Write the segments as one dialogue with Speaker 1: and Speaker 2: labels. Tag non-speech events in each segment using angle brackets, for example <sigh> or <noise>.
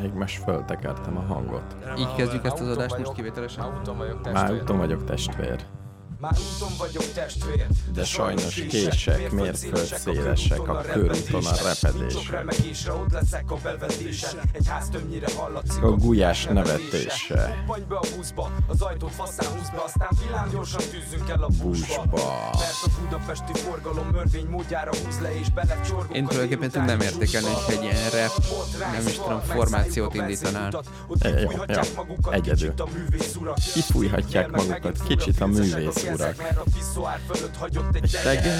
Speaker 1: Még most föltekertem a hangot.
Speaker 2: Így kezdjük ezt az adást most kivételesen.
Speaker 3: Már úton vagyok
Speaker 1: Már
Speaker 3: testvér.
Speaker 1: úton vagyok testvér.
Speaker 3: Már úton vagyok testvér.
Speaker 1: De sajnos kések, mérföldszélesek a körúton a
Speaker 3: Nincsok
Speaker 1: repedésen.
Speaker 3: remegésre, ott leszek a belvetésen. Egy ház többnyire hallatszik
Speaker 1: A gulyás
Speaker 3: gazdaság
Speaker 1: nevetése.
Speaker 3: nevetése. Robbany be a buszba, az ajtót faszán húzd be, aztán villám gyorsan tűzzünk el a buszba.
Speaker 1: Buszba.
Speaker 3: Mert a budapesti forgalom örvény módjára húz le és belecsorgunk
Speaker 2: Én
Speaker 3: a
Speaker 2: tulajdonképpen
Speaker 3: délutáni
Speaker 2: nem értékelném,
Speaker 3: buszba.
Speaker 2: hogy egy ilyen rap, nem is tudom, formációt indítanál.
Speaker 1: Jó, jó, egyedül. Kifújhatják magukat kicsit a művész urak. Segge!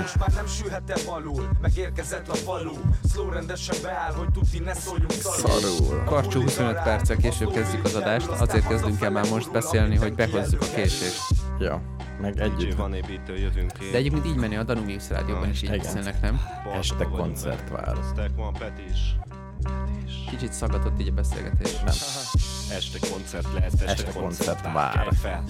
Speaker 3: Most már nem sülhet el alul, megérkezett a falu. Slow rendesen beáll, hogy tuti ne szóljunk
Speaker 1: Szarul.
Speaker 2: Karcsú 25 perccel később kezdjük az adást, azért kezdünk el már most beszélni, hogy behozzuk a késést.
Speaker 1: Ja, meg együtt
Speaker 4: van építő, jövünk ki.
Speaker 2: De egyébként így menő a Danubius rádióban is így
Speaker 1: Igen.
Speaker 2: beszélnek, nem?
Speaker 1: este koncert vár.
Speaker 4: Estek van Petis. Petis.
Speaker 2: Kicsit szaggatott így a beszélgetés.
Speaker 1: Nem.
Speaker 4: Este koncert lesz, este,
Speaker 1: Este koncert vár.
Speaker 4: Kelj fel.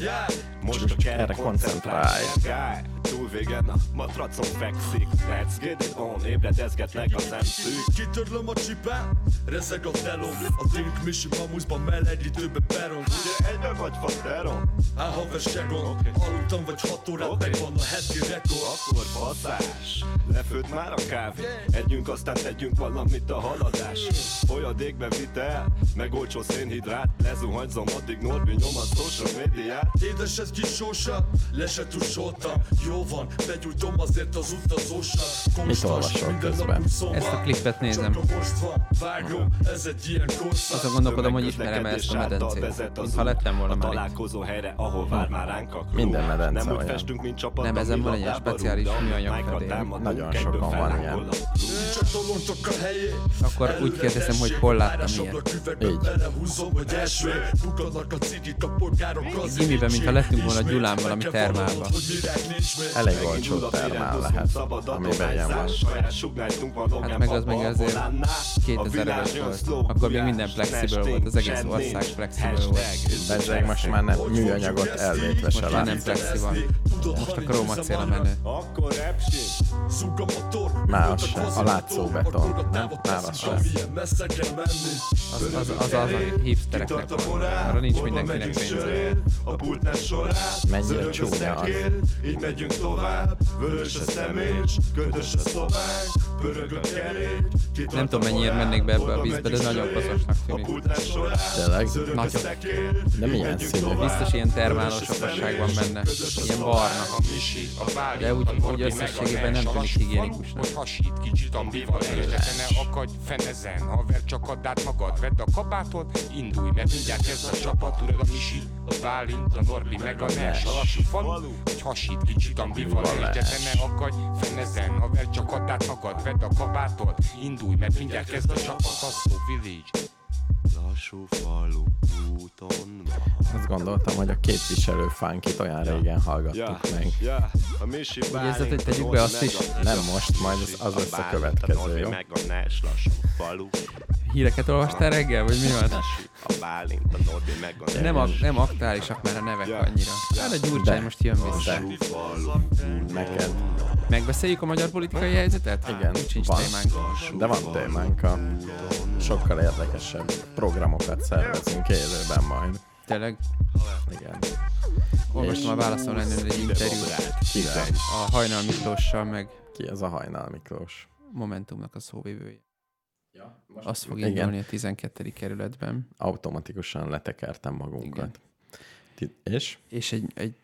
Speaker 4: Most a
Speaker 1: erre
Speaker 4: kell
Speaker 1: koncentrálj.
Speaker 4: koncentrálj. Guy, Túl végen a matracon fekszik. Let's get it on, ébredezgetnek a szemszűk.
Speaker 5: Kitörlöm a csipát, rezeg a telom A dénk misi mamuszban melegítőbe berom
Speaker 4: Ugye egybe vagy fateron?
Speaker 5: Á, haver segon,
Speaker 4: Oké.
Speaker 5: aludtam vagy hat órát
Speaker 4: Oké.
Speaker 5: Megvan a heti rekord
Speaker 4: Akkor faszás. Lefőtt már a kávé. Együnk, aztán tegyünk valamit a haladás. Folyadékbe vitel, meg olcsó szénhidrát. Lezuhanyzom, addig Norbi nyom a social médiát.
Speaker 5: Édes ez kis sósa, le se tusoltam Jó van, begyújtom azért az utazósat
Speaker 1: olvasol közben?
Speaker 2: Ezt a klipet nézem.
Speaker 5: Csak a most van, vágom, ez egy ilyen korszak
Speaker 2: Azon gondolkodom, hogy ismerem ezt a medencét. Mintha lettem volna
Speaker 4: a
Speaker 2: már Hm. itt.
Speaker 4: találkozó helyre, ahol vár már ránk a klub.
Speaker 1: Minden medence
Speaker 4: Nem úgy
Speaker 1: olyan.
Speaker 4: festünk, mint csapat.
Speaker 2: Nem, ezen
Speaker 4: ami
Speaker 2: van egy ilyen
Speaker 4: labdába
Speaker 2: speciális
Speaker 4: rúgda,
Speaker 2: műanyag
Speaker 4: májkra
Speaker 2: fedél.
Speaker 4: támadunk,
Speaker 1: Nagyon
Speaker 4: egyből
Speaker 1: sokan van
Speaker 4: fellángol
Speaker 1: ilyen.
Speaker 4: a
Speaker 5: Csak tolontok a helyét
Speaker 2: Akkor úgy kérdezem, hogy hol láttam ilyet?
Speaker 1: Így.
Speaker 5: Így Belehúzom, hogy esvé Bukadnak a cigik, a polgárok az
Speaker 2: gimiben, mintha lettünk volna
Speaker 5: Ismét
Speaker 2: Gyulán valami
Speaker 5: nekem van
Speaker 2: termálba.
Speaker 5: ott, hogy mirek nincs
Speaker 1: Elég
Speaker 2: Hát
Speaker 5: még.
Speaker 4: Megindul
Speaker 1: olcsó
Speaker 4: a
Speaker 1: termál
Speaker 4: téren,
Speaker 1: lehet,
Speaker 4: buszunk, szabad
Speaker 1: amiben ilyen van.
Speaker 4: adományzás, saját sugárzunk van Logan
Speaker 2: Hát meg az
Speaker 4: Papa
Speaker 2: meg azért
Speaker 4: Apollánál, a
Speaker 2: 2000
Speaker 4: világ
Speaker 2: éves
Speaker 4: jön
Speaker 2: volt.
Speaker 4: slow,
Speaker 2: Akkor még minden
Speaker 4: gulyás,
Speaker 2: flexible
Speaker 4: nesting,
Speaker 2: volt, az egész
Speaker 4: zsendés,
Speaker 2: ország flexible
Speaker 4: hashtag
Speaker 2: volt.
Speaker 1: Bezzeg most már nem műanyagot elvétve se
Speaker 2: Most már nem
Speaker 1: lát.
Speaker 2: flexival. Most a chroma cél a menő.
Speaker 4: Akkor repsin.
Speaker 5: Zúg a motor,
Speaker 1: Már
Speaker 5: üvölt
Speaker 1: az se,
Speaker 5: kvazi
Speaker 1: a
Speaker 5: motor,
Speaker 1: látszóbeton.
Speaker 5: akkor a
Speaker 1: Nem?
Speaker 5: távot
Speaker 1: Már az
Speaker 5: teszik,
Speaker 1: se.
Speaker 5: amilyen messze kell menni.
Speaker 2: Az az, az, az a hipstereknek van. Arra nincs mindenkinek pénze.
Speaker 4: A pultnál sorát,
Speaker 1: Mennyire
Speaker 4: zörög a
Speaker 1: csúnya az.
Speaker 4: szekér, Így megyünk tovább, vörös a szemécs, ködös a szobánk, pörög a kerék, kitart
Speaker 2: Nem tudom,
Speaker 4: a
Speaker 2: mennyiért
Speaker 4: borát,
Speaker 2: mennék be ebbe a
Speaker 4: oda
Speaker 2: vízbe, de
Speaker 4: megyünk
Speaker 2: nagyon
Speaker 4: sörért,
Speaker 2: faszosnak
Speaker 4: A
Speaker 2: tűnik.
Speaker 4: pultnál sorát,
Speaker 1: Tényleg?
Speaker 4: zörög a
Speaker 2: Nagyon.
Speaker 4: szekér,
Speaker 1: De milyen
Speaker 4: így megyünk
Speaker 1: színű?
Speaker 4: tovább,
Speaker 2: Biztos ilyen termálos
Speaker 4: vörös a
Speaker 2: apasság
Speaker 4: szemécs,
Speaker 2: van benne.
Speaker 4: ködös a
Speaker 2: Ilyen
Speaker 4: szobánk.
Speaker 2: barna.
Speaker 6: A misi, a báli,
Speaker 2: De úgy-
Speaker 6: a Norbi,
Speaker 2: úgy
Speaker 6: meg
Speaker 2: összességében nem
Speaker 6: a
Speaker 2: tűnik
Speaker 6: lassú
Speaker 2: higiénikusnak.
Speaker 6: falu, Hogy hasít kicsit ambivalens, de te ne akadj fenezen, haver csak add át magad, vedd a kabátod, indulj, mert mindjárt ez a csapat, tudod a misi, a Bálint, a Norbi, meg a Nes, a lassú falu, hogy hasít kicsit ambivalens, de te ne akadj fenezen, haver csak add át magad, vedd a kabátod, indulj, mert mindjárt kezd a csapat, a Village.
Speaker 4: Lassú falu úton van.
Speaker 1: Azt gondoltam, hogy a képviselő fánkit olyan régen
Speaker 4: Ja,
Speaker 1: hallgattuk meg.
Speaker 4: ja, a Misi Bálint,
Speaker 2: érzed, hogy
Speaker 4: a
Speaker 2: tegyük be
Speaker 4: Norbi
Speaker 2: azt
Speaker 4: meg
Speaker 2: is?
Speaker 4: a-
Speaker 1: Nem most, majd az- az
Speaker 4: A
Speaker 1: lesz a
Speaker 4: Bálint,
Speaker 1: következő,
Speaker 4: Norbi
Speaker 1: jó?
Speaker 4: meg a Nes, lassú falu.
Speaker 2: Híreket olvastál reggel, vagy mi van?
Speaker 4: A Bálint, a Norbi meg a Nes.
Speaker 2: Nem, ak- nem aktuálisak már a nevek annyira. Hát a Gyurcsány
Speaker 1: De.
Speaker 2: most jön vissza.
Speaker 1: De. Neked.
Speaker 2: Megbeszéljük a magyar politikai helyzetet?
Speaker 1: Igen,
Speaker 2: Úgy sincs
Speaker 1: van.
Speaker 2: témánk.
Speaker 1: De van témánk a sokkal érdekesebb programokat szervezünk élőben majd.
Speaker 2: Tényleg,
Speaker 1: Igen.
Speaker 2: olvastam a válaszolni egy interjút
Speaker 1: Kivel?
Speaker 2: a Hajnal Miklóssal, meg
Speaker 1: Ki az a Hajnal Miklós?
Speaker 2: Momentumnak a szóvivője. Azt fog
Speaker 1: Igen.
Speaker 2: indulni a 12. kerületben,
Speaker 1: Automatikusan letekertem magunkat. Ti- És?
Speaker 2: és egy, egy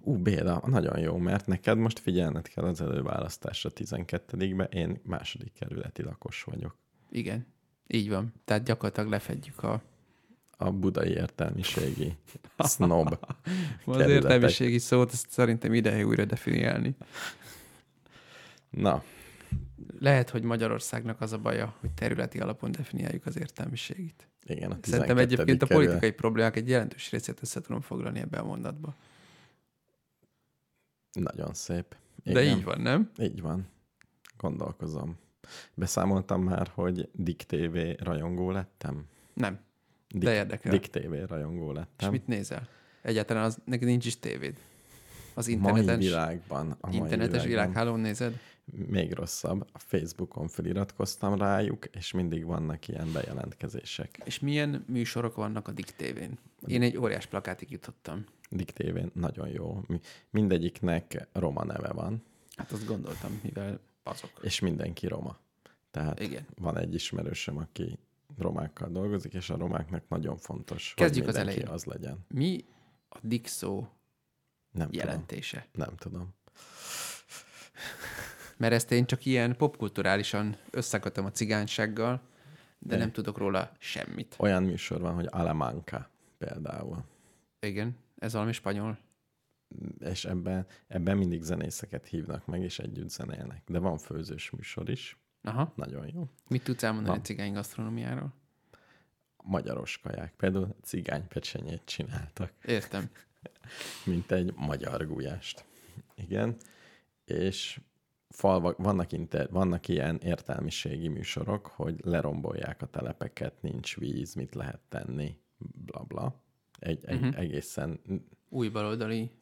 Speaker 1: Ú, Béla, nagyon jó, mert neked most figyelned kell az előválasztásra 12-be, én második kerületi lakos vagyok.
Speaker 2: igen, így van. Tehát gyakorlatilag lefedjük a
Speaker 1: A budai értelmiségi snob.
Speaker 2: az
Speaker 1: Kerületek.
Speaker 2: értelmiségi szót, ezt szerintem ideje újra definiálni.
Speaker 1: Na,
Speaker 2: Lehet, hogy Magyarországnak az a baja, hogy területi alapon definiáljuk az értelmiségit.
Speaker 1: igen, a 12.
Speaker 2: Szerintem egyébként a
Speaker 1: kerület-
Speaker 2: politikai problémák egy jelentős részét össze tudom foglalni ebben a mondatba.
Speaker 1: Nagyon szép.
Speaker 2: De így van, nem?
Speaker 1: Így van. Gondolkozom. Beszámoltam már, hogy Dick TV rajongó lettem.
Speaker 2: Nem.
Speaker 1: Dick,
Speaker 2: De érdekel.
Speaker 1: Dick TV rajongó
Speaker 2: És
Speaker 1: lettem.
Speaker 2: mit nézel? Egyáltalán az, neki nincs is tévéd. Az
Speaker 1: mai
Speaker 2: internetes,
Speaker 1: világban, a mai
Speaker 2: internetes
Speaker 1: világban.
Speaker 2: világhálón nézed?
Speaker 1: Még rosszabb, a Facebookon feliratkoztam rájuk, és mindig vannak ilyen bejelentkezések.
Speaker 2: És milyen műsorok vannak a Dick tévén? Én egy óriás plakátig jutottam.
Speaker 1: Diktévén nagyon jó. Mi- Mindegyiknek roma neve van,
Speaker 2: Hát azt gondoltam, mivel azok.
Speaker 1: és mindenki roma. Tehát
Speaker 2: Igen.
Speaker 1: van egy ismerősöm, aki romákkal dolgozik, és a romáknak nagyon fontos,
Speaker 2: Kezdjük
Speaker 1: hogy
Speaker 2: az
Speaker 1: mindenki
Speaker 2: elején.
Speaker 1: az legyen.
Speaker 2: Mi a Dick szó
Speaker 1: Nem
Speaker 2: jelentése?
Speaker 1: tudom. Nem tudom.
Speaker 2: Mert ezt én csak ilyen popkulturálisan összekötöm a cigánysággal, de nem tudok róla semmit.
Speaker 1: Olyan műsor van, hogy Alamanca például.
Speaker 2: Igen, ez valami spanyol.
Speaker 1: és ebben, ebben mindig zenészeket hívnak meg, és együtt zenélnek. De van főzős műsor is,
Speaker 2: Aha.
Speaker 1: nagyon jó.
Speaker 2: Mit tudsz elmondani
Speaker 1: Na.
Speaker 2: a cigány gasztronómiáról?
Speaker 1: Magyaros kaják. Például cigánypecsenyét csináltak,
Speaker 2: Értem.
Speaker 1: mint egy magyar gulyást. Igen, és falva, vannak, inter, vannak ilyen értelmiségi műsorok, hogy lerombolják a telepeket, nincs víz, mit lehet tenni, bla bla. Egy, egy
Speaker 2: Mhm.
Speaker 1: uh-huh. egészen,
Speaker 2: Új baloldali
Speaker 1: igen,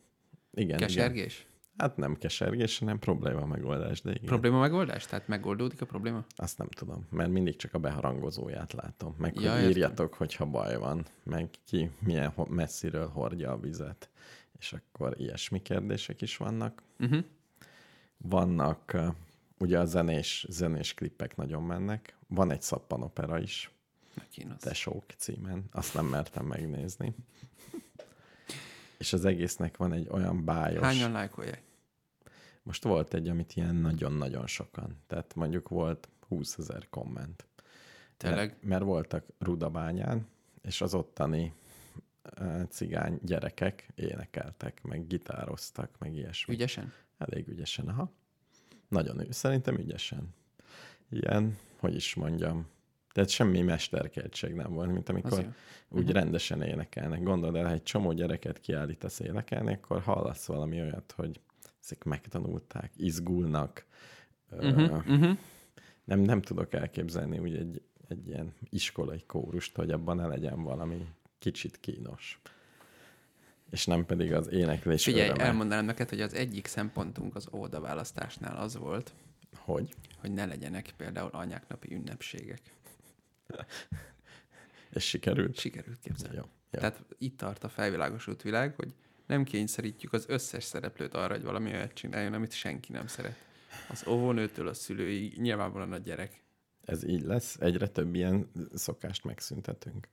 Speaker 1: igen.
Speaker 2: kesergés?
Speaker 1: Hát nem kesergés, hanem probléma megoldás, de igen.
Speaker 2: Probléma megoldás? Tehát megoldódik a probléma?
Speaker 1: Azt nem tudom, mert mindig csak a beharangozóját látom. Meg
Speaker 2: Ja,
Speaker 1: ja, hogy
Speaker 2: értem.
Speaker 1: írjatok, hogyha baj van, meg ki milyen ho- messziről hordja a vizet. És akkor ilyesmi kérdések is vannak.
Speaker 2: Uh-huh.
Speaker 1: Vannak, ö, ugye a zenés, zenés klippek nagyon mennek. Van egy szappanopera is,
Speaker 2: Megkínos.
Speaker 1: Tesók címen, azt nem mertem
Speaker 2: <laughs>
Speaker 1: megnézni. És az egésznek van egy olyan bájos...
Speaker 2: Hányan lájkolják?
Speaker 1: Most volt egy, amit ilyen nagyon-nagyon sokan. Tehát mondjuk volt 20 ezer komment.
Speaker 2: Tényleg?
Speaker 1: Mert, mert voltak Rudabányán, és az ottani ö, cigány gyerekek énekeltek, meg gitároztak, meg ilyesmi.
Speaker 2: Ügyesen?
Speaker 1: Elég ügyesen, aha. Nagyon ügy, szerintem ügyesen. Ilyen, hogy is mondjam, tehát semmi mesterkeltség nem volt, mint amikor
Speaker 2: jó.
Speaker 1: úgy uh-huh. rendesen énekelnek. Gondold el, ha egy csomó gyereket kiállítasz énekelni, akkor hallasz valami olyat, hogy ezek megtanulták, izgulnak. Uh-huh. Ö,
Speaker 2: Uh-huh.
Speaker 1: nem, nem tudok elképzelni úgy egy, egy ilyen iskolai kórust, hogy abban ne legyen valami kicsit kínos. És nem pedig az éneklés
Speaker 2: Figyelj,
Speaker 1: öröme,
Speaker 2: elmondanám neked, hogy az egyik szempontunk az ódaválasztásnál az volt,
Speaker 1: hogy.
Speaker 2: hogy ne legyenek például anyák napi ünnepségek.
Speaker 1: És sikerült.
Speaker 2: Sikerült képzelni.
Speaker 1: Jó. jó.
Speaker 2: Tehát itt tart a felvilágosult világ, hogy nem kényszerítjük az összes szereplőt arra, hogy valami olyat csináljon, amit senki nem szeret. Az óvónőtől a szülőig, nyilvánvalóan a gyerek. <laughs>
Speaker 1: ez így lesz, egyre több ilyen szokást megszüntetünk.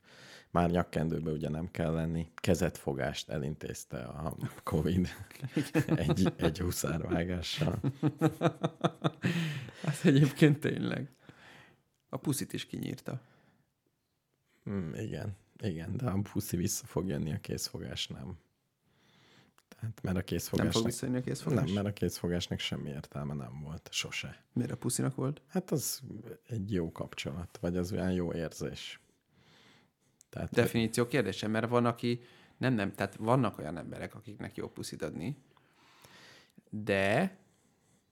Speaker 1: Már nyakkendőbe ugye nem kell lenni, kezetfogást elintézte a
Speaker 2: <laughs>
Speaker 1: Covid egy, egy huszárvágással.
Speaker 2: Hát egyébként tényleg. A puszit is kinyírta.
Speaker 1: Mm, igen, igen, de a puszi vissza fog jönni, a készfogás nem. Tehát, mert a készfogásnak...
Speaker 2: Nem fog visszajönni a készfogás?
Speaker 1: nem, mert a készfogásnak semmi értelme nem volt, sose.
Speaker 2: Miért a puszinak volt?
Speaker 1: Hát az egy jó kapcsolat, vagy az olyan jó érzés. Tehát,
Speaker 2: Definíció kérdése, mert van, aki nem, nem, tehát vannak olyan emberek, akiknek jó puszit adni, de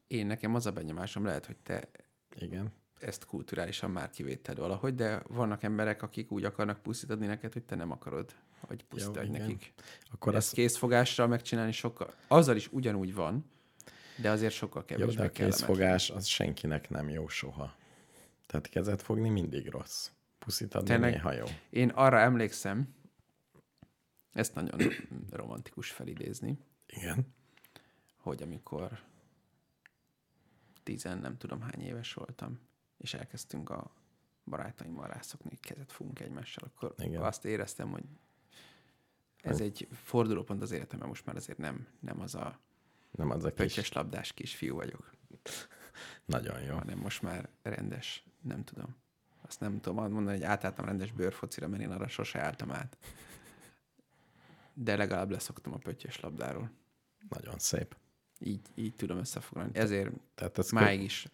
Speaker 2: én nekem az a benyomásom, lehet, hogy te
Speaker 1: igen.
Speaker 2: ezt kulturálisan már kivéted valahogy, de vannak emberek, akik úgy akarnak puszit adni neked, hogy te nem akarod, hogy puszit
Speaker 1: Jó,
Speaker 2: adj
Speaker 1: igen.
Speaker 2: nekik.
Speaker 1: Akkor
Speaker 2: Ezt
Speaker 1: az
Speaker 2: készfogással megcsinálni sokkal, azzal is ugyanúgy van, de azért sokkal
Speaker 1: Jó, de
Speaker 2: kevésbé
Speaker 1: a
Speaker 2: kellemetlen.
Speaker 1: kézfogás az senkinek nem jó soha. Tehát kezet fogni mindig rossz. Puszit adni
Speaker 2: Tényleg?
Speaker 1: néha jó.
Speaker 2: Én arra emlékszem, ezt nagyon <clears throat> romantikus felidézni,
Speaker 1: Igen.
Speaker 2: hogy amikor tizen nem tudom hány éves voltam, és elkezdtünk a barátaimmal rászokni, hogy kezet fogunk egymással, akkor
Speaker 1: Igen.
Speaker 2: Igen. azt éreztem, hogy ez egy fordulópont az életemben, most már azért nem, nem az a
Speaker 1: Nem az a kis.
Speaker 2: pöttyös labdás kisfiú vagyok,
Speaker 1: Nagyon jó.
Speaker 2: hanem most már rendes, nem tudom. Azt nem tudom mondani, hogy átálltam rendes bőrfocira, mert én arra sose álltam át. De legalább leszoktam a pöttyös labdáról.
Speaker 1: Nagyon szép.
Speaker 2: Így, így tudom összefoglalni. Ezért
Speaker 1: Tehát ez
Speaker 2: máig is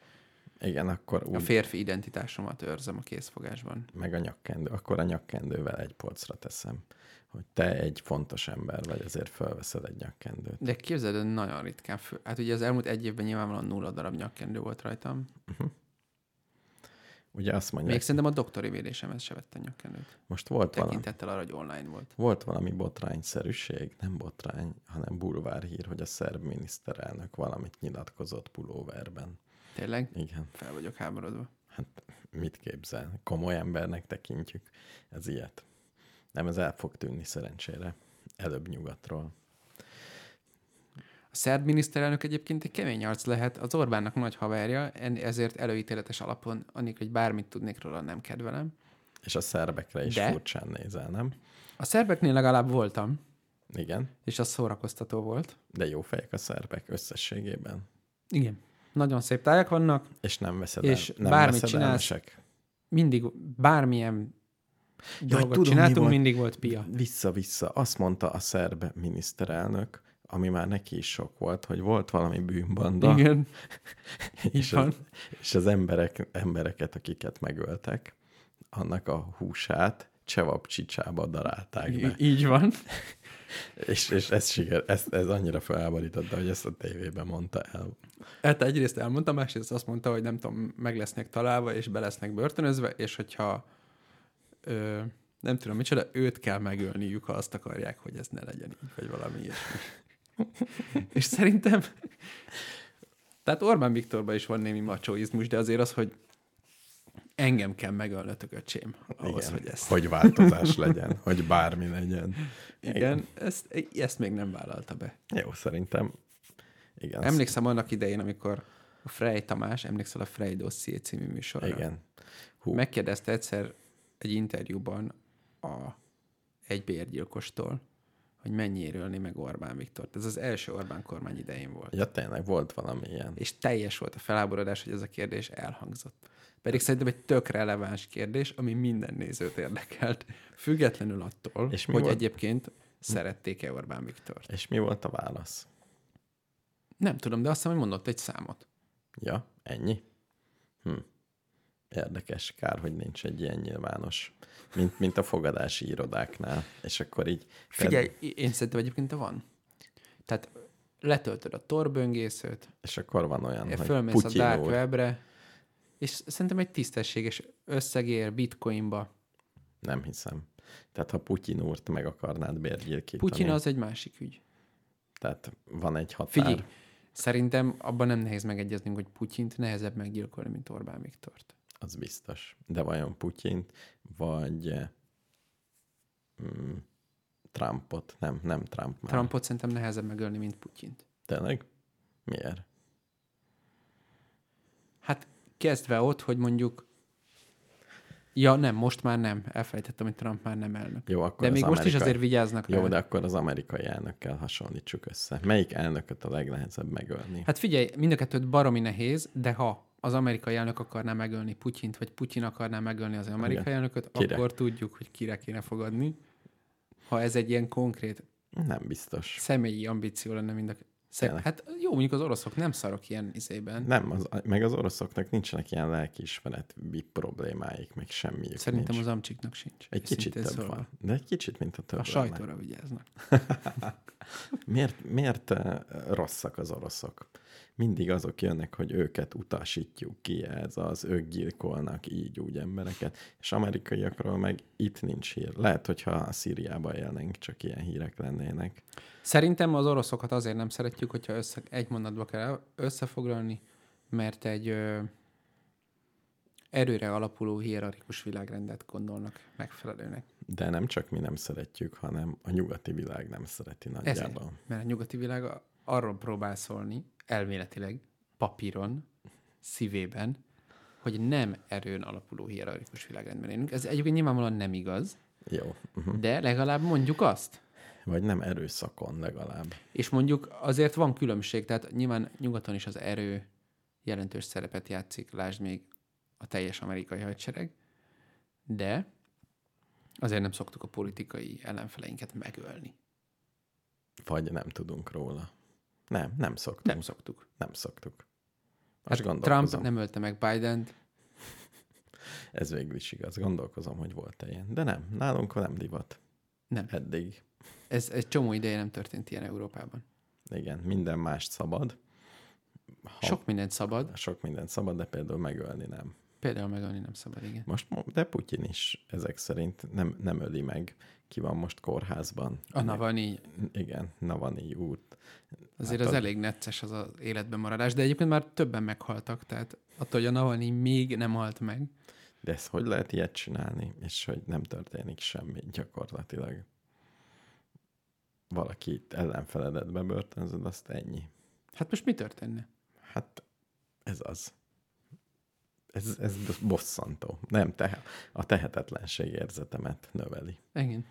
Speaker 1: Igen, akkor
Speaker 2: A
Speaker 1: úgy,
Speaker 2: férfi identitásomat őrzöm a készfogásban.
Speaker 1: meg a nyakkendő. Akkor a nyakkendővel egy polcra teszem, hogy te egy fontos ember vagy, ezért felveszed egy nyakkendőt.
Speaker 2: De képzeld, el, nagyon ritkán. Fő... Hát ugye az elmúlt egy évben nyilvánvalóan nulla darab nyakkendő volt rajtam.
Speaker 1: Mhm. Ugye azt mondják,
Speaker 2: Még szerintem a doktori védésemhez se vette nyakkendőt.
Speaker 1: most volt valami,
Speaker 2: Tekintettel arra, hogy online volt.
Speaker 1: volt valami botrányszerűség, nem botrány, hanem bulvárhír, hogy a szerb miniszterelnök valamit nyilatkozott pulóverben.
Speaker 2: Tényleg?
Speaker 1: Igen.
Speaker 2: Fel vagyok háborodva.
Speaker 1: Hát mit képzel? Komoly embernek tekintjük ez ilyet. Nem, ez el fog tűnni szerencsére. Előbb nyugatról.
Speaker 2: A szerb miniszterelnök egyébként egy kemény arc lehet, az Orbánnak nagy haverja, en- ezért előítéletes alapon, annik, hogy bármit tudnék róla, nem kedvelem.
Speaker 1: És a szerbekre is
Speaker 2: De?
Speaker 1: De? furcsán nézel, nem?
Speaker 2: A szerbeknél legalább voltam,
Speaker 1: Igen.
Speaker 2: és az szórakoztató volt.
Speaker 1: De jó fejek a szerbek összességében.
Speaker 2: Igen. Nagyon szép tájak vannak,
Speaker 1: És nem veszed
Speaker 2: És
Speaker 1: el, nem
Speaker 2: bármit
Speaker 1: veszed
Speaker 2: csinálsz,
Speaker 1: elmesek.
Speaker 2: mindig bármilyen dolgot
Speaker 1: tudom, mi
Speaker 2: csináltunk,
Speaker 1: volt.
Speaker 2: mindig volt pia.
Speaker 1: Vissza-vissza. Azt mondta a szerb miniszterelnök, ami már neki is sok volt, hogy volt valami bűnbanda,
Speaker 2: Igen.
Speaker 1: <laughs> és,
Speaker 2: van.
Speaker 1: az, és az emberek, embereket, akiket megöltek, annak a húsát csevapcsicsába darálták be.
Speaker 2: Í- így van.
Speaker 1: És, és ez, siker, ez, ez annyira felháborította, hogy ezt a tévében mondta el.
Speaker 2: Hát egyrészt elmondta, másrészt azt mondta, hogy nem tudom, meg lesznek találva, és be lesznek börtönözve, és hogyha ö, nem tudom micsoda, őt kell megölniük, ha azt akarják, hogy ez ne legyen így, vagy valami <laughs> ilyesmi. és szerintem tehát Orbán Viktorban is van némi macsóizmus, de azért az, hogy engem kell megölnötök, öcsém, ahhoz, hogy ezt.
Speaker 1: hogy változás legyen, <laughs> hogy bármi legyen.
Speaker 2: Igen, ezt, ezt még nem vállalta be.
Speaker 1: Jó, szerintem. Igen.
Speaker 2: Emlékszem annak idején, amikor a Frey Tamás, emlékszel a Frey Dosszié című műsorra?
Speaker 1: Igen. Hú, Meg...
Speaker 2: Megkérdezte egyszer egy interjúban a egy bérgyilkostól, hogy mennyire ölni meg Orbán Viktort. Ez az első Orbán kormány idején volt.
Speaker 1: ja, tényleg volt valami ilyen.
Speaker 2: És teljes volt a felháborodás, hogy ez a kérdés elhangzott. Pedig szerintem egy tök releváns kérdés, ami minden nézőt érdekelt, függetlenül attól,
Speaker 1: És
Speaker 2: És
Speaker 1: mi
Speaker 2: hogy
Speaker 1: volt?
Speaker 2: egyébként szerették-e Orbán Viktort.
Speaker 1: És mi volt a válasz?
Speaker 2: Nem tudom, de azt hiszem, hogy mondott egy számot.
Speaker 1: Ja, ennyi? Hm. Érdekes, kár, hogy nincs egy ilyen nyilvános, mint, mint a fogadási irodáknál. És akkor így...
Speaker 2: Figyelj, én szerintem egyébként van. Tehát letöltöd a torböngészőt,
Speaker 1: És akkor van olyan,
Speaker 2: Én
Speaker 1: hogy
Speaker 2: fölmész
Speaker 1: Putyin
Speaker 2: a Dark
Speaker 1: úr.
Speaker 2: Webre, és szerintem egy tisztességes összegér bitcoinba.
Speaker 1: Nem hiszem. Tehát ha Putyin úrt meg akarnád bérgyilkítani,
Speaker 2: Putyin az egy másik ügy.
Speaker 1: tehát van egy határ.
Speaker 2: Figyelj, szerintem abban nem nehéz megegyeznünk, hogy Putyint nehezebb meggyilkolni, mint Orbán Viktort.
Speaker 1: Az biztos. De vajon Putyint, vagy eh, mm, Trumpot? Nem, nem Trump már.
Speaker 2: Trumpot szerintem nehezebb megölni, mint Putyint.
Speaker 1: Tényleg? Miért?
Speaker 2: Hát kezdve ott, hogy mondjuk Ja, nem, most már nem. Elfelejtettem, hogy Trump már nem elnök.
Speaker 1: Jó, akkor
Speaker 2: de
Speaker 1: az
Speaker 2: még most is
Speaker 1: amerikai-
Speaker 2: azért vigyáznak
Speaker 1: Jó,
Speaker 2: rá.
Speaker 1: de akkor az amerikai elnökkel hasonlítsuk össze. Melyik elnököt a legnehezebb megölni? Hát,
Speaker 2: Hát figyelj, mind a kettőt baromi nehéz, de ha az amerikai elnök akarná megölni Putyint, vagy Putyin akarná megölni az amerikai
Speaker 1: Igen.
Speaker 2: elnököt,
Speaker 1: Kire?
Speaker 2: akkor tudjuk, hogy kire kéne fogadni. Ha ez egy ilyen konkrét
Speaker 1: nem biztos.
Speaker 2: személyi ambíció lenne mind a Szer-
Speaker 1: Tényleg.
Speaker 2: Hát jó, mondjuk az oroszok nem szarok ilyen izében. Nem,
Speaker 1: Nem, az, meg az oroszoknak nincsenek ilyen lelkiismereti problémáik, meg semmiük
Speaker 2: Szerintem
Speaker 1: nincs.
Speaker 2: az amcsiknak sincs.
Speaker 1: Egy kicsit
Speaker 2: őszintén
Speaker 1: több
Speaker 2: szólva.
Speaker 1: van. De egy kicsit, mint a több
Speaker 2: A sajtóra vigyáznak.
Speaker 1: Miért, miért eh, rosszak az oroszok? Mindig azok jönnek, hogy őket utasítjuk ki, ez az, ők gyilkolnak így úgy embereket, és amerikaiakról meg itt nincs hír. Lehet, hogyha a Szíriában élnénk, csak ilyen hírek lennének.
Speaker 2: Szerintem az oroszokat azért nem szeretjük, hogyha össze, egy mondatba kell összefoglalni, mert egy ö, erőre alapuló hierarchikus világrendet gondolnak megfelelőnek.
Speaker 1: De nem csak mi nem szeretjük, hanem a nyugati világ nem szereti
Speaker 2: Ezért,
Speaker 1: nagyjából.
Speaker 2: mert a nyugati világ a- arról próbál szólni, elméletileg, papíron, szívében, hogy nem erőn alapuló hierarchikus világrendben élünk. Ez egyébként nyilvánvalóan nem igaz,
Speaker 1: Jó. Mhm.
Speaker 2: de legalább mondjuk azt.
Speaker 1: Vagy nem erőszakon legalább.
Speaker 2: És mondjuk azért van különbség, tehát nyilván nyugaton is az erő jelentős szerepet játszik, lásd még a teljes amerikai hadsereg, de azért nem szoktuk a politikai ellenfeleinket megölni.
Speaker 1: Vagy nem tudunk róla. Nem, nem szoktuk.
Speaker 2: Nem
Speaker 1: Nem,
Speaker 2: szoktuk.
Speaker 1: nem szoktuk.
Speaker 2: Hát
Speaker 1: Most
Speaker 2: Trump
Speaker 1: gondolkozom.
Speaker 2: nem ölte meg Biden-t,
Speaker 1: Ez végül is igaz. Gondolkozom, hogy volt-e ilyen. De nem, nálunk nem divat.
Speaker 2: Nem.
Speaker 1: Eddig.
Speaker 2: ez egy csomó ideje nem történt ilyen Európában.
Speaker 1: Igen, minden mást szabad. Ha
Speaker 2: Sok mindent szabad,
Speaker 1: Sok mindent szabad, de például megölni nem.
Speaker 2: Például megölni nem szabad, igen.
Speaker 1: Most, mo- de Putyin is ezek szerint nem, nem öli meg, ki van most kórházban.
Speaker 2: A Navalnyi,
Speaker 1: Igen, Navalnyi út.
Speaker 2: azért
Speaker 1: Hát
Speaker 2: az
Speaker 1: a-
Speaker 2: elég necces az az életben maradás, de egyébként már többen meghaltak, tehát attól, hogy a Navalnyi még nem halt meg,
Speaker 1: De ezt hogy lehet ilyet csinálni, és hogy nem történik semmi gyakorlatilag. Valaki itt ellenfeledet bebörtönzöd, azt ennyi.
Speaker 2: hát most mi történne?
Speaker 1: Hát ez az. Ez, ez bosszantó. Nem, te, a tehetetlenség érzetemet növeli.
Speaker 2: Igen.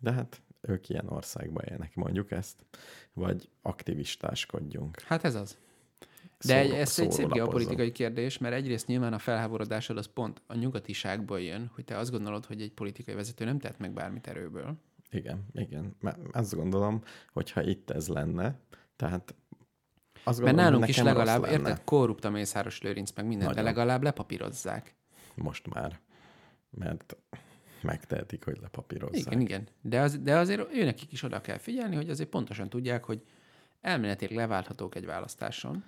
Speaker 1: De hát ők ilyen országban élnek, mondjuk ezt. Vagy aktivistáskodjunk.
Speaker 2: Hát ez az. De egy,
Speaker 1: Szóró-
Speaker 2: ez egy szép
Speaker 1: szórólapozzunk.
Speaker 2: geopolitikai kérdés, mert egyrészt nyilván a felháborodásod az pont a nyugatiságból jön, hogy te azt gondolod, hogy egy politikai vezető nem tehet meg bármit erőből.
Speaker 1: Igen, igen. Mert azt gondolom, hogyha itt ez lenne, tehát azt
Speaker 2: Mert
Speaker 1: gondolom,
Speaker 2: nálunk is
Speaker 1: nekem
Speaker 2: legalább,
Speaker 1: rossz lenne
Speaker 2: érted, korrupt a Mészáros Lőrinc, meg mindent, de
Speaker 1: Nagyon.
Speaker 2: legalább lepapírozzák.
Speaker 1: most már. Mert megtehetik, hogy lepapírozzák.
Speaker 2: Igen, igen. De, az, de azért őnekik is oda kell figyelni, hogy azért pontosan tudják, hogy elméletileg leválthatók egy választáson.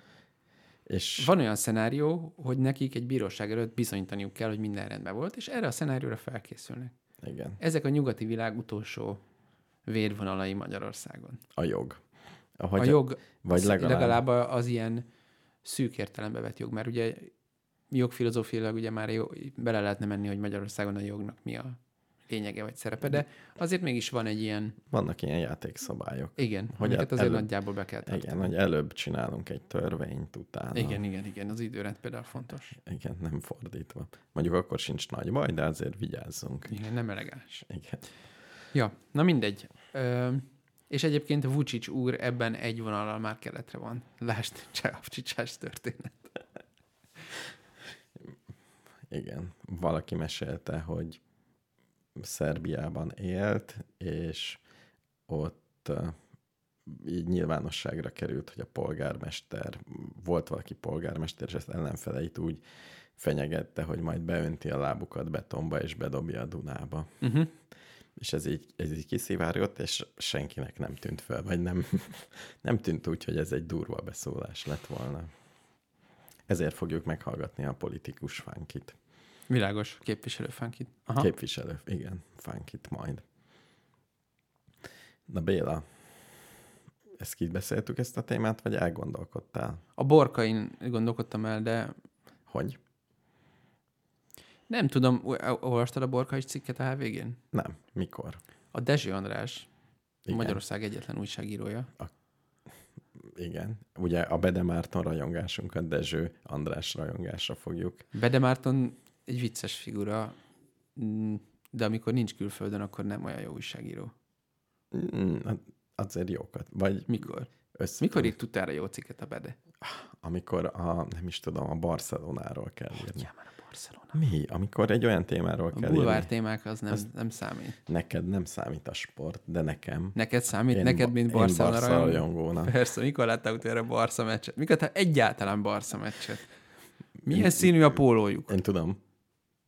Speaker 1: És
Speaker 2: Van olyan szenárió, hogy nekik egy bíróság előtt bizonyítaniuk kell, hogy minden rendben volt, és erre a szenárióra felkészülnek.
Speaker 1: igen,
Speaker 2: Ezek a nyugati világ utolsó vérvonalai Magyarországon.
Speaker 1: a jog. Ahogy
Speaker 2: a jog
Speaker 1: vagy legalább, legalább
Speaker 2: legalább a- az ilyen szűk értelembe vett jog, mert ugye jogfilozófiailag ugye már jó, bele lehetne menni, hogy Magyarországon a jognak mi a lényege vagy szerepe, de azért mégis van egy ilyen,
Speaker 1: vannak ilyen játékszabályok.
Speaker 2: igen,
Speaker 1: Hogy
Speaker 2: hogy amiket
Speaker 1: el-
Speaker 2: azért
Speaker 1: elő-
Speaker 2: nagyjából be kell tartani.
Speaker 1: Igen, hogy előbb csinálunk egy törvényt, utána.
Speaker 2: Hát- Igen, igen, igen, az időrend például fontos.
Speaker 1: Igen, nem fordítva. Mondjuk akkor sincs nagy baj, de azért vigyázzunk.
Speaker 2: Igen, nem elegáns.
Speaker 1: Igen.
Speaker 2: Ja, na mindegy. Ö, és egyébként Vucic úr ebben egy vonalal már keletre van. Lásd, Csávcsicsás történet.
Speaker 1: Igen. Valaki mesélte, hogy Szerbiában élt, és ott eh, így nyilvánosságra került, hogy a polgármester, volt valaki polgármester, és ezt ellenfeleit úgy fenyegette, hogy majd beönti a lábukat betonba, és bedobja a Dunába.
Speaker 2: Uh-huh.
Speaker 1: És ez így, ez így kiszivárgott, és senkinek nem tűnt fel, vagy nem, <laughs> nem tűnt úgy, hogy ez egy durva beszólás lett volna. Ezért fogjuk meghallgatni a politikus fánkit.
Speaker 2: Világos képviselőfánkit. Aha.
Speaker 1: Aha. Képviselő, igen, fánkit majd. Na Béla, ezt kibeszéltük ezt a témát, vagy elgondolkodtál?
Speaker 2: A borkain gondolkodtam el, de
Speaker 1: Hogy?
Speaker 2: nem tudom, o- olvastad a borkais cikket a HVG-n?
Speaker 1: Nem. Mikor?
Speaker 2: A Dezső András,
Speaker 1: Igen.
Speaker 2: Magyarország egyetlen újságírója.
Speaker 1: Igen. Ugye a Bede Márton rajongásunkat Dezső András rajongásra fogjuk.
Speaker 2: Bede Márton egy vicces figura, mm, de amikor nincs külföldön, akkor nem olyan jó újságíró.
Speaker 1: Mm, hát azért jókat. Vagy
Speaker 2: Mikor?
Speaker 1: össz...
Speaker 2: Mikor írt utára jó cikket a Bede?
Speaker 1: Amikor a, nem is tudom, a Barcelonáról kell írni.
Speaker 2: Hát, Ja, már a Barcelona.
Speaker 1: Mi? Amikor egy olyan témáról
Speaker 2: A
Speaker 1: kell
Speaker 2: bulvár
Speaker 1: írni.
Speaker 2: témák az nem, nem számít.
Speaker 1: Neked nem számít a sport, de nekem.
Speaker 2: Neked számít?
Speaker 1: Én
Speaker 2: Neked,
Speaker 1: ba-
Speaker 2: mint
Speaker 1: én
Speaker 2: Barcelona
Speaker 1: Barca
Speaker 2: rajongó?
Speaker 1: rajongónak.
Speaker 2: Persze, mikor láttál utoljára Barca meccset? Mikor te egyáltalán Barca meccset? Milyen színű a pólójuk?
Speaker 1: Én tudom.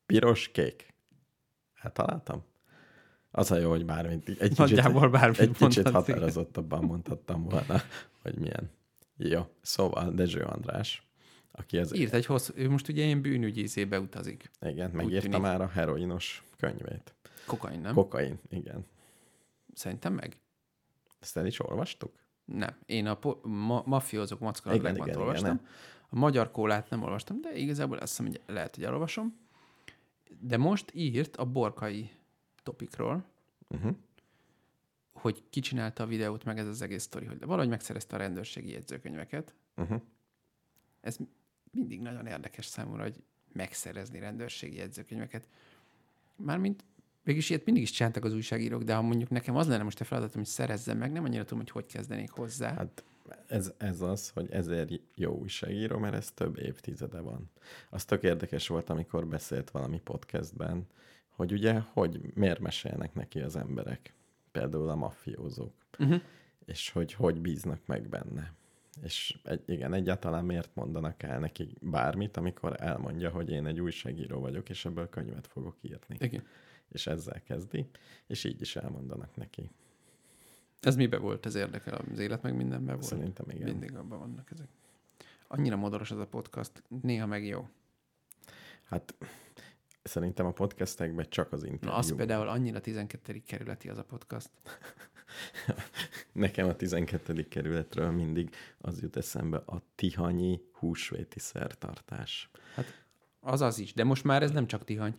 Speaker 1: Piros, kék. Hát találtam. Az a jó, hogy bármit, egy
Speaker 2: Nagyjából bármit
Speaker 1: egy kicsit
Speaker 2: mondhatsz, igen.
Speaker 1: határozottabban mondhattam volna, hogy milyen. Jó, szóval Dezső András, aki az,
Speaker 2: Írt egy hosszú, ő most ugye ilyen bűnügyi izébe utazik.
Speaker 1: igen,
Speaker 2: tűnik.
Speaker 1: megírta már a heroinos könyvét.
Speaker 2: Kokain, nem?
Speaker 1: Kokain, igen.
Speaker 2: Szerintem meg?
Speaker 1: Ezt el is olvastuk?
Speaker 2: Nem. Én a po- ma- mafiózók
Speaker 1: Igen,
Speaker 2: mackaladlákban
Speaker 1: igen,
Speaker 2: olvastam.
Speaker 1: igen,
Speaker 2: a magyar kólát nem olvastam, de igazából azt hiszem, hogy lehet, hogy elolvasom. De most írt a borkai topikról,
Speaker 1: Uh-huh.
Speaker 2: hogy ki csinálta a videót, meg ez az egész sztori, hogy valahogy megszerezte a rendőrségi jegyzőkönyveket.
Speaker 1: Uh-huh.
Speaker 2: Ez mindig nagyon érdekes számomra, hogy megszerezni rendőrségi jegyzőkönyveket. Mármint végülis ilyet mindig is csináltak az újságírók, de ha mondjuk nekem az lenne most a feladatom, hogy szerezzem meg, nem annyira tudom, hogy hogy kezdenék hozzá. Hát,
Speaker 1: Hát ez, ez az, hogy ezért jó újságíró, mert ez több évtizede van. Az tök érdekes volt, amikor beszélt valami podcastben, hogy ugye, hogy miért mesélnek neki az emberek, például a mafiózók,
Speaker 2: uh-huh.
Speaker 1: és hogy hogy bíznak meg benne. És egy, igen, egyáltalán miért mondanak el neki bármit, amikor elmondja, hogy én egy újságíró vagyok, és ebből könyvet fogok írni.
Speaker 2: Igen.
Speaker 1: És ezzel kezdi, és így is elmondanak neki.
Speaker 2: Ez mibe volt az érdekel? Az élet meg mindenben volt?
Speaker 1: Szerintem igen.
Speaker 2: Mindig abban vannak ezek. Annyira modoros ez a podcast, néha meg jó.
Speaker 1: Hát szerintem a podcastekben csak az interjú.
Speaker 2: Na, az például annyira 12. kerületi az a podcast.
Speaker 1: Nekem a 12. kerületről mindig az jut eszembe a tihanyi húsvéti szertartás.
Speaker 2: Az az is, de most már ez nem csak tihany.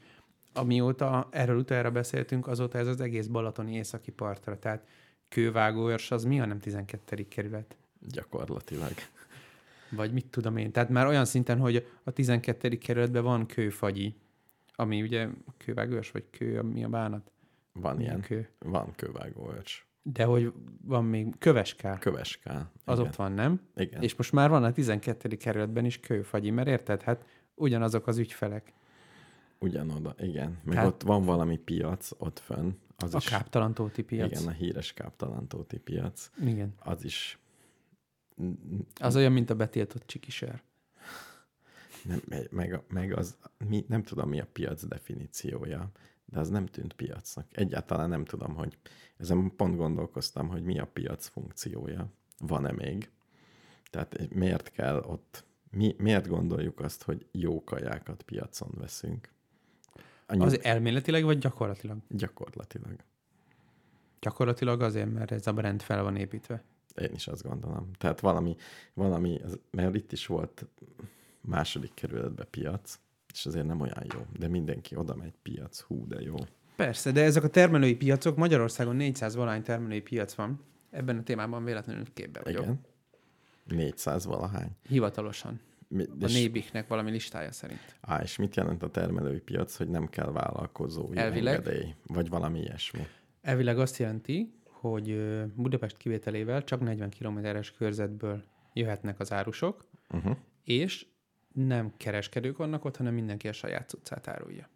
Speaker 2: Amióta erről utoljára beszéltünk, azóta ez az egész Balatoni északi partra, tehát kővágóörs az mi, hanem 12. kerület?
Speaker 1: Gyakorlatilag.
Speaker 2: Vagy mit tudom én. Tehát már olyan szinten, hogy a 12. kerületben van kőfagyi, ami ugye kővágóörs, vagy kő, mi a bánat?
Speaker 1: Van
Speaker 2: Milyen
Speaker 1: ilyen.
Speaker 2: kő?
Speaker 1: Van kővágó örs.
Speaker 2: De hogy van még köveskár,
Speaker 1: Köveskál.
Speaker 2: az
Speaker 1: Igen.
Speaker 2: ott van, nem?
Speaker 1: Igen.
Speaker 2: És most már van a 12. kerületben is kőfagyi, mert érted? Hát ugyanazok az ügyfelek.
Speaker 1: Ugyanoda, igen. Meg
Speaker 2: Tehát-
Speaker 1: ott van valami piac ott fönn. Az
Speaker 2: A
Speaker 1: is,
Speaker 2: káptalantóti piac.
Speaker 1: Igen, a híres káptalantóti piac.
Speaker 2: Igen.
Speaker 1: Az is
Speaker 2: Az olyan, mint a betiltott csikiser.
Speaker 1: nem, meg, a- meg az, mi, nem tudom mi a piac definíciója, de az nem tűnt piacnak. Egyáltalán nem tudom, hogy ezen pont gondolkoztam, hogy mi a piac funkciója. Van-e még? Tehát eh, miért kell ott, mi, miért gondoljuk azt, hogy jó kajákat piacon veszünk? Annyi,
Speaker 2: Az elméletileg vagy gyakorlatilag?
Speaker 1: Gyakorlatilag.
Speaker 2: Gyakorlatilag azért, mert ez a brand fel van építve.
Speaker 1: Én is azt gondolom. Tehát valami, valami az- mert itt is volt második kerületben piac, és azért nem olyan jó, de mindenki oda megy piac, hú, de jó.
Speaker 2: Persze, de ezek a termelői piacok, Magyarországon 400 valány termelői piac van. Ebben a témában véletlenül képbe vagyok.
Speaker 1: Igen. 400 valahány.
Speaker 2: Hivatalosan.
Speaker 1: Mi-
Speaker 2: A
Speaker 1: és,
Speaker 2: nébiknek valami listája szerint.
Speaker 1: á, és mit jelent a termelői piac, hogy nem kell vállalkozói
Speaker 2: Elvileg.
Speaker 1: engedély, vagy valami ilyesmi.
Speaker 2: Elvileg azt jelenti, hogy ö, Budapest kivételével csak 40 kilométeres körzetből jöhetnek az árusok,
Speaker 1: Uh-huh.
Speaker 2: és nem kereskedők vannak ott, hanem mindenki a saját cuccát árulja.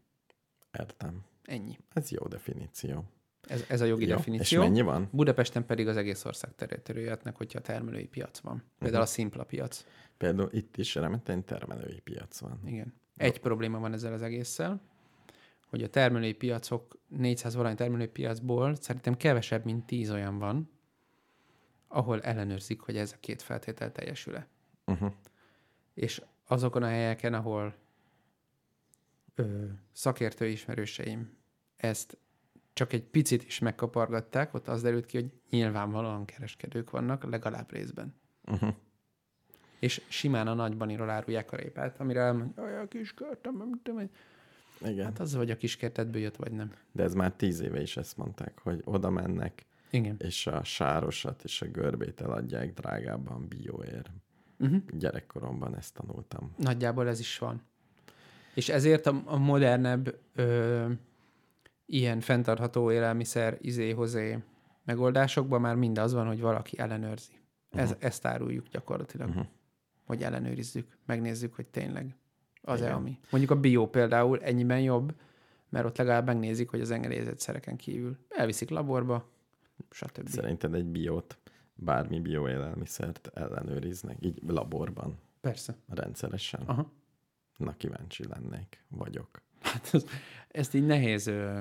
Speaker 1: Értem.
Speaker 2: Ennyi.
Speaker 1: Ez jó definíció.
Speaker 2: Ez, ez a jogi
Speaker 1: Jó.
Speaker 2: definíció.
Speaker 1: És mennyi van?
Speaker 2: Budapesten pedig az egész ország területéről jöhetnek, hogyha termelői piac van. Például a szimpla piac.
Speaker 1: Például itt is remetén termelői piac van.
Speaker 2: Igen. Egy probléma van ezzel az egésszel, hogy a termelői piacok, 400 valány termelői piacból szerintem kevesebb, mint 10 olyan van, ahol ellenőrzik, hogy ez a két feltétel teljesül-e.
Speaker 1: Uh-huh.
Speaker 2: És azokon a helyeken, ahol ö, szakértő ismerőseim ezt csak egy picit is megkapargatták, ott az derült ki, hogy nyilvánvalóan kereskedők vannak, legalább részben.
Speaker 1: Uh-huh.
Speaker 2: és simán a nagybaniról árulják a répát, amire elmondja, hogy a kiskertem, nem tudom én.
Speaker 1: Igen.
Speaker 2: Hát az vagy a kiskertedből jött, vagy nem.
Speaker 1: De ez már tíz éve is ezt mondták, hogy oda mennek,
Speaker 2: Igen.
Speaker 1: és a sárosat és a görbét eladják drágábban bióért.
Speaker 2: Uh-huh.
Speaker 1: Gyerekkoromban ezt tanultam.
Speaker 2: Nagyjából ez is van. És ezért a, a modernebb ö, ilyen fenntartható élelmiszer izé-hozé megoldásokban már mind az van, hogy valaki ellenőrzi. Ez, Ezt áruljuk gyakorlatilag,
Speaker 1: Mhm.
Speaker 2: hogy ellenőrizzük, megnézzük, hogy tényleg az-e
Speaker 1: Igen.
Speaker 2: ami. Mondjuk a bio például ennyiben jobb, mert ott legalább megnézik, hogy az engedélyezett szereken kívül. Elviszik laborba, stb.
Speaker 1: Szerinted egy biót, bármi bioélelmiszert ellenőriznek, így laborban,
Speaker 2: Persze.
Speaker 1: rendszeresen?
Speaker 2: Aha.
Speaker 1: Na kíváncsi lennék, vagyok.
Speaker 2: Hát ez, ezt így nehéz. ö,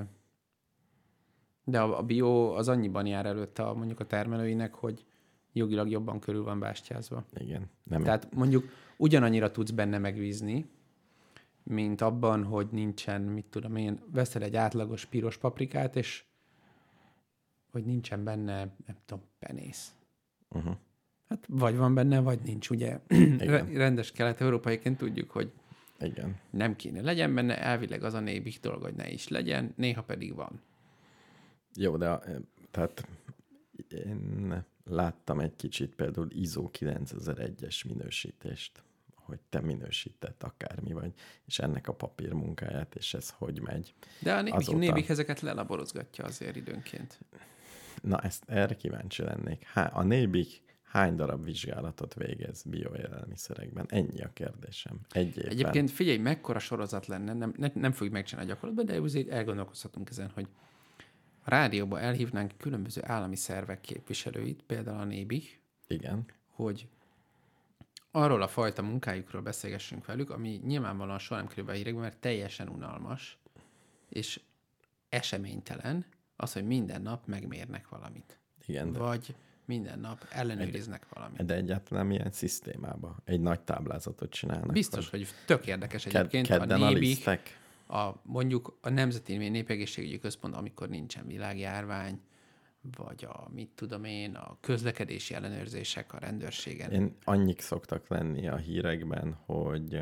Speaker 2: De a, a bio az annyiban jár előtte a, mondjuk a termelőinek, hogy jogilag jobban körül van bástyázva.
Speaker 1: Igen. Nem,
Speaker 2: Tehát mondjuk ugyanannyira tudsz benne megvízni, mint abban, hogy nincsen, mit tudom én, veszel egy átlagos piros paprikát, és hogy nincsen benne, nem tudom, penész.
Speaker 1: uh-huh.
Speaker 2: Hát vagy van benne, vagy nincs, ugye?
Speaker 1: Igen.
Speaker 2: Rendes kelet-európaiként tudjuk, hogy
Speaker 1: Igen.
Speaker 2: nem kéne legyen benne, elvileg az a nébik dolog, hogy ne is legyen, néha pedig van.
Speaker 1: Jó, de a- tehát én láttam egy kicsit például ISO 9001-es minősítést, hogy te minősített akármi vagy, és ennek a papírmunkáját, és ez hogy megy.
Speaker 2: De a nébik,
Speaker 1: Azóta.
Speaker 2: nébik ezeket lelaborozgatja azért időnként.
Speaker 1: Na, ezt erre kíváncsi lennék. Há, a Nébik hány darab vizsgálatot végez bioélelmiszerekben? Ennyi a kérdésem. Egy évben.
Speaker 2: Egyébként figyelj, mekkora sorozat lenne, nem, ne, nem fogjuk megcsinálni gyakorlatban, de azért elgondolkozhatunk ezen, hogy a rádióba elhívnánk különböző állami szervek képviselőit, például a nébik,
Speaker 1: Igen.
Speaker 2: hogy arról a fajta munkájukról beszélgessünk velük, ami nyilvánvalóan soha nem kerül be a hírekbe, mert teljesen unalmas, és eseménytelen az, hogy minden nap megmérnek valamit.
Speaker 1: Igen, de
Speaker 2: Vagy Minden nap ellenőriznek valamit.
Speaker 1: De egyáltalán milyen szisztémába? Egy nagy táblázatot csinálnak.
Speaker 2: Biztos, hogy tök érdekes
Speaker 1: Ked-
Speaker 2: egyébként a
Speaker 1: kedden a,
Speaker 2: nébik,
Speaker 1: lisztek.
Speaker 2: a, mondjuk a Nemzeti Népegészségügyi Központ, amikor nincsen világjárvány, vagy a, mit tudom én, a közlekedési ellenőrzések a rendőrségen.
Speaker 1: Én annyik szoktak lenni a hírekben, hogy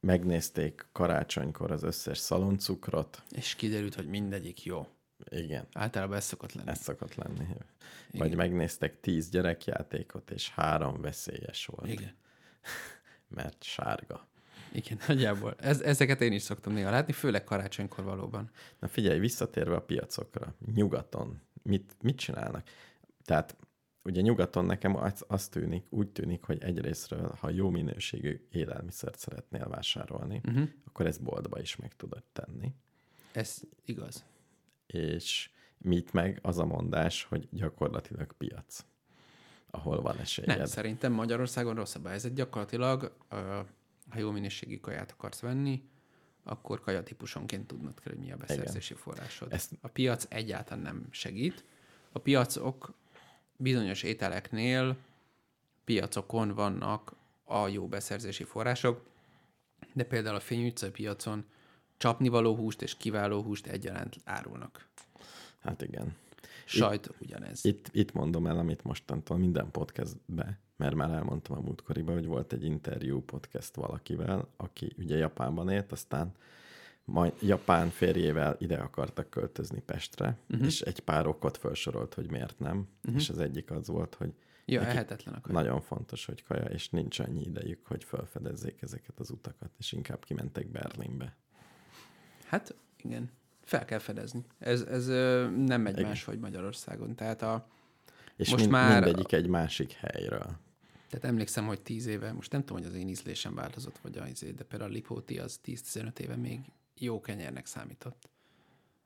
Speaker 1: megnézték karácsonykor az összes szaloncukrot.
Speaker 2: És kiderült, hogy mindegyik jó.
Speaker 1: Igen,
Speaker 2: Általában ez szokott lenni.
Speaker 1: ez szokott lenni. Vagy megnéztek tíz gyerekjátékot, és három veszélyes volt.
Speaker 2: Igen.
Speaker 1: <laughs> Mert sárga.
Speaker 2: Igen, nagyjából. Ez, ezeket én is szoktam néha látni, főleg karácsonykor valóban.
Speaker 1: Na figyelj, visszatérve a piacokra, nyugaton, mit, mit csinálnak? Tehát ugye nyugaton nekem az, az tűnik, úgy tűnik, hogy egyrésztről, ha jó minőségű élelmiszert szeretnél vásárolni, uh-huh. akkor ezt boltba is meg tudod tenni.
Speaker 2: Ez igaz.
Speaker 1: És mit meg az a mondás, hogy gyakorlatilag piac, ahol van
Speaker 2: Nem,
Speaker 1: esélyed.
Speaker 2: szerintem Magyarországon rosszabb a helyzet. Gyakorlatilag, ö, ha jó minőségű kaját akarsz venni, akkor kajatípusonként tudnod kell, hogy mi a beszerzési Igen. forrásod.
Speaker 1: Ezt-
Speaker 2: A piac egyáltalán nem segít. A piacok bizonyos ételeknél piacokon vannak a jó beszerzési források, de például a Fény utcai piacon csapnivaló húst és kiváló húst egyaránt árulnak.
Speaker 1: Hát igen.
Speaker 2: Sajt ugyanez.
Speaker 1: Itt, itt mondom el, amit mostantól minden podcastbe, mert már elmondtam a múltkoriban, hogy volt egy interjú podcast valakivel, aki ugye Japánban élt, aztán majd Japán férjével ide akartak költözni Pestre,
Speaker 2: Mhm.
Speaker 1: uh-huh. és egy pár okot felsorolt, hogy miért nem, uh-huh. és az egyik az volt, hogy
Speaker 2: Ja,
Speaker 1: neki
Speaker 2: ehetetlen a Mhm. kaja.
Speaker 1: nagyon fontos, hogy kaja, és nincs annyi idejük, hogy felfedezzék ezeket az utakat, és inkább kimentek Berlinbe.
Speaker 2: Hát igen, fel kell fedezni. Ez, ez ö, nem megy
Speaker 1: Igen.
Speaker 2: máshogy Magyarországon. Tehát, a,
Speaker 1: És
Speaker 2: Most
Speaker 1: mind,
Speaker 2: már-
Speaker 1: mindegyik egy másik helyről.
Speaker 2: tehát emlékszem, hogy tíz éve, most nem tudom, hogy az én ízlésem változott, vagy az izé, de például a lipóti az 10-15 éve még jó kenyernek számított.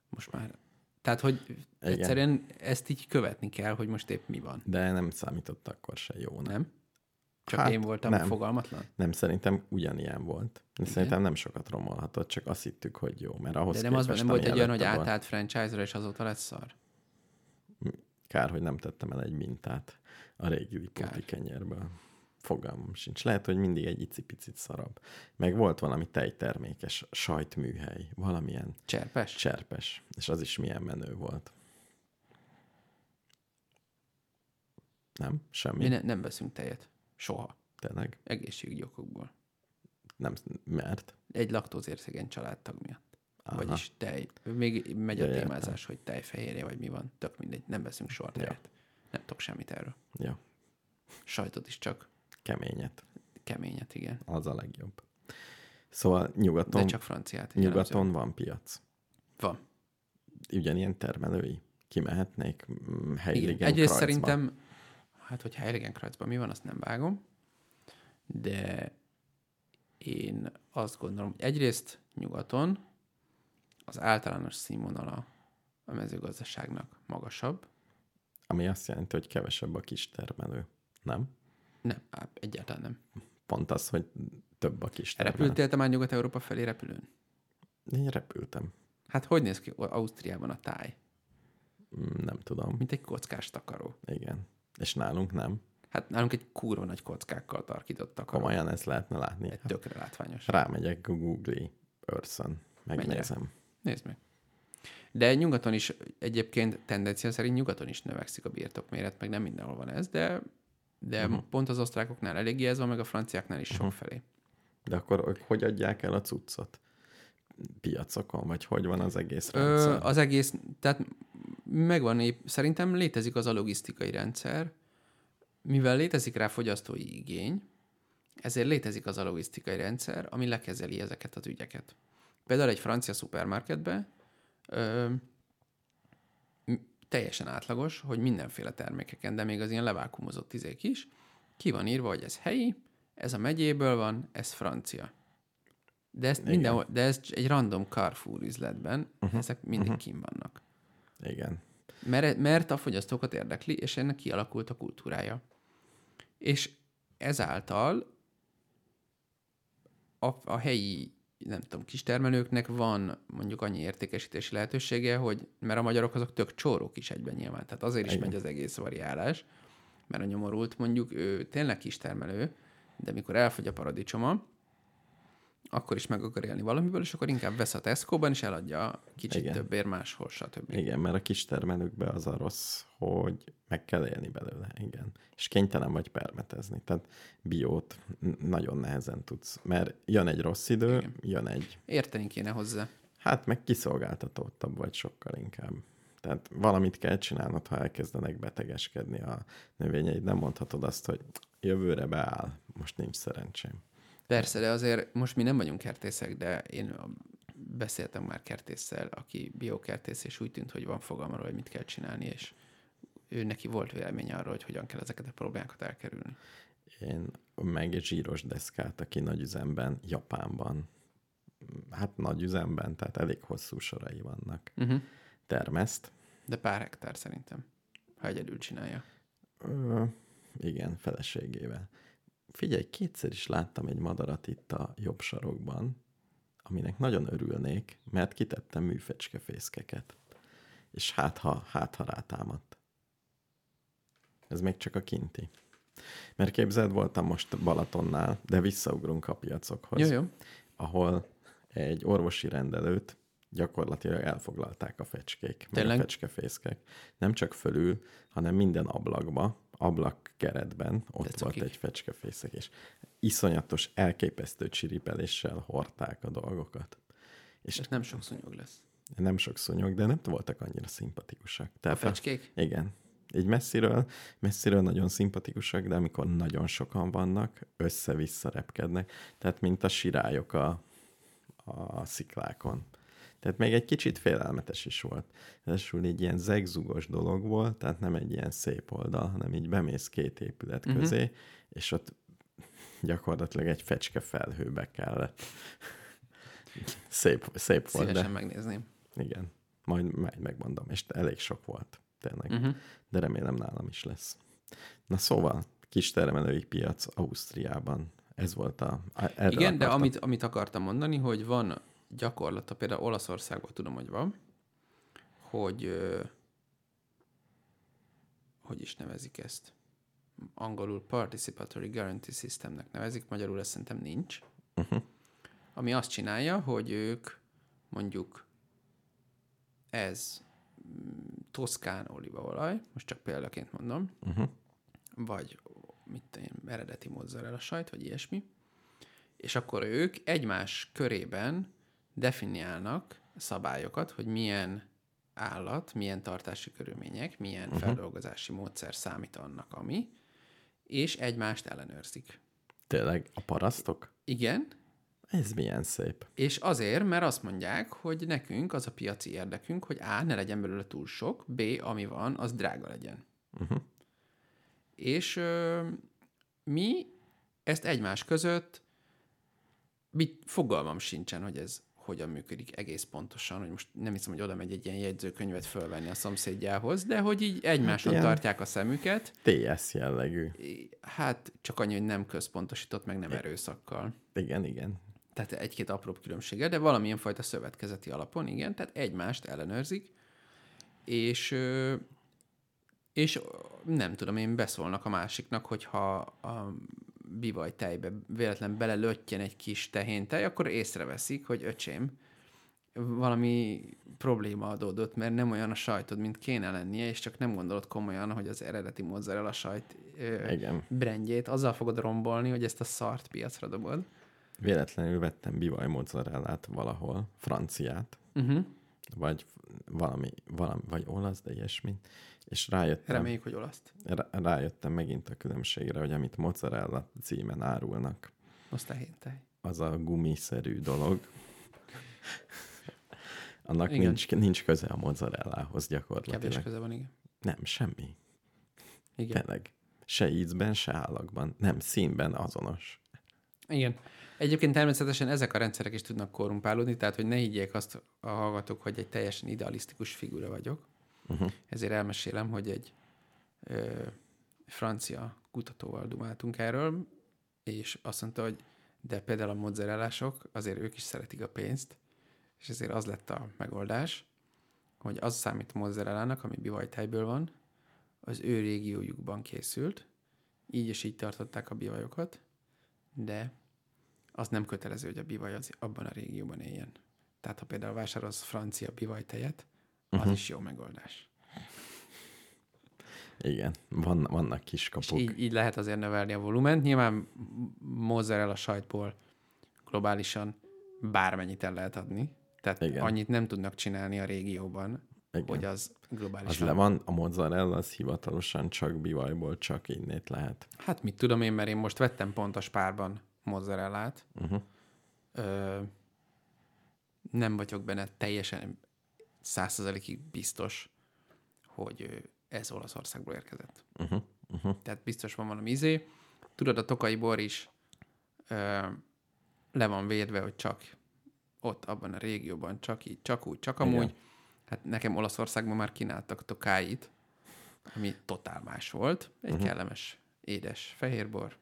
Speaker 2: Most már. Tehát, hogy
Speaker 1: Igen.
Speaker 2: egyszerűen ezt így követni kell, hogy most épp mi van.
Speaker 1: De nem számított akkor se jónak.
Speaker 2: Nem? Csak
Speaker 1: Hát,
Speaker 2: hát, én voltam
Speaker 1: nem.
Speaker 2: nem. fogalmatlan?
Speaker 1: Nem, szerintem ugyanilyen volt. De szerintem nem sokat romolhatott, csak azt hittük, hogy jó, mert ahhoz
Speaker 2: De nem az
Speaker 1: képest,
Speaker 2: nem volt
Speaker 1: ami
Speaker 2: egy olyan, hogy
Speaker 1: előtte volt-
Speaker 2: átállt franchise-ra, és azóta lett szar.
Speaker 1: Kár, hogy nem tettem el egy mintát a régi lipóti
Speaker 2: Kár.
Speaker 1: kenyérből. Fogalmam sincs. Lehet, hogy mindig egy icipicit szarabb. Meg volt valami tejtermékes sajtműhely, valamilyen
Speaker 2: Cserpes?
Speaker 1: cserpes, és az is milyen menő volt. Nem? Semmi?
Speaker 2: Mi ne, nem veszünk tejet. Soha.
Speaker 1: Tényleg?
Speaker 2: Egészségügyi okokból.
Speaker 1: Nem, mert?
Speaker 2: Egy laktózérzékeny családtag miatt.
Speaker 1: Aha.
Speaker 2: Aha. Vagyis tej. Még megy a
Speaker 1: Ja, értem.
Speaker 2: témázás, hogy tejfehérje, vagy mi van. Tök mindegy. Nem veszünk soha tejet. Nem tudok semmit erről.
Speaker 1: Ja,
Speaker 2: Sajtot is csak
Speaker 1: keményet.
Speaker 2: keményet, igen.
Speaker 1: Az a legjobb. Szóval
Speaker 2: De
Speaker 1: nyugaton
Speaker 2: csak franciát. jellemzően.
Speaker 1: Nyugaton van piac.
Speaker 2: Van.
Speaker 1: Ugyanilyen termelői. Kimehetnék mm,
Speaker 2: Igen.
Speaker 1: Heiligen Kreuzba.
Speaker 2: Egyrészt szerintem, hát hogy Heiligenkreuzban mi van, azt nem vágom. De én azt gondolom, hogy egyrészt nyugaton az általános színvonala a mezőgazdaságnak magasabb,
Speaker 1: Ami azt jelenti, hogy kevesebb a kis termelő. Nem?
Speaker 2: Nem, á, egyáltalán nem.
Speaker 1: Pont az, hogy több a kis termelő.
Speaker 2: Repültél te már Nyugat-Európa felé repülőn?
Speaker 1: Én repültem.
Speaker 2: Hát hogy néz ki Ausztriában a táj?
Speaker 1: Mm, Nem tudom.
Speaker 2: Mint egy kockás takaró.
Speaker 1: Igen. És nálunk nem.
Speaker 2: Hát nálunk egy kurva nagy kockákkal tarkított takaró.
Speaker 1: Komolyan ezt lehetne látni.
Speaker 2: Egy tökre látványos.
Speaker 1: Rámegyek a Google Earth-on. Megnézem.
Speaker 2: Nézd meg. De nyugaton is egyébként tendencia szerint nyugaton is növekszik a birtokméret, meg nem mindenhol van ez, de de uh-huh. pont az osztrákoknál eléggé ez van, meg a franciáknál is uh-huh. felé.
Speaker 1: De akkor ők hogy adják el a cuccot? Piacokon? Vagy hogy van az egész
Speaker 2: Ö,
Speaker 1: rendszer?
Speaker 2: az egész, tehát megvan, épp, szerintem létezik az a logisztikai rendszer, mivel létezik rá fogyasztói igény, ezért létezik az a logisztikai rendszer, ami lekezeli ezeket az ügyeket. Például egy francia szupermarketbe ö, m- teljesen átlagos, hogy mindenféle termékeken, de még az ilyen levákumozott izék is, ki van írva, hogy ez helyi, ez a megyéből van, ez francia. De, ezt mindenhol, de ez egy random Carrefour üzletben, uh-huh. ezek mindig uh-huh. kim vannak.
Speaker 1: Igen.
Speaker 2: Mert, mert a fogyasztókat érdekli, és ennek kialakult a kultúrája. És ezáltal a, a helyi nem tudom, kistermelőknek van mondjuk annyi értékesítési lehetősége, hogy mert a magyarok azok tök csórók is egyben nyilván, tehát azért is megy az egész variálás, mert a nyomorult mondjuk ő tényleg kistermelő, de mikor elfogy a paradicsoma, akkor is meg akar élni valamiből, és akkor inkább vesz a Tesco-ban, és eladja kicsit
Speaker 1: Igen.
Speaker 2: többért máshol, stb.
Speaker 1: Igen, mert a kis termelőkbe az a rossz, hogy meg kell élni belőle, igen. És kénytelen vagy permetezni. Tehát biót n- nagyon nehezen tudsz, mert jön egy rossz idő, igen. jön egy,
Speaker 2: Érteni kéne hozzá.
Speaker 1: hát meg kiszolgáltatottabb vagy sokkal inkább. Tehát valamit kell csinálnod, ha elkezdenek betegeskedni a növényeid. Nem mondhatod azt, hogy jövőre beáll, most nincs szerencsém.
Speaker 2: Persze, de azért most mi nem vagyunk kertészek, de én a- beszéltem már kertésszel, aki biokertész, és úgy tűnt, hogy van fogalmáról, hogy mit kell csinálni, és ő neki volt véleménye arról, hogy hogyan kell ezeket a problémákat elkerülni.
Speaker 1: Én meg egy zsíros deszkát, aki nagy üzemben, Japánban, hát nagy üzemben, tehát elég hosszú sorai vannak,
Speaker 2: Mhm.
Speaker 1: uh-huh. termeszt.
Speaker 2: De pár hektár szerintem, ha egyedül csinálja.
Speaker 1: Ö, igen, feleségével. Figyelj, kétszer is láttam egy madarat itt a jobb sarokban, aminek nagyon örülnék, mert kitettem műfecskefészkeket. És hát ha, hát ha rátámadt. Ez még csak a kinti. Mert képzeld, voltam most Balatonnál, de visszaugrunk a piacokhoz.
Speaker 2: Jó, jó.
Speaker 1: ahol egy orvosi rendelőt gyakorlatilag elfoglalták a fecskék, meg
Speaker 2: Tényleg?
Speaker 1: a fecskefészkek. Nem csak fölül, hanem minden ablakba, ablak keretben ott
Speaker 2: De
Speaker 1: volt
Speaker 2: cuki.
Speaker 1: egy fecskefészek, és iszonyatos, elképesztő csiripeléssel hordták a dolgokat. És
Speaker 2: És nem sok szúnyog lesz.
Speaker 1: nem sok szúnyog, de nem voltak annyira szimpatikusak. Tehát
Speaker 2: A fecskék?
Speaker 1: Igen. Így messziről, messziről nagyon szimpatikusak, de amikor nagyon sokan vannak, össze-vissza repkednek. Tehát mint a sirályok a, a sziklákon. Tehát még egy kicsit félelmetes is volt. Ráadásul egy ilyen zegzugos dolog volt, tehát nem egy ilyen szép oldal, hanem így bemész két épület közé, uh-huh. és ott gyakorlatilag egy fecske felhőbe kellett. szép, szép volt, de...
Speaker 2: Szívesen megnézném.
Speaker 1: Igen. Majd, majd megmondom. És elég sok volt, tényleg.
Speaker 2: Mhm.
Speaker 1: Uh-huh. De remélem nálam is lesz. Na szóval, kis termelői piac Ausztriában. Ez volt a... a- Erről
Speaker 2: Igen, de
Speaker 1: akartam.
Speaker 2: amit, amit akartam mondani, hogy van gyakorlata, például Olaszországban tudom, hogy van, hogy ö, hogy is nevezik ezt? Angolul Participatory Guarantee Systemnek nevezik, magyarul ezt szerintem nincs. Uh-huh. Ami azt csinálja, hogy ők mondjuk ez mm, toszkán olívaolaj, most csak példaként mondom, uh-huh. vagy mit tudom én, eredeti mozzarella sajt, vagy ilyesmi, és akkor ők egymás körében definiálnak szabályokat, hogy milyen állat, milyen tartási körülmények, milyen uh-huh. feldolgozási módszer számít annak, ami, és egymást ellenőrzik.
Speaker 1: Tényleg a parasztok?
Speaker 2: Igen,
Speaker 1: Ez milyen szép.
Speaker 2: és azért, mert azt mondják, hogy nekünk az a piaci érdekünk, hogy A, ne legyen belőle túl sok, B, ami van, az drága legyen. Uh-huh. És ö, mi ezt egymás között, mit, fogalmam sincsen, hogy ez hogyan működik egész pontosan, hogy most nem hiszem, hogy oda megy egy ilyen jegyzőkönyvet fölvenni a szomszédjához, de hogy így egymáson
Speaker 1: ilyen-
Speaker 2: hát tartják a szemüket,
Speaker 1: TS jellegű.
Speaker 2: I- hát csak annyi, hogy nem központosított, meg nem erőszakkal
Speaker 1: Igen, igen.
Speaker 2: tehát egy-két apróbb különbséggel, de valamilyen fajta szövetkezeti alapon, igen, tehát egymást ellenőrzik, és, ö, és ö, nem tudom, én beszólnak a másiknak, hogyha a bivaj tejbe véletlen belelöttyen egy kis tehén tej, akkor észreveszik, hogy öcsém, valami probléma adódott, mert nem olyan a sajtod, mint kéne lennie, és csak nem gondolod komolyan, hogy az eredeti mozzarella sajt ö,
Speaker 1: Igen.
Speaker 2: brendjét azzal fogod rombolni, hogy ezt a szart piacra dobod.
Speaker 1: Véletlenül vettem bivaj mozzarellát valahol, franciát,
Speaker 2: Uh-huh.
Speaker 1: vagy valami, valami, vagy olasz, de ilyesmi. És rájöttem,
Speaker 2: Reméljük, hogy olaszt.
Speaker 1: rá- rájöttem megint a különbségre, hogy amit mozzarella címen árulnak,
Speaker 2: Azt elhintaj.
Speaker 1: az a gumiszerű dolog. Annak
Speaker 2: Igen.
Speaker 1: nincs, nincs köze a mozzarellához gyakorlatilag.
Speaker 2: Kevés köze van, igen.
Speaker 1: Nem, semmi.
Speaker 2: Igen.
Speaker 1: Tényleg. Se ízben, se állagban. Nem, színben azonos.
Speaker 2: igen. Egyébként természetesen ezek a rendszerek is tudnak korrumpálódni, tehát hogy ne higgyék azt a hallgatók, hogy egy teljesen idealisztikus figura vagyok. Uh-huh. Ezért elmesélem, hogy egy ö, francia kutatóval dumáltunk erről, és azt mondta, hogy de például a mozzarellások, azért ők is szeretik a pénzt, és ezért az lett a megoldás, hogy az számít mozzarellának, ami bivajtájből van, az ő régiójukban készült, így és így tartották a bivajokat, de az nem kötelező, hogy a bivaj az abban a régióban éljen. Tehát ha például vásárolsz francia bivajtejet, az uh-huh. is jó megoldás.
Speaker 1: Igen, van, vannak
Speaker 2: És
Speaker 1: kiskapuk.
Speaker 2: így, így lehet azért növelni a volument. Nyilván mozzarella sajtból globálisan bármennyit el lehet adni. Tehát
Speaker 1: Igen.
Speaker 2: Igen. annyit nem tudnak csinálni a régióban,
Speaker 1: Igen.
Speaker 2: Igen. hogy az
Speaker 1: Az
Speaker 2: globálisan.
Speaker 1: le van, a mozzarella az hivatalosan csak bivajból, csak innét lehet.
Speaker 2: Hát mit tudom én, mert én most vettem pont a spárban mozzarellát. Uh-huh. Ö, nem vagyok benne teljesen százszerzalékig biztos, hogy ö, ez Olaszországból érkezett. Uh-huh. Uh-huh. Tehát biztos van valami izé. Tudod, a tokai bor is ö, le van védve, hogy csak ott, abban a régióban, csak így, csak úgy, csak amúgy. Igen. Hát nekem Olaszországban már kínáltak tokáit, ami totál más volt. Egy
Speaker 1: Mhm.
Speaker 2: uh-huh. kellemes, édes fehérbor.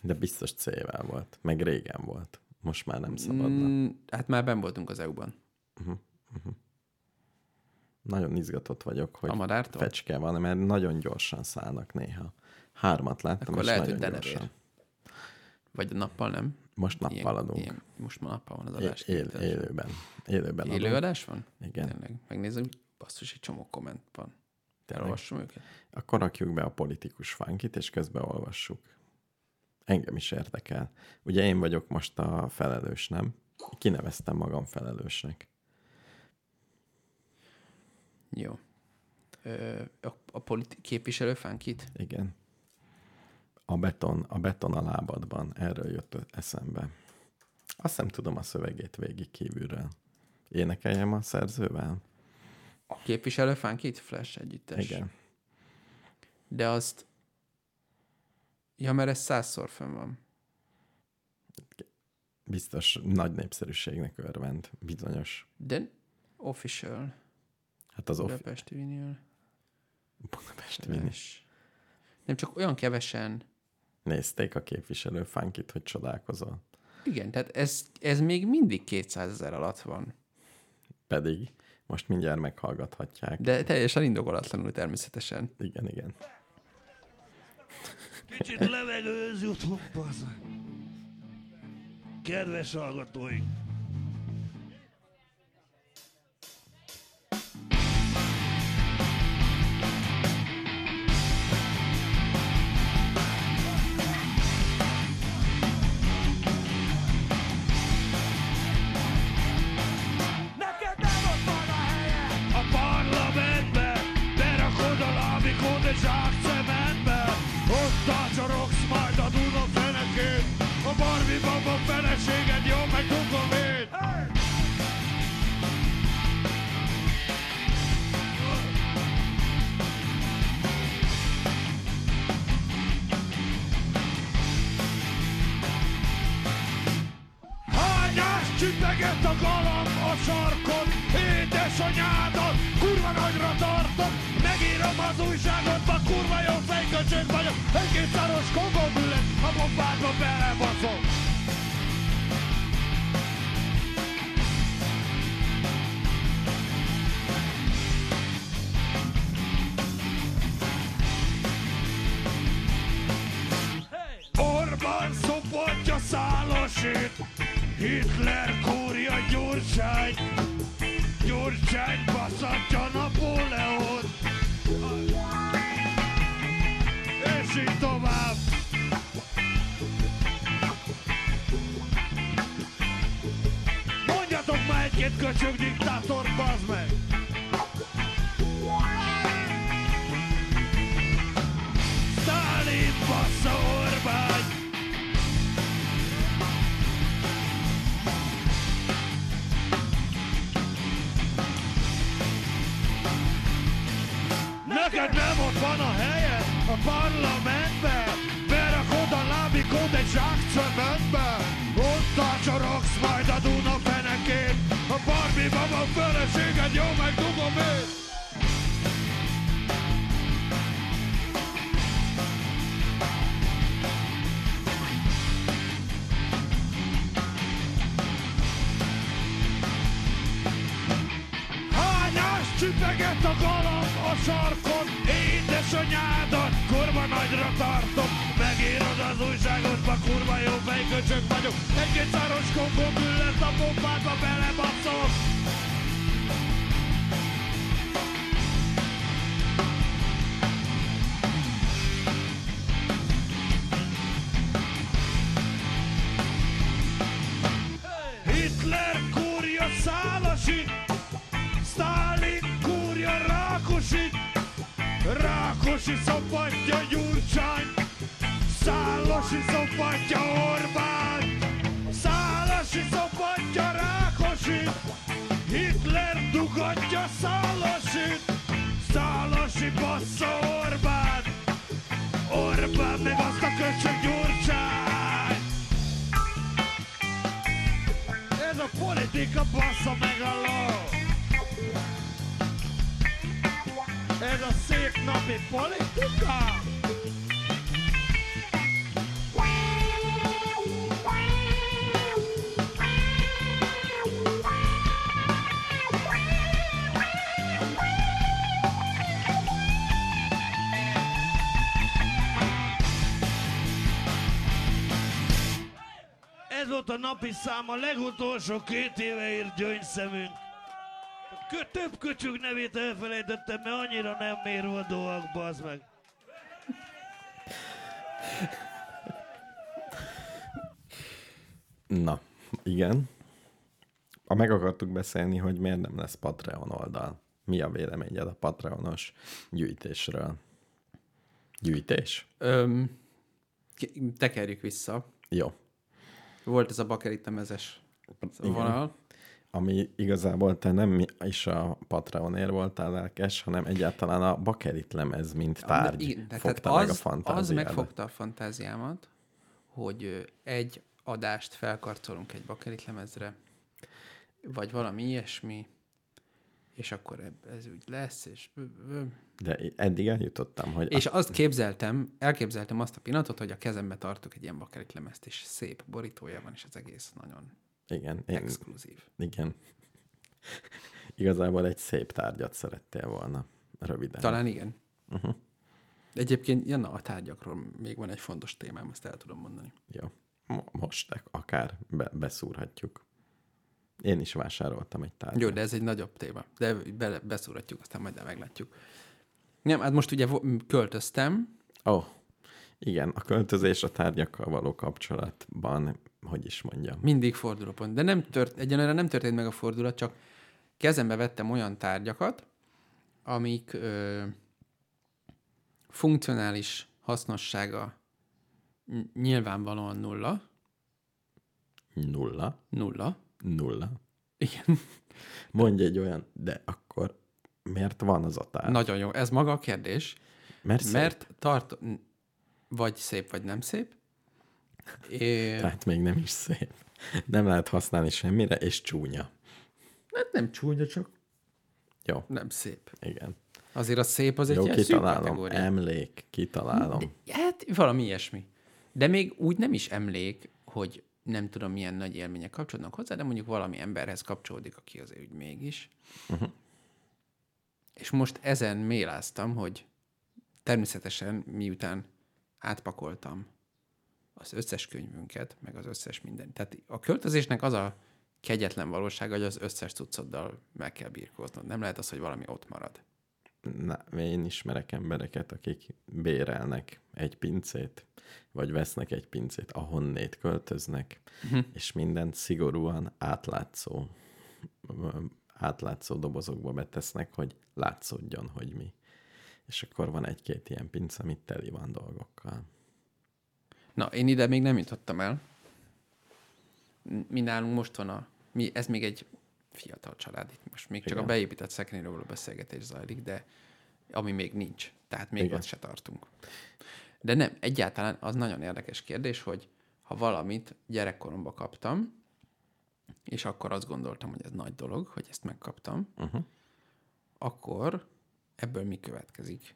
Speaker 1: De biztos céljával volt. Meg régen volt. Most már nem szabadna.
Speaker 2: Mm, hát már ben voltunk az EU-ban.
Speaker 1: Nagyon izgatott vagyok, hogy
Speaker 2: A madártól?
Speaker 1: fecske van, mert nagyon gyorsan szállnak néha. Hármat láttam,
Speaker 2: Akkor
Speaker 1: és
Speaker 2: lehet,
Speaker 1: nagyon
Speaker 2: hogy Delaware.
Speaker 1: gyorsan.
Speaker 2: Vagy nappal nem.
Speaker 1: Most nappal
Speaker 2: Ilyen-
Speaker 1: adunk.
Speaker 2: Ilyen, most már nappal van az
Speaker 1: É-
Speaker 2: adás.
Speaker 1: él,
Speaker 2: Tehát
Speaker 1: élőben. Élőben adunk.
Speaker 2: Élő adás van?
Speaker 1: Igen.
Speaker 2: Tényleg. Megnézem, basszus, egy csomó komment van. Elolvassam őket.
Speaker 1: Akkor rakjuk be a politikus fánkit, és közben olvassuk. Engem is érdekel. Ugye én vagyok most a felelős, nem? Kineveztem magam felelősnek.
Speaker 2: Jó. Ö, a, a politi- képviselőfánkit?
Speaker 1: Igen. A beton, a beton a lábadban. Erről jött eszembe. Azt nem tudom a szövegét végig kívülről. Énekeljem a szerzővel?
Speaker 2: A képviselőfánkit? Flash együttes.
Speaker 1: Igen.
Speaker 2: De azt... Ja, mert ez százszor fönn van.
Speaker 1: Biztos nagy népszerűségnek örvend. Bizonyos.
Speaker 2: De official.
Speaker 1: Hát az off-
Speaker 2: Budapesti vinyl.
Speaker 1: Budapest Vini.
Speaker 2: Nem csak olyan kevesen
Speaker 1: Nézték a képviselő fánkit, hogy csodálkozol.
Speaker 2: Igen, tehát ez, ez még mindig 200 ezer alatt van.
Speaker 1: Pedig most mindjárt meghallgathatják.
Speaker 2: De teljesen indokolatlanul természetesen.
Speaker 1: Igen, igen.
Speaker 4: Kicsit levegőhöz jutunk, bazzeg. Kedves hallgatóink! Neked nem ott van a helye a parlamentbe Berakod a lábikod egy zsák cementbe Ott tárcsorogsz majd a Duna fenekén A Barbie baba feleséged jó meg dugom én Hányás csüteget a galamb a sarkon Édesanyádat kurva nagyra tartom Megírom az újságodba kurva jó fejköcsög vagyok Egy két szaros kogobület a bombádba belebaszom Orbán szopatja szálasét, Hitler kúrja Gyurcsányt, Gyurcsány baszatja Napóleont, és így tovább. Mondjatok már egy-két köcsög diktátor, bazd meg! Stalin bassza Orbán Neked nem ott van a helye a parlamentben Berakod a lábikod egy zsák cementbe Ott tárcsorogsz majd a Duna fenekén A Barbie baba feleséged jó meg dugom én sarkon, édesanyádat Kurva nagyra tartom, megírod az újságodba Kurva jó fejköcsök vagyok Egy-két szaros kongóbül lesz a pompádba belebasszolok Hitler kurja szálasit, Stalin kurja Rákosit, Rákosi szopatja Gyurcsány, Szálasi szopatja Orbán, Szálasi szopatja Rákosit, Hitler dugatja Szálasit, Szálasi bassza Orbán, Orbán meg azt a köcsög Gyurcsány. Ez a politika bassza meg a ló Ez a szép napi politika Ez volt a napi szám a legutolsó két éve írt gyöngyszemünk. Kö több köcsög nevét elfelejtettem, mert annyira nem mérvadóak, bazd meg.
Speaker 1: Na, igen. A meg akartuk beszélni, hogy miért nem lesz Patreon oldal. Mi a véleményed a Patreonos gyűjtésről? Gyűjtés?
Speaker 2: Öm, ki- tekerjük vissza.
Speaker 1: Jó.
Speaker 2: Volt ez a bakerita mezes vonal.
Speaker 1: Ami igazából te nem is a Patreonért voltál lelkes, hanem egyáltalán a bakerit lemez, mint tárgy
Speaker 2: Igen, de
Speaker 1: fogta
Speaker 2: tehát
Speaker 1: meg a
Speaker 2: az, az
Speaker 1: fantáziádat.
Speaker 2: megfogta a fantáziámat, hogy ö, egy adást felkarcolunk egy bakelit lemezre, vagy valami ilyesmi, és akkor eb- ez úgy lesz, és...
Speaker 1: De eddig eljutottam, hogy
Speaker 2: És azt képzeltem, elképzeltem azt a pillanatot, hogy a kezembe tartok egy ilyen bakelit lemezt, és szép borítója van, és az egész nagyon
Speaker 1: igen, én,
Speaker 2: exkluzív.
Speaker 1: igen. <laughs> Igazából egy szép tárgyat szerettél volna. Röviden.
Speaker 2: Talán igen. Uh-huh. Egyébként, ja, na, a tárgyakról még van egy fontos témám, ezt el tudom mondani.
Speaker 1: Jó. Mo- Most ak- akár be- beszúrhatjuk. Én is vásároltam egy tárgyat.
Speaker 2: Hát Jó, de ez egy nagyobb téma. De bele, beszúratjuk, aztán majd el meglátjuk. Nem, hát most ugye vo- m- költöztem,
Speaker 1: Ó, oh, igen, a költözés a tárgyakkal való kapcsolatban, hogy is mondjam.
Speaker 2: mindig fordulópont, de nem tört, egyenlőre nem történt meg a fordulat, csak kezembe vettem olyan tárgyakat, amik ö, funkcionális hasznossága n- nyilvánvalóan nulla,
Speaker 1: Nulla,
Speaker 2: nulla,
Speaker 1: nulla.
Speaker 2: igen,
Speaker 1: Mondj egy olyan, de akkor miért van az a tárgy?
Speaker 2: nagyon jó. Ez maga a kérdés.
Speaker 1: mert, Hát. szép.
Speaker 2: Mert tart, n- vagy szép, vagy nem szép. É,
Speaker 1: Tehát Hát még nem is szép. Nem lehet használni semmire, és csúnya.
Speaker 2: hát nem csúnya, csak
Speaker 1: Jó,
Speaker 2: nem szép.
Speaker 1: igen.
Speaker 2: Azért a szép az egy
Speaker 1: Jó,
Speaker 2: ilyen szűk
Speaker 1: kitalálom.
Speaker 2: kategória.
Speaker 1: Emlék, kitalálom.
Speaker 2: Hát valami ilyesmi. De még úgy nem is emlék, hogy nem tudom, milyen nagy élmények kapcsolódnak hozzá, de mondjuk valami emberhez kapcsolódik, aki az úgy mégis. Uh-huh. És most ezen méláztam, hogy természetesen miután átpakoltam az összes könyvünket, meg az összes minden. Tehát a költözésnek az a kegyetlen valóság, hogy az összes cuccoddal meg kell birkóznod. Nem lehet az, hogy valami ott marad.
Speaker 1: Na, én ismerek embereket, akik bérelnek egy pincét, vagy vesznek egy pincét, ahonnét költöznek,
Speaker 2: Mhm.
Speaker 1: és mindent szigorúan átlátszó, ö, átlátszó dobozokba betesznek, hogy látszódjon, hogy mi. És akkor van egy-két ilyen pince, amit teli van dolgokkal.
Speaker 2: Na, én ide még nem jutottam el. N- Mi nálunk most van a... Mi, ez még egy fiatal család. Itt most még csak
Speaker 1: Igen.
Speaker 2: a beépített szekrényről való beszélgetés zajlik, de ami még nincs. Tehát még
Speaker 1: Igen.
Speaker 2: Igen. ott se tartunk. De nem, egyáltalán az nagyon érdekes kérdés, hogy ha valamit gyerekkoromba kaptam, és akkor azt gondoltam, hogy ez nagy dolog, hogy ezt megkaptam,
Speaker 1: Mhm.
Speaker 2: uh-huh. akkor ebből mi következik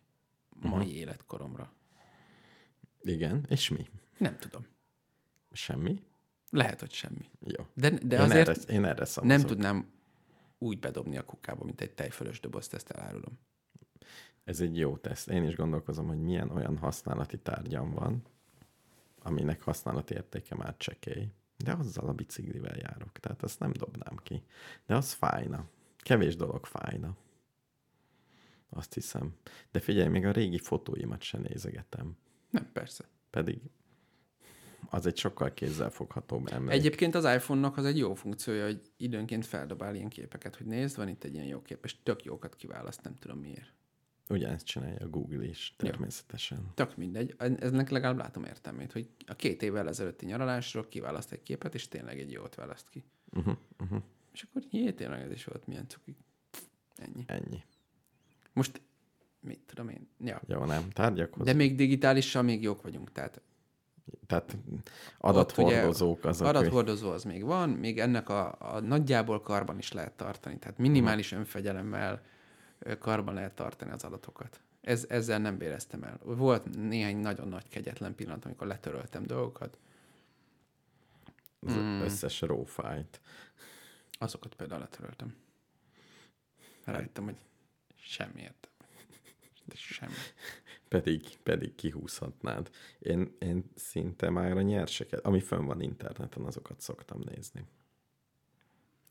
Speaker 2: mai
Speaker 1: Mhm.
Speaker 2: uh-huh. életkoromra?
Speaker 1: Igen, és mi?
Speaker 2: Nem tudom.
Speaker 1: Semmi?
Speaker 2: Lehet, hogy semmi.
Speaker 1: Jó.
Speaker 2: De, de
Speaker 1: én,
Speaker 2: azért
Speaker 1: erre, én erre szavazok.
Speaker 2: nem tudnám úgy bedobni a kukába, mint egy tejfölös dobozt, ezt elárulom.
Speaker 1: Ez egy jó teszt. Én is gondolkozom, hogy milyen olyan használati tárgyam van, aminek használati értéke már csekély, de azzal a biciklivel járok, tehát azt nem dobnám ki. De az fájna. Kevés dolog fájna. Azt hiszem. De figyelj, még a régi fotóimat se nézegetem.
Speaker 2: Nem, persze.
Speaker 1: Pedig az egy sokkal kézzelfoghatóbb emlék.
Speaker 2: Egyébként az iPhone-nak az egy jó funkciója, hogy időnként feldobál ilyen képeket, hogy nézd, van itt egy ilyen jó kép, és tök jókat kiválaszt, nem tudom miért.
Speaker 1: Ugyanezt csinálja a Google is, természetesen.
Speaker 2: Tök mindegy, eznek legalább látom értelmét, hogy a két évvel ezelőtti nyaralásról kiválaszt egy képet, és tényleg egy jót választ ki.
Speaker 1: Uh-huh, uh-huh.
Speaker 2: És akkor jé, tényleg ez is volt, milyen cuki. Ennyi.
Speaker 1: Ennyi.
Speaker 2: Most mit tudom én? Ja.
Speaker 1: Jó, nem? Tárgyakhoz.
Speaker 2: De még digitálisan még jók vagyunk, tehát
Speaker 1: Tehát
Speaker 2: Ott ugye
Speaker 1: adathordozók azok. hogy-
Speaker 2: Adathordozó az még van, még ennek a, a nagyjából karban is lehet tartani, tehát minimális önfegyelemmel ö, karban lehet tartani az adatokat. Ez, ezzel nem véreztem el. Volt néhány nagyon nagy kegyetlen pillanat, amikor letöröltem dolgokat,
Speaker 1: az
Speaker 2: Mm.
Speaker 1: összes rófájt.
Speaker 2: azokat például letöröltem. Rájöttem, hogy semmi értem. Semmi.
Speaker 1: Pedig, pedig kihúzhatnád. Én, én szinte már a nyerseket, ami fönn van interneten, azokat szoktam nézni.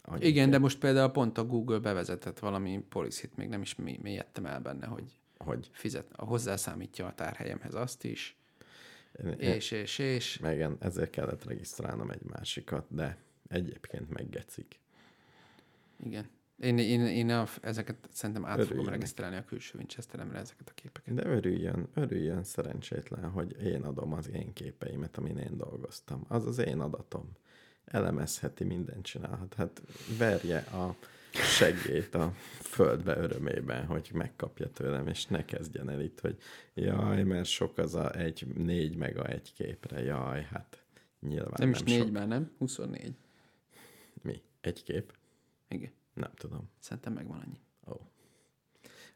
Speaker 1: Annyi
Speaker 2: Igen,
Speaker 1: kell,
Speaker 2: de most például pont a Google bevezetett valami policy-t, még nem is mi, mélyedtem el benne, hogy
Speaker 1: Hogy
Speaker 2: fizet, hozzászámítja a tárhelyemhez azt is,
Speaker 1: én, és...
Speaker 2: és, és, és.
Speaker 1: én, igen, ezért kellett regisztrálnom egy másikat, de egyébként meggecik.
Speaker 2: Igen. Én, én, én a, ezeket szerintem át Örüljön. fogom
Speaker 1: Örüljön.
Speaker 2: regisztrálni a külső Winchesteremre ezeket a képeket.
Speaker 1: De örüljön, örüljön szerencsétlen, hogy én adom az én képeimet, amin én dolgoztam. Az az én adatom. Elemezheti, mindent csinálhat. Hát verje a segélyt a földbe örömében, hogy megkapja tőlem, és ne kezdjen el itt, hogy jaj, mert sok az a egy, négy meg a egy képre, jaj, hát nyilván nem
Speaker 2: Nem, is
Speaker 1: sok.
Speaker 2: négy már, nem? 24.
Speaker 1: Mi? Egy kép?
Speaker 2: Igen.
Speaker 1: Nem tudom.
Speaker 2: Szerintem megvan annyi.
Speaker 1: Ó.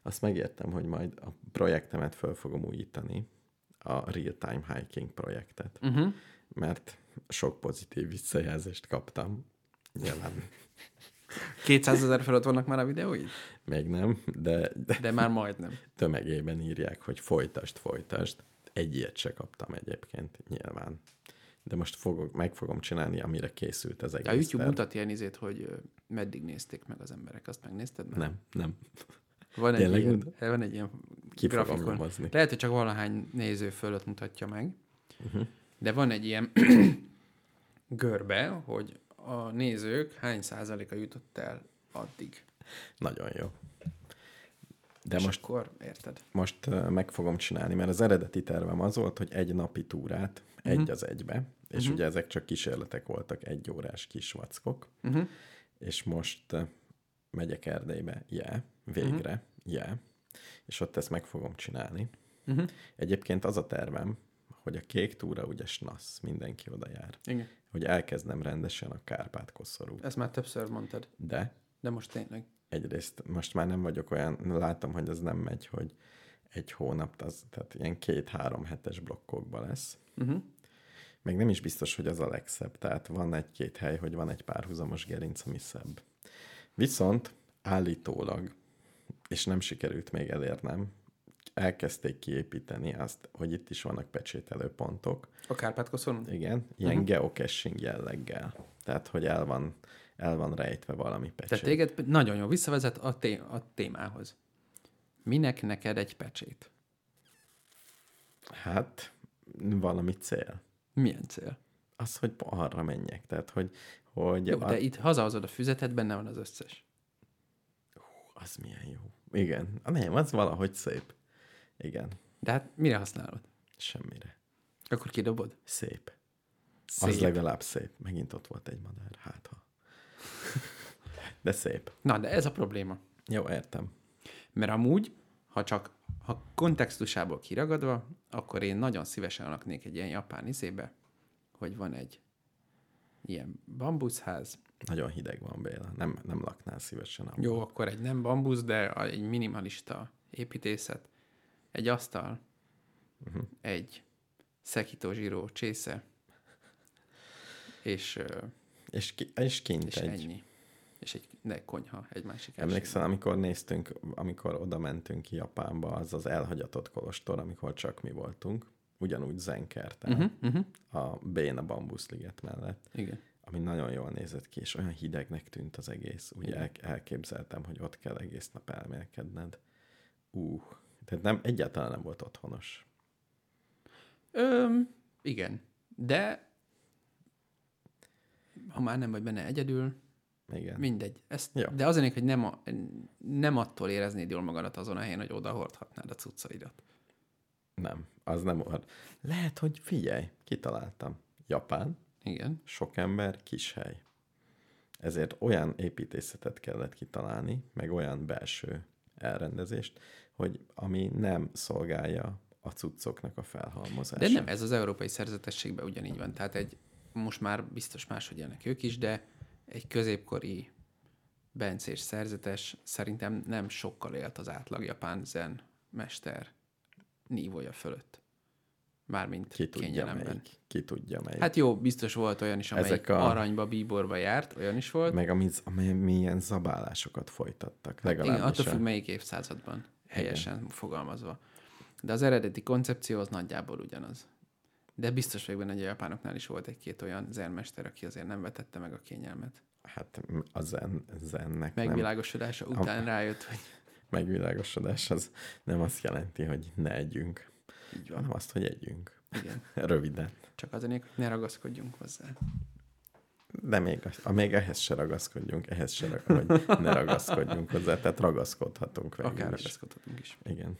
Speaker 1: Azt megértem, hogy majd a projektemet föl fogom újítani, a Real Time Hiking projektet,
Speaker 2: Uh-huh.
Speaker 1: mert sok pozitív visszajelzést kaptam. Nyilván
Speaker 2: 200 ezer felett vannak már a videóid?
Speaker 1: még nem, de, de
Speaker 2: De már
Speaker 1: <laughs>
Speaker 2: majdnem.
Speaker 1: tömegében írják, hogy folytasd, folytasd. Egy ilyet se kaptam egyébként, nyilván. De most fogok, meg fogom csinálni, amire készült az egész.
Speaker 2: A YouTube
Speaker 1: terv.
Speaker 2: mutat ilyen izét, hogy ö, meddig nézték meg az emberek. Azt megnézted? Már?
Speaker 1: Nem, nem.
Speaker 2: Van egy,
Speaker 1: Tényleg
Speaker 2: ilyen,
Speaker 1: mutat?
Speaker 2: van egy ilyen
Speaker 1: Ki fogom
Speaker 2: grafikon.
Speaker 1: nyomozni.
Speaker 2: Lehet, hogy csak valahány néző fölött mutatja meg, uh-huh.
Speaker 1: Mhm.
Speaker 2: de van egy ilyen <clears throat> görbe, hogy a nézők hány százaléka jutott el addig.
Speaker 1: Nagyon jó. De
Speaker 2: És
Speaker 1: most
Speaker 2: akkor érted.
Speaker 1: most ö, meg fogom csinálni, mert az eredeti tervem az volt, hogy egy napi túrát, egy
Speaker 2: Mhm.
Speaker 1: az egybe, és ugye ezek csak kísérletek voltak, egy órás kis vackok,
Speaker 2: Mhm.
Speaker 1: és most ö, megyek Erdélybe, je, yeah, végre, je, yeah, és ott ezt meg fogom csinálni.
Speaker 2: Mhm.
Speaker 1: Egyébként az a tervem, hogy a kék túra ugye snasz, mindenki oda jár.
Speaker 2: Igen.
Speaker 1: Hogy elkezdem rendesen a Kárpát-koszorút.
Speaker 2: Ezt már többször mondtad,
Speaker 1: De
Speaker 2: de most tényleg.
Speaker 1: egyrészt most már nem vagyok olyan, látom, hogy az nem megy, hogy egy hónap, az, tehát ilyen két-három hetes blokkokba lesz.
Speaker 2: Uh-huh.
Speaker 1: Meg nem is biztos, hogy az a legszebb, tehát van egy-két hely, hogy van egy párhuzamos gerinc, ami szebb. Viszont állítólag, és nem sikerült még elérnem, elkezdték kiépíteni azt, hogy itt is vannak pecsételő pontok,
Speaker 2: A Kárpátkoszon?
Speaker 1: igen, ilyen uh-huh. geocaching jelleggel. Tehát, hogy el van, el van rejtve valami pecsét.
Speaker 2: Tehát téged p- nagyon jó visszavezet a, té- a témához. Minek neked egy pecsét?
Speaker 1: Hát, valami cél.
Speaker 2: Milyen cél?
Speaker 1: Az, hogy arra menjek. Tehát, hogy, hogy
Speaker 2: Jó,
Speaker 1: a,
Speaker 2: de itt hazahozod a füzetet, benne van az összes.
Speaker 1: az milyen jó. Igen. A nem, az valahogy szép. Igen.
Speaker 2: De hát mire használod?
Speaker 1: Semmire.
Speaker 2: Akkor kidobod?
Speaker 1: Szép. szép.
Speaker 2: Szép.
Speaker 1: Az legalább szép. Megint ott volt egy madár. Hát ha. <laughs> De szép.
Speaker 2: Na, de ez a probléma.
Speaker 1: Jó, értem.
Speaker 2: Mert amúgy, ha csak ha kontextusából kiragadva, akkor én nagyon szívesen laknék egy ilyen japán izébe, hogy van egy ilyen bambuszház.
Speaker 1: Nagyon hideg van, Béla. Nem, nem laknál szívesen. abban.
Speaker 2: Jó, akkor egy nem bambusz, de a- egy minimalista építészet. Egy asztal, uh-huh.
Speaker 1: Mhm.
Speaker 2: egy szekító zsíró csésze, és, ö,
Speaker 1: És, ki, és kint
Speaker 2: és
Speaker 1: egy.
Speaker 2: ennyi. és egy ne, konyha, egy másik első.
Speaker 1: Emlékszel, amikor néztünk, amikor oda mentünk ki Japánba, az az elhagyatott kolostor, amikor csak mi voltunk, ugyanúgy zenkerten, uh-huh, uh-huh. a Béna Bambuszliget mellett,
Speaker 2: Mhm, Igen.
Speaker 1: ami nagyon jól nézett ki, és olyan hidegnek tűnt az egész. Ugye el, elképzeltem, hogy ott kell egész nap elmélkedned. Ú, tehát nem, egyáltalán nem volt otthonos.
Speaker 2: Öm, igen. De ha már nem vagy benne egyedül,
Speaker 1: Igen.
Speaker 2: mindegy. Ezt,
Speaker 1: Ja.
Speaker 2: De az ennél, hogy nem, a, nem attól éreznéd jól magadat azon a helyen, hogy oda hordhatnád a cuccaidat.
Speaker 1: Nem, az nem volt. Lehet, hogy figyelj, kitaláltam. Japán,
Speaker 2: Igen.
Speaker 1: sok ember, kis hely. Ezért olyan építészetet kellett kitalálni, meg olyan belső elrendezést, hogy ami nem szolgálja a cuccoknak a
Speaker 2: De
Speaker 1: felhalmozását.
Speaker 2: nem, ez az európai szerzetességben ugyanígy van. Tehát egy, most már biztos máshogy élnek ők is, de egy középkori bencés szerzetes szerintem nem sokkal élt az átlag japán zen mester nívója fölött. Mármint
Speaker 1: Ki tudja
Speaker 2: kényelemben.
Speaker 1: melyik. Ki tudja melyik. Hát,
Speaker 2: Hát jó, biztos volt olyan is, amelyik
Speaker 1: Ezek
Speaker 2: Ezek
Speaker 1: a-
Speaker 2: a... aranyba, bíborba járt, olyan is volt.
Speaker 1: meg ami, amely, milyen zabálásokat folytattak. Legalábbis
Speaker 2: Hát Igen, attól
Speaker 1: a-
Speaker 2: függ, melyik évszázadban helyesen fogalmazva. De az eredeti koncepció az nagyjából ugyanaz. De biztos vagyok benne, hogy a japánoknál is volt egy-két olyan zenmester, aki azért nem vetette meg a kényelmet. Hát
Speaker 1: a zen, zennek nem
Speaker 2: megvilágosodása után rájött, hogy
Speaker 1: megvilágosodás az nem azt jelenti, hogy ne együnk, Így van. hanem azt, hogy együnk.
Speaker 2: igen,
Speaker 1: <laughs> Röviden.
Speaker 2: csak az ennél, hogy ne ragaszkodjunk hozzá.
Speaker 1: De még, az- a, még ehhez se ragaszkodjunk, ehhez se ragaszkodjunk, hogy ne ragaszkodjunk hozzá, tehát ragaszkodhatunk végül
Speaker 2: Akár
Speaker 1: is.
Speaker 2: ragaszkodhatunk is.
Speaker 1: Igen.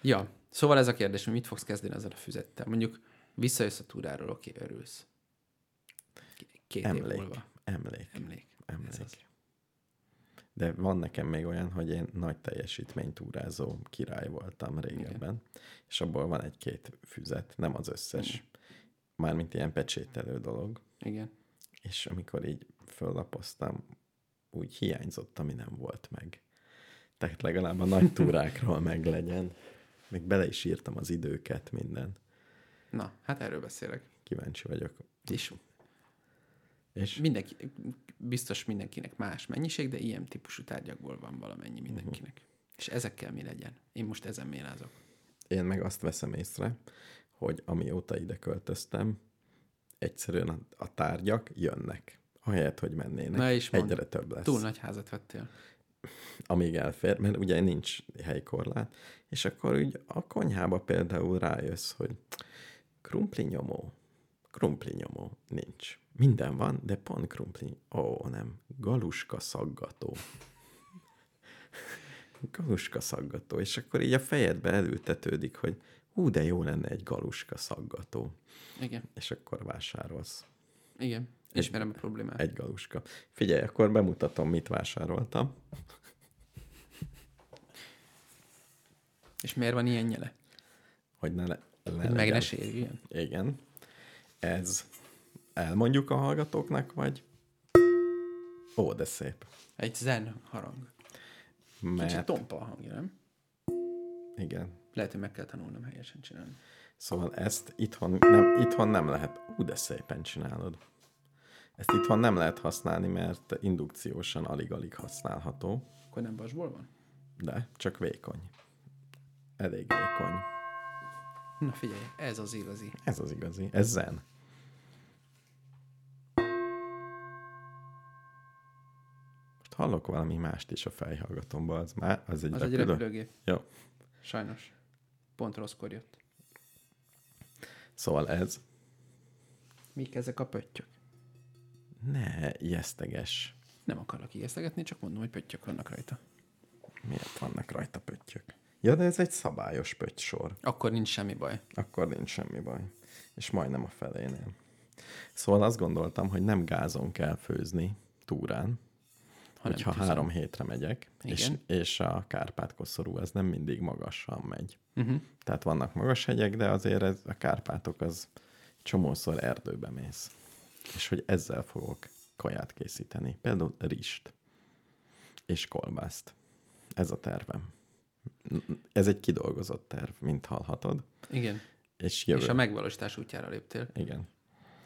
Speaker 2: Ja, szóval ez a kérdés, hogy mit fogsz kezdeni ezzel a füzettel? Mondjuk visszajössz a túráról, oké, örülsz. K- Két év
Speaker 1: Emlék.
Speaker 2: múlva.
Speaker 1: Emlék.
Speaker 2: Emlék. Ez az.
Speaker 1: Emlék. De van nekem még olyan, hogy én nagy teljesítménytúrázó király voltam régebben, Igen. és abból van egy-két füzet, nem az összes, Igen. mármint ilyen pecsételő dolog,
Speaker 2: Igen.
Speaker 1: és amikor így föllapoztam, úgy hiányzott, ami nem volt meg. Tehát legalább a nagy túrákról meg legyen. Még bele is írtam az időket, minden.
Speaker 2: Na, hát erről beszélek.
Speaker 1: Kíváncsi vagyok.
Speaker 2: És
Speaker 1: És
Speaker 2: mindenki, biztos mindenkinek más mennyiség, de ilyen típusú tárgyakból van valamennyi mindenkinek.
Speaker 1: Mhm.
Speaker 2: És ezekkel mi legyen? Én most ezen mélázok.
Speaker 1: én meg azt veszem észre, hogy amióta ide költöztem, egyszerűen a, a tárgyak jönnek. Ahelyett, hogy mennének,
Speaker 2: Na és mondd.
Speaker 1: egyre több lesz.
Speaker 2: Túl nagy házat vettél.
Speaker 1: amíg elfér, mert ugye nincs helykorlát, és akkor úgy a konyhába például rájössz, hogy krumpli nyomó, krumpli nyomó, nincs. Minden van, de pont krumpli, ó nem, galuska szaggató. galuska szaggató, és akkor így a fejedbe elültetődik, hogy hú, de jó lenne egy galuska szaggató,
Speaker 2: Igen,
Speaker 1: és akkor vásárolsz.
Speaker 2: igen. Ismerem a problémát.
Speaker 1: Egy galuska. Figyelj, akkor bemutatom, mit vásároltam.
Speaker 2: És miért van ilyen nyele?
Speaker 1: Hogy ne, le, le
Speaker 2: Hogy meg
Speaker 1: legyen.
Speaker 2: ne sérüljön.
Speaker 1: Igen. Ez elmondjuk a hallgatóknak, vagy? Ó, de szép.
Speaker 2: Egy zen harang. Kicsit
Speaker 1: Mert,
Speaker 2: tompa a hangja, nem?
Speaker 1: igen.
Speaker 2: Lehet, hogy meg kell tanulnom helyesen csinálni.
Speaker 1: Szóval ezt itthon nem, itthon nem lehet. Ú, de szépen csinálod. Ezt itthon nem lehet használni, mert indukciósan alig-alig használható,
Speaker 2: Akkor nem vasból van?
Speaker 1: de csak vékony. Elég vékony.
Speaker 2: Na figyelj, ez az igazi.
Speaker 1: Ez az igazi. Ez zen. Most hallok valami mást is a fejhallgatomba, az már, az egy,
Speaker 2: Az egy
Speaker 1: repülő?
Speaker 2: repülőgép.
Speaker 1: Jó.
Speaker 2: Sajnos. Pont rosszkor jött.
Speaker 1: Szóval ez
Speaker 2: Mik ezek a pöttyök?
Speaker 1: ne jeszteges.
Speaker 2: Nem akarlak ijesztegetni, csak mondom, hogy pöttyök vannak rajta.
Speaker 1: Miért vannak rajta pöttyök? Ja, de ez egy szabályos pöttsor.
Speaker 2: Akkor nincs semmi baj.
Speaker 1: Akkor nincs semmi baj. És majdnem a felénél. Szóval azt gondoltam, hogy nem gázon kell főzni túrán,
Speaker 2: Hanem
Speaker 1: hogyha
Speaker 2: tűzön.
Speaker 1: három hétre megyek, és,
Speaker 2: Igen.
Speaker 1: és a Kárpát-koszorú az nem mindig magasan megy.
Speaker 2: Mhm.
Speaker 1: Uh-huh. Tehát vannak magas hegyek, de azért ez, a Kárpátok az csomószor erdőbe mész. És hogy ezzel fogok kaját készíteni. Például rist és kolbászt. Ez a tervem. N- Ez egy kidolgozott terv, mint hallhatod.
Speaker 2: Igen.
Speaker 1: És
Speaker 2: Jövő.
Speaker 1: jövő.
Speaker 2: És a megvalósítás útjára léptél.
Speaker 1: Igen.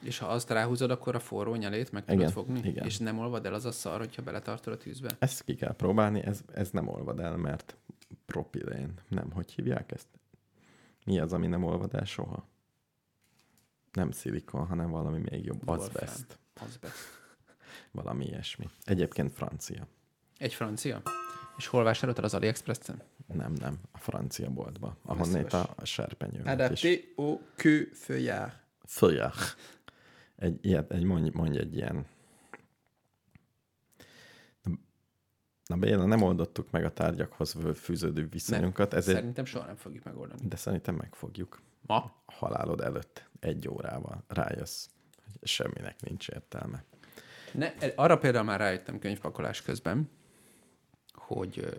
Speaker 2: És ha azt ráhúzod, akkor a forró nyelét meg tudod
Speaker 1: Igen,
Speaker 2: fogni?
Speaker 1: igen.
Speaker 2: És nem olvad el az a szar, hogyha beletartod a tűzbe?
Speaker 1: Ezt ki kell próbálni, ez, ez nem olvad el, mert propilén. Nem, hogy hívják ezt? Mi az, ami nem olvad el soha? Nem szilikon, hanem valami még jobb.
Speaker 2: Wolfram.
Speaker 1: Azbest.
Speaker 2: Az be.
Speaker 1: Valami ilyesmi. Egyébként francia.
Speaker 2: Egy francia? És hol vásároltad az AliExpress-en?
Speaker 1: Nem, nem. A francia boltba.
Speaker 2: Veszélyes.
Speaker 1: Ahonnét a Hát a
Speaker 2: Hát
Speaker 1: serpenyőmet is.
Speaker 2: Adapté au que feuillard.
Speaker 1: Följach. Egy, ilyet, egy mondj, mondj egy ilyen. Na Béla, nem oldottuk meg a tárgyakhoz fűződő viszonyunkat, ezért,
Speaker 2: Szerintem soha nem fogjuk megoldani.
Speaker 1: de szerintem megfogjuk.
Speaker 2: Ma?
Speaker 1: A halálod előtt egy órával rájössz, hogy semminek nincs értelme.
Speaker 2: Ne, arra például már rájöttem könyvpakolás közben, hogy ö,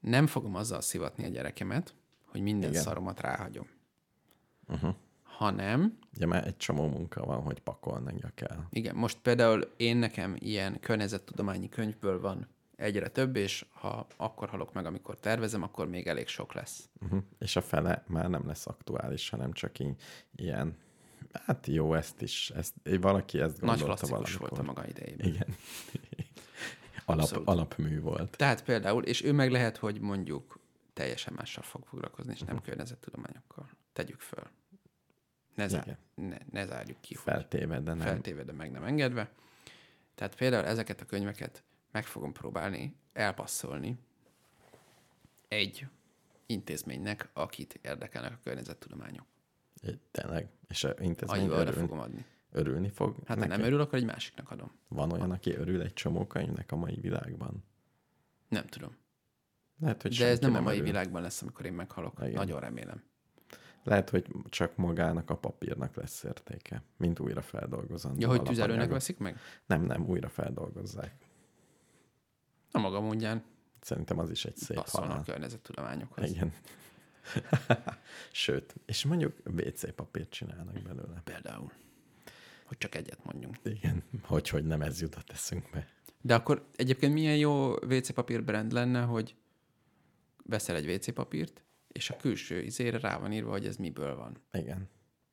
Speaker 2: nem fogom azzal szivatni a gyerekemet, hogy minden Igen.
Speaker 1: Igen.
Speaker 2: szaromat ráhagyom. Uh-huh. Hanem,
Speaker 1: Ugye már egy csomó munka van, hogy pakolnia kell.
Speaker 2: igen, most például én nekem ilyen környezettudományi könyvből van egyre több, és ha akkor halok meg, amikor tervezem, akkor még elég sok lesz.
Speaker 1: Uh-huh. És a fele már nem lesz aktuális, hanem csak így, ilyen, hát jó, ezt is, ezt, valaki ezt
Speaker 2: Nagy
Speaker 1: gondolta
Speaker 2: klasszikus
Speaker 1: valamikor.
Speaker 2: volt a maga idejében.
Speaker 1: Igen. <laughs> Alap,
Speaker 2: Abszolút.
Speaker 1: alapmű volt.
Speaker 2: Tehát például, és ő meg lehet, hogy mondjuk teljesen mással fog foglalkozni, és
Speaker 1: Mhm.
Speaker 2: nem környezettudományokkal. Tegyük föl. Ne, zár,
Speaker 1: Igen.
Speaker 2: ne, ne zárjuk ki, hogy
Speaker 1: Feltéve, de nem.
Speaker 2: feltéve, de meg nem engedve. Tehát például ezeket a könyveket meg fogom próbálni elpasszolni egy intézménynek, akit érdekelnek a környezettudományok.
Speaker 1: Tényleg. És a intézmény
Speaker 2: Annyival le
Speaker 1: örül,
Speaker 2: fogom adni.
Speaker 1: örülni fog.
Speaker 2: Hát ha
Speaker 1: neki?
Speaker 2: nem örül, akkor egy másiknak adom.
Speaker 1: Van olyan, aki örül egy csomó könyvnek a mai világban.
Speaker 2: Nem tudom.
Speaker 1: Lehet, hogy
Speaker 2: De ez
Speaker 1: senki
Speaker 2: nem a mai
Speaker 1: örül.
Speaker 2: világban lesz, amikor én meghalok.
Speaker 1: Igen.
Speaker 2: Nagyon remélem.
Speaker 1: Lehet, hogy csak magának a papírnak lesz értéke, mint újra feldolgozandó.
Speaker 2: Ja, hogy
Speaker 1: alapanyagot.
Speaker 2: tüzelőnek veszik meg?
Speaker 1: Nem, nem, újra feldolgozzák.
Speaker 2: A maga mondján.
Speaker 1: Szerintem az is egy szép
Speaker 2: passzolnak
Speaker 1: halál.
Speaker 2: a környezettudományokhoz.
Speaker 1: Igen. <laughs> Sőt, és mondjuk WC papírt csinálnak belőle.
Speaker 2: Például. Hogy csak egyet mondjunk.
Speaker 1: Igen, hogy, hogy nem ez jut a teszünkbe.
Speaker 2: De akkor egyébként milyen jó WC papír brand lenne, hogy veszel egy WC papírt, és a külső izére rá van írva, hogy ez miből van.
Speaker 1: Igen.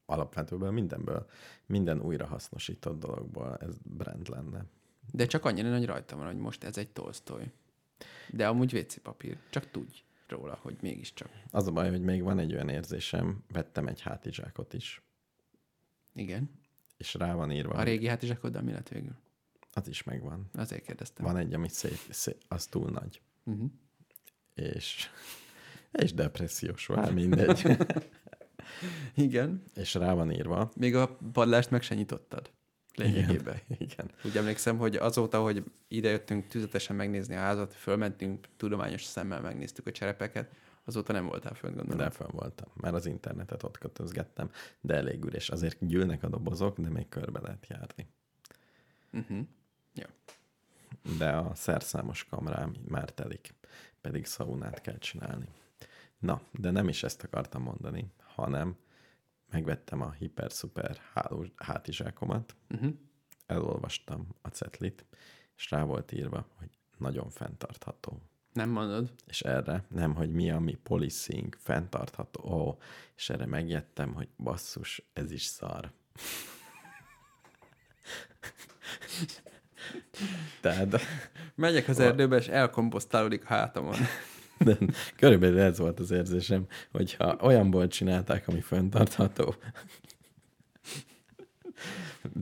Speaker 1: Alapvetőben mindenből, minden újrahasznosított dologból ez brand lenne.
Speaker 2: De csak annyira nagy rajta van, hogy most ez egy Tolstoy. De amúgy WC papír. Csak tudj róla, hogy mégiscsak.
Speaker 1: Az a baj, hogy még van egy olyan érzésem, vettem egy hátizsákot is,
Speaker 2: Igen.
Speaker 1: és rá van írva,
Speaker 2: A
Speaker 1: hogy
Speaker 2: régi hátizsákoddal mi lett végül?
Speaker 1: az is megvan.
Speaker 2: Azért kérdeztem. Mhm.
Speaker 1: Van egy, ami szép, szép az túl nagy. Uh-huh. És, és depressziós, vár
Speaker 2: Hát <laughs>
Speaker 1: mindegy.
Speaker 2: Igen.
Speaker 1: és rá van írva.
Speaker 2: Még a padlást meg se nyitottad. Lényegében.
Speaker 1: Igen.
Speaker 2: Úgy emlékszem, hogy azóta, hogy idejöttünk tüzetesen megnézni a házat, fölmentünk, tudományos szemmel megnéztük a cserepeket, azóta nem voltál fönt, gondolom.
Speaker 1: De fönn voltam, mert az internetet ott kötözgettem, de elég üres. Azért gyűlnek a dobozok, de még körbe lehet járni.
Speaker 2: Mhm. Ja.
Speaker 1: De a szerszámos kamrám már telik, pedig szaunát kell csinálni. Na, de nem is ezt akartam mondani, hanem megvettem a hiper-szuper hálós hátizsákomat,
Speaker 2: Mhm.
Speaker 1: uh-huh. elolvastam a cetlit, és rá volt írva, hogy nagyon fenntartható.
Speaker 2: Nem mondod?
Speaker 1: És erre, nem, hogy mi a mi policing, fenntartható, ó, és erre megjettem, hogy basszus, ez is szar. <laughs> Tehát
Speaker 2: Megyek az erdőbe, és elkomposztálódik a hátamon.
Speaker 1: de körülbelül ez volt az érzésem, hogyha olyanból csinálták, ami fenntartható.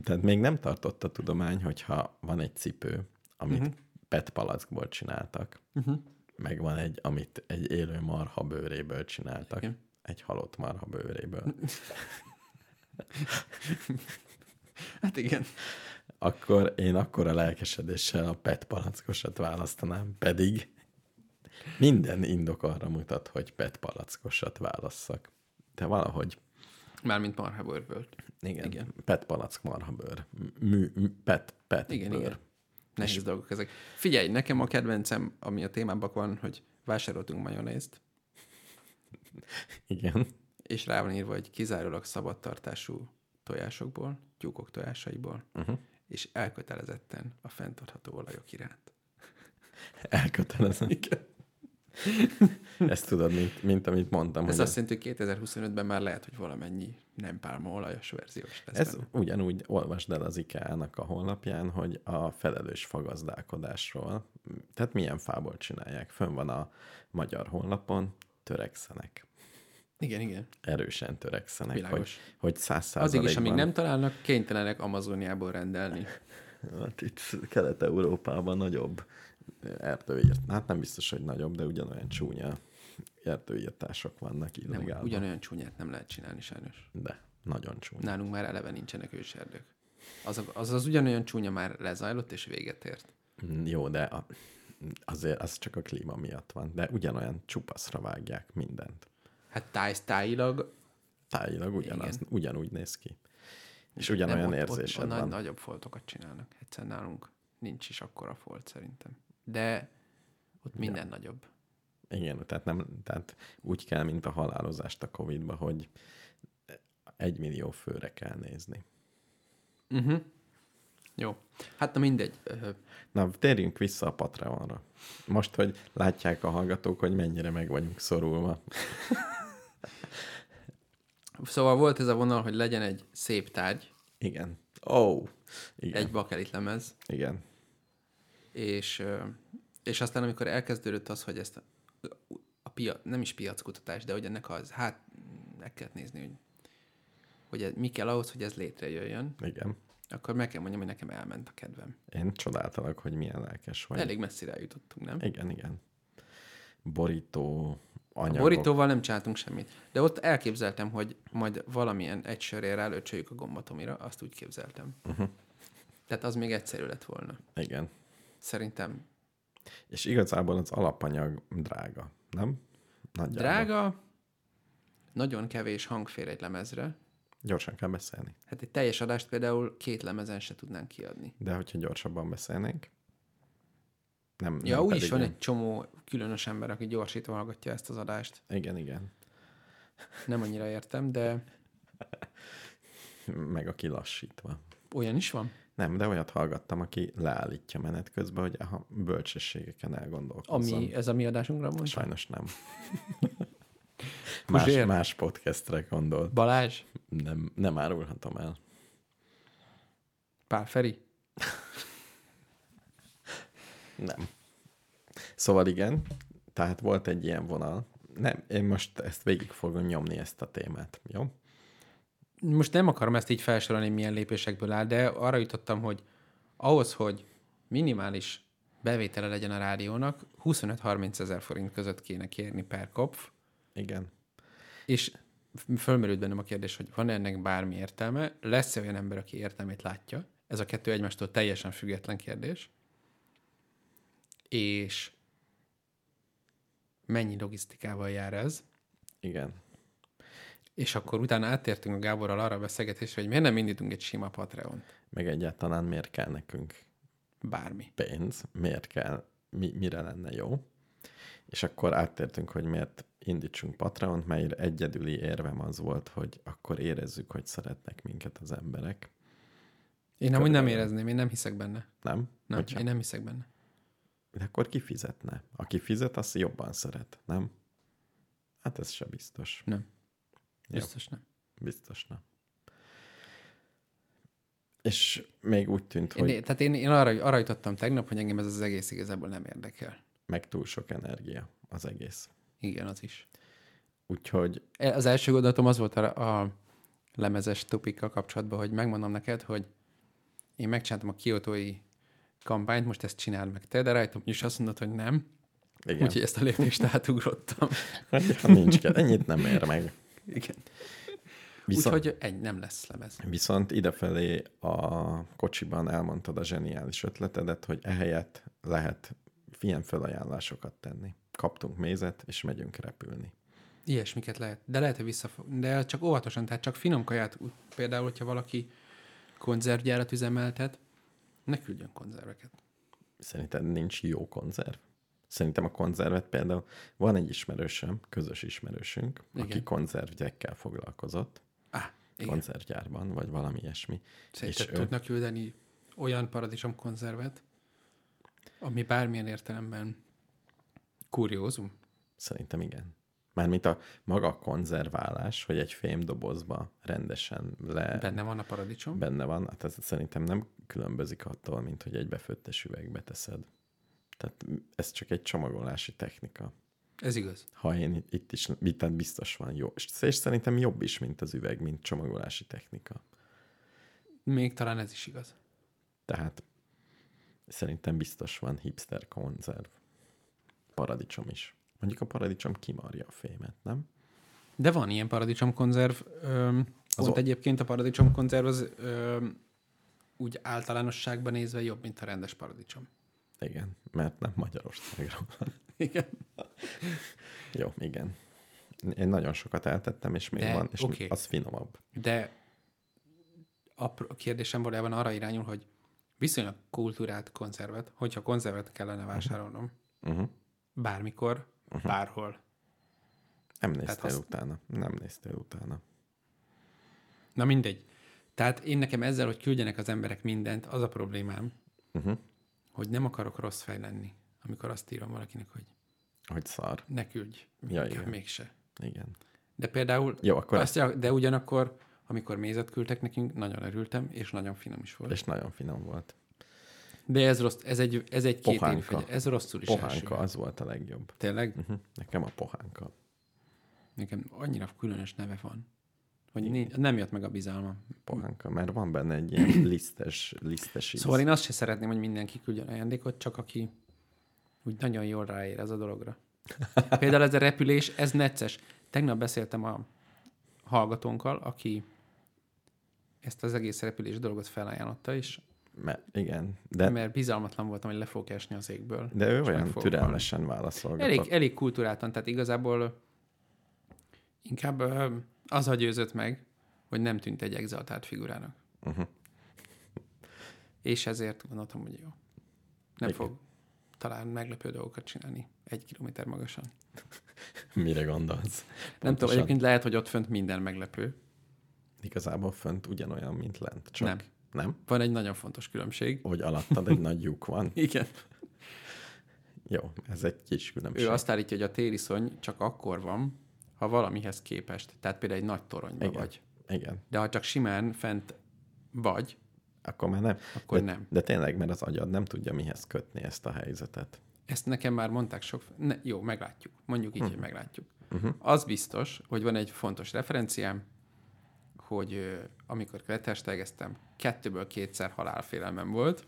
Speaker 1: Tehát még nem tartott a tudomány, hogyha van egy cipő, amit uh-huh. PET palackból csináltak, uh-huh. meg van egy, amit egy élő marha bőréből csináltak,
Speaker 2: Igen.
Speaker 1: Igen. egy halott marha bőréből,
Speaker 2: <laughs> Hát igen.
Speaker 1: akkor én akkora lelkesedéssel a PET palackosat választanám, pedig minden indok arra mutat, hogy PET palackosat válasszak. De valahogy
Speaker 2: Mármint marhabőrből.
Speaker 1: Igen. igen. Pet palack marhabőr. Mű, mű- pet, pet
Speaker 2: Igen,
Speaker 1: bőr.
Speaker 2: igen. Nehéz dolgok ezek. Figyelj, nekem a kedvencem, ami a témában van, hogy vásároltunk majonézt,
Speaker 1: Igen. <laughs>
Speaker 2: és rá van írva, hogy kizárólag szabadtartású tojásokból, tyúkok tojásaiból, uh-huh. és elkötelezetten a fenntartható olajok iránt.
Speaker 1: Elkötelezem. Igen. <laughs> Ezt tudod, mint, mint amit mondtam.
Speaker 2: Ez
Speaker 1: hogy
Speaker 2: azt jelenti, hogy 2025-ben már lehet, hogy valamennyi nem pálmaolajos verziós lesz.
Speaker 1: Ez
Speaker 2: benne.
Speaker 1: ugyanúgy olvasd el az IKEA-nak a honlapján, hogy a felelős fagazdálkodásról, tehát milyen fából csinálják. Fönn van a magyar honlapon, törekszenek.
Speaker 2: Igen, igen.
Speaker 1: Erősen törekszenek,
Speaker 2: Világos.
Speaker 1: hogy, hogy száz
Speaker 2: Addig is, amíg
Speaker 1: százalékban-
Speaker 2: nem találnak, kénytelenek Amazoniából rendelni.
Speaker 1: Hát itt Kelet-Európában nagyobb erdőírt. Hát nem biztos, hogy nagyobb, de ugyanolyan csúnya erdőírtások vannak
Speaker 2: Nem,
Speaker 1: illegálban.
Speaker 2: ugyanolyan csúnyát nem lehet csinálni sajnos.
Speaker 1: De nagyon csúnya.
Speaker 2: Nálunk már eleve nincsenek őserdők. Az, a- az az ugyanolyan csúnya már lezajlott és véget ért.
Speaker 1: Mm, Jó, de a, azért az csak a klíma miatt van. De ugyanolyan csupaszra vágják mindent.
Speaker 2: Hát táj, tájilag
Speaker 1: Tájilag ugyanaz,
Speaker 2: Igen.
Speaker 1: ugyanúgy néz ki. És ugyanolyan
Speaker 2: nem, ott-
Speaker 1: érzésed
Speaker 2: ott, ott,
Speaker 1: van.
Speaker 2: Nagy, nagyobb foltokat csinálnak. Egyszerűen nálunk nincs is akkora folt szerintem. De ott minden nagyobb.
Speaker 1: Igen, tehát, nem, tehát úgy kell, mint a halálozást a Covid-ba, hogy egy millió főre kell nézni.
Speaker 2: Mhm. Jó. Hát na mindegy. Ö,
Speaker 1: Na, térjünk vissza a Patreonra. Most, hogy látják a hallgatók, hogy mennyire meg vagyunk szorulva.
Speaker 2: Szóval volt ez a vonal, hogy legyen egy szép tárgy,
Speaker 1: Igen. Ó, oh, igen,
Speaker 2: egy bakelit lemez,
Speaker 1: igen.
Speaker 2: és, ö, és aztán amikor elkezdődött az, hogy ezt a, a pia, nem is piackutatás, de hogy ennek az, hát meg kell nézni, hogy, hogy ez, mi kell ahhoz, hogy ez létrejöjjön,
Speaker 1: Igen.
Speaker 2: akkor meg kell mondjam, hogy nekem elment a kedvem.
Speaker 1: Én csodáltalak, hogy milyen lelkes vagy.
Speaker 2: Elég messzire jutottunk, nem?
Speaker 1: Igen, igen. Borító anyagok.
Speaker 2: A borítóval nem csináltunk semmit. De ott elképzeltem, hogy majd valamilyen egy sörére előcsöljük a gombatomira, azt úgy képzeltem. Uh-huh. Tehát az még egyszerű lett volna.
Speaker 1: Igen.
Speaker 2: Szerintem
Speaker 1: És igazából az alapanyag drága, nem? Nagyjából.
Speaker 2: Drága, nagyon kevés hang fér egy lemezre.
Speaker 1: Gyorsan kell beszélni.
Speaker 2: Hát egy teljes adást például két lemezen se tudnánk kiadni.
Speaker 1: De hogyha gyorsabban beszélnénk, nem,
Speaker 2: Ja,
Speaker 1: nem
Speaker 2: úgy is
Speaker 1: pedig
Speaker 2: van
Speaker 1: én-
Speaker 2: egy csomó különös ember, aki gyorsítva hallgatja ezt az adást.
Speaker 1: Igen, igen.
Speaker 2: Nem annyira értem, de
Speaker 1: Meg aki lassítva.
Speaker 2: olyan is van.
Speaker 1: Nem, de olyat hallgattam, aki leállítja menet közben, hogy a bölcsességeken elgondolkozzon.
Speaker 2: Ami, ez a mi adásunkra van.
Speaker 1: Sajnos nem. más,
Speaker 2: Puzsér.
Speaker 1: más podcastre gondolt.
Speaker 2: Balázs,
Speaker 1: Nem, nem árulhatom el.
Speaker 2: Pál Feri.
Speaker 1: Nem. Szóval igen, tehát volt egy ilyen vonal. Nem, én most ezt végig fogom nyomni ezt a témát, jó?
Speaker 2: Most nem akarom ezt így felsorolni, milyen lépésekből áll, de arra jutottam, hogy ahhoz, hogy minimális bevétele legyen a rádiónak, 25-30 ezer forint között kéne kérni per kopf,
Speaker 1: Igen.
Speaker 2: És f- fölmerült bennem a kérdés, hogy van ennek bármi értelme, lesz-e olyan ember, aki értelmét látja? Ez a kettő egymástól teljesen független kérdés. És mennyi logisztikával jár ez?
Speaker 1: Igen.
Speaker 2: És akkor utána áttértünk a Gáborral arra a beszélgetésre, hogy miért nem indítunk egy sima Patreon.
Speaker 1: Meg egyáltalán miért kell nekünk
Speaker 2: Bármi.
Speaker 1: pénz, miért kell, mi, mire lenne jó. És akkor áttértünk, hogy miért indítsunk Patreon, mert egyedüli érvem az volt, hogy akkor érezzük, hogy szeretnek minket az emberek.
Speaker 2: Én amúgy nem
Speaker 1: Körülbelül.
Speaker 2: érezném, én nem hiszek benne.
Speaker 1: Nem?
Speaker 2: Nem,
Speaker 1: Hogyha-
Speaker 2: én nem hiszek benne.
Speaker 1: De akkor ki fizetne? Aki fizet, azt jobban szeret, nem? Hát ez se biztos.
Speaker 2: Nem. Biztos nem.
Speaker 1: Biztos nem. És még úgy tűnt,
Speaker 2: Én,
Speaker 1: hogy
Speaker 2: tehát én, én arra, arra jutottam tegnap, hogy engem ez az egész igazából nem érdekel.
Speaker 1: meg túl sok energia az egész.
Speaker 2: Igen, az is.
Speaker 1: Úgyhogy
Speaker 2: Az első gondolatom az volt a, a lemezes topikkal kapcsolatban, hogy megmondom neked, hogy én megcsináltam a kiotói kampányt, most ezt csinál meg te, de rajtam is azt mondod, hogy nem.
Speaker 1: igen,
Speaker 2: Úgyhogy ezt a lépést átugrottam.
Speaker 1: <laughs> nincs kell, ennyit nem ér
Speaker 2: <laughs>
Speaker 1: meg.
Speaker 2: Igen.
Speaker 1: Viszont,
Speaker 2: Úgyhogy egy nem lesz lemez.
Speaker 1: viszont idefelé a kocsiban elmondtad a zseniális ötletedet, hogy ehelyett lehet ilyen felajánlásokat tenni. Kaptunk mézet, és megyünk repülni.
Speaker 2: Ilyesmiket lehet. De lehet, hogy visszafog. De csak óvatosan, tehát csak finom kaját. ú- Például, hogyha valaki konzervgyárat üzemeltet, ne küldjön konzerveket.
Speaker 1: Szerinted nincs jó konzerv? Szerintem a konzervet például van egy ismerősöm, közös ismerősünk, Igen. aki
Speaker 2: Igen.
Speaker 1: konzervgyekkel foglalkozott,
Speaker 2: Ah,
Speaker 1: Igen.
Speaker 2: igen.
Speaker 1: konzervgyárban, vagy valami ilyesmi.
Speaker 2: Szerinted
Speaker 1: és ő-
Speaker 2: tudnak küldeni olyan paradicsom konzervet, ami bármilyen értelemben kuriózum?
Speaker 1: Szerintem igen. Mármint a maga a konzerválás, hogy egy fémdobozba rendesen le
Speaker 2: Benne van a paradicsom.
Speaker 1: benne van, hát ez szerintem nem különbözik attól, mint hogy egy befőttes üvegbe teszed. Tehát ez csak egy csomagolási technika.
Speaker 2: Ez igaz.
Speaker 1: Ha én itt is, itt tehát biztos van jó. És és szerintem jobb is, mint az üveg, mint csomagolási technika.
Speaker 2: Még talán ez is igaz.
Speaker 1: Tehát szerintem biztos van hipster konzerv. Paradicsom is. Mondjuk a paradicsom kimarja a fémet, nem?
Speaker 2: De van ilyen paradicsomkonzerv. Öm,
Speaker 1: Az
Speaker 2: pont
Speaker 1: o-
Speaker 2: egyébként a paradicsomkonzerv az öm, úgy általánosságban nézve jobb, mint a rendes paradicsom.
Speaker 1: Igen, mert nem Magyarországról.
Speaker 2: Igen.
Speaker 1: jó, igen. Én nagyon sokat eltettem, és még
Speaker 2: De,
Speaker 1: van, és
Speaker 2: oké.
Speaker 1: az finomabb.
Speaker 2: De a kérdésem valójában arra irányul, hogy viszonylag kultúrát, konzervet, hogyha konzervet kellene vásárolnom,
Speaker 1: Uh-huh.
Speaker 2: bármikor,
Speaker 1: Mhm.
Speaker 2: bárhol.
Speaker 1: Nem néztél
Speaker 2: azt-
Speaker 1: utána. Nem néztél utána.
Speaker 2: Na mindegy. Tehát én nekem ezzel, hogy küldjenek az emberek mindent, az a problémám,
Speaker 1: Uh-huh.
Speaker 2: hogy nem akarok rossz fej lenni, amikor azt írom valakinek, hogy
Speaker 1: Hogy szar.
Speaker 2: ne küldj,
Speaker 1: Ja,
Speaker 2: inkább
Speaker 1: igen.
Speaker 2: mégse.
Speaker 1: Igen.
Speaker 2: De például,
Speaker 1: Jó, akkor
Speaker 2: azt, ja- de ugyanakkor, amikor mézet küldtek nekünk, nagyon örültem, és nagyon finom is volt.
Speaker 1: És nagyon finom volt.
Speaker 2: De ez rossz, ez egy, ez egy két év,
Speaker 1: Pohánka.
Speaker 2: ez rosszul is Mhm.
Speaker 1: Pohánka,
Speaker 2: elsőre.
Speaker 1: az volt a legjobb.
Speaker 2: Tényleg?
Speaker 1: Uh-huh. Nekem a pohánka.
Speaker 2: Nekem annyira különös neve van, hogy né- nem jött meg a bizalmam.
Speaker 1: Pohánka, mert van benne egy ilyen
Speaker 2: <clears throat>
Speaker 1: lisztes, lisztes íz.
Speaker 2: Szóval én azt se szeretném, hogy mindenki küldjön ajándékot, csak aki úgy nagyon jól ráér ez a
Speaker 1: <laughs>
Speaker 2: dologra. Például ez a repülés, ez necces. Tegnap beszéltem a hallgatónkkal, aki ezt az egész repülés dolgot felajánlotta, és
Speaker 1: Mert, igen, de,
Speaker 2: mert bizalmatlan voltam, hogy le fogok esni az égből.
Speaker 1: de ő
Speaker 2: És meg
Speaker 1: olyan
Speaker 2: fogok
Speaker 1: türelmesen
Speaker 2: halni. Elég,
Speaker 1: válaszolgatott.
Speaker 2: elég kultúráltan, tehát igazából inkább ö, az a győzött meg, hogy nem tűnt egy exaltált figurának.
Speaker 1: Uh-huh.
Speaker 2: És ezért gondoltam, hogy jó. Nem
Speaker 1: Igen.
Speaker 2: fog talán meglepő dolgokat csinálni egy kilométer magasan.
Speaker 1: Mire gondolsz?
Speaker 2: Nem tudom,
Speaker 1: Pontosan.
Speaker 2: egyébként lehet, hogy ott fönt minden meglepő.
Speaker 1: Igazából fönt ugyanolyan, mint lent. Csak
Speaker 2: Nem.
Speaker 1: nem?
Speaker 2: Van egy nagyon
Speaker 1: <laughs>
Speaker 2: fontos különbség.
Speaker 1: Hogy alattad egy nagy lyuk van.
Speaker 2: Igen.
Speaker 1: Jó, ez egy kis különbség.
Speaker 2: Ő azt állítja, hogy a tériszony csak akkor van, ha valamihez képest. Tehát például egy nagy toronyban
Speaker 1: Igen.
Speaker 2: vagy.
Speaker 1: Igen,
Speaker 2: De ha csak simán fent vagy,
Speaker 1: akkor már nem.
Speaker 2: Akkor
Speaker 1: de,
Speaker 2: nem.
Speaker 1: De tényleg, mert az agyad nem tudja mihez kötni ezt a helyzetet.
Speaker 2: ezt nekem már mondták sok... Ne, jó, meglátjuk. Mondjuk
Speaker 1: Mhm.
Speaker 2: így, hogy meglátjuk. Uh-huh. Az biztos, hogy van egy fontos referenciám, hogy ö, amikor kletestegeztem, kettőből kétszer halálfélelmem volt.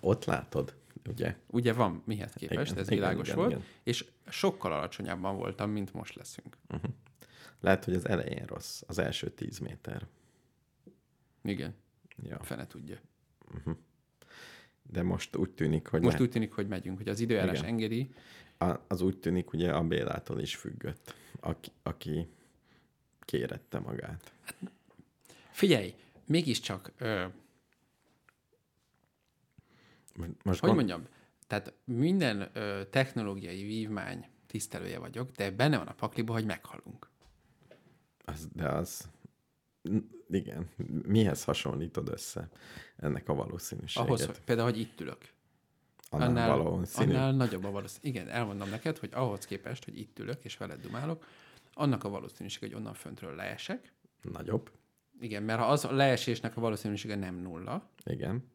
Speaker 1: Ott látod, ugye?
Speaker 2: Ugye van mihez képest,
Speaker 1: Igen,
Speaker 2: ez
Speaker 1: igen,
Speaker 2: világos
Speaker 1: igen,
Speaker 2: volt,
Speaker 1: igen.
Speaker 2: és sokkal alacsonyabban voltam, mint most leszünk.
Speaker 1: Lehet, hogy az elején rossz, az első tíz méter.
Speaker 2: Igen,
Speaker 1: Ja.
Speaker 2: a fene tudja.
Speaker 1: De most úgy tűnik, hogy
Speaker 2: Most
Speaker 1: ne,
Speaker 2: úgy tűnik, hogy megyünk, hogy az időjárás
Speaker 1: Igen.
Speaker 2: engedi.
Speaker 1: a, az úgy tűnik, ugye a Bélától is függött, aki, aki kérette magát.
Speaker 2: Figyelj, mégiscsak, ö,
Speaker 1: Most
Speaker 2: hogy mondjam, tehát minden ö, technológiai vívmány tisztelője vagyok, de benne van a pakliba, hogy meghalunk.
Speaker 1: Az, de az... N- Igen. Mihez hasonlítod össze ennek a valószínűséget?
Speaker 2: Ahhoz, hogy, például, hogy itt ülök.
Speaker 1: annál, annál valószínű.
Speaker 2: annál nagyobb a valószínűség. Igen, elmondom neked, hogy ahhoz képest, hogy itt ülök és veled dumálok, annak a valószínűség, hogy onnan föntről leesek.
Speaker 1: Nagyobb.
Speaker 2: Igen, mert ha az a leesésnek a valószínűsége nem nulla,
Speaker 1: Igen.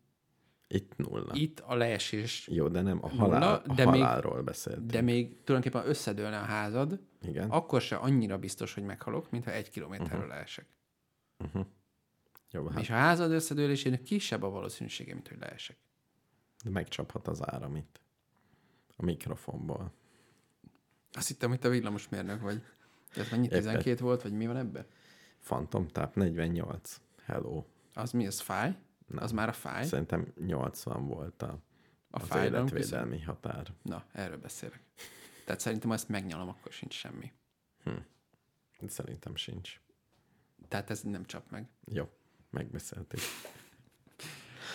Speaker 1: Itt nulla.
Speaker 2: itt a leesés,
Speaker 1: Jó, de nem a,
Speaker 2: Nulla,
Speaker 1: halál, a
Speaker 2: de még-
Speaker 1: halálról még... beszélt.
Speaker 2: de még tulajdonképpen összedőlne a házad,
Speaker 1: Igen.
Speaker 2: akkor se annyira biztos, hogy meghalok, mintha egy kilométerről uh-huh. leesek.
Speaker 1: Jó, Mhm. hát
Speaker 2: És a házad összedőlésének kisebb a valószínűsége, mint hogy leesek.
Speaker 1: megcsaphat az áram itt. A mikrofonból.
Speaker 2: Azt hittem, hogy te villamosmérnök vagy. De ez mennyi,
Speaker 1: Éppen.
Speaker 2: 12 volt, vagy mi van ebben?
Speaker 1: Fantomtáp 48. Hello.
Speaker 2: Az mi, ez fáj? Nem. Az már a fáj?
Speaker 1: Szerintem 80 volt a,
Speaker 2: A
Speaker 1: az
Speaker 2: fájdalom
Speaker 1: életvédelmi határ.
Speaker 2: Na, erről beszélek. Tehát szerintem ha ezt megnyalom, akkor sincs semmi.
Speaker 1: Szerintem sincs.
Speaker 2: Tehát ez nem csap meg.
Speaker 1: Jó, megbeszéltük.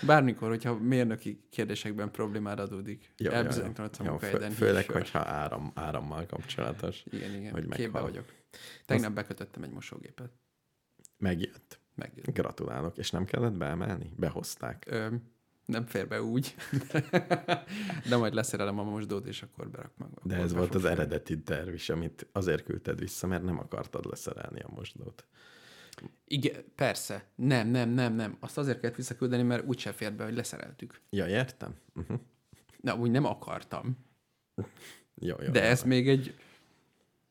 Speaker 2: Bármikor, hogyha mérnöki kérdésekben problémára adódik,
Speaker 1: Jó,
Speaker 2: elbizonytalanodsz a
Speaker 1: jó, jó.
Speaker 2: munkahelyen.
Speaker 1: Fő,
Speaker 2: hívd
Speaker 1: főleg,
Speaker 2: föl.
Speaker 1: hogyha áram, árammal kapcsolatos.
Speaker 2: Igen, igen,
Speaker 1: hogy
Speaker 2: hogy képbe
Speaker 1: meghal.
Speaker 2: vagyok. Tegnap bekötöttem egy mosógépet.
Speaker 1: Megjött.
Speaker 2: Megjött.
Speaker 1: Gratulálok. És nem kellett beemelni? Behozták.
Speaker 2: Ö, Nem fér be úgy. <laughs> De majd leszerelem a mosdót, és akkor berak meg.
Speaker 1: De ez volt az eredeti terv is, amit azért küldted vissza, mert nem akartad leszerelni a mosdót.
Speaker 2: Igen, persze. Nem, nem, nem, nem. Azt azért kellett visszaküldeni, mert úgy se fér be, hogy leszereltük.
Speaker 1: Ja, értem? Uh-huh.
Speaker 2: Na, úgy nem akartam.
Speaker 1: Jó, jó.
Speaker 2: De ez még egy...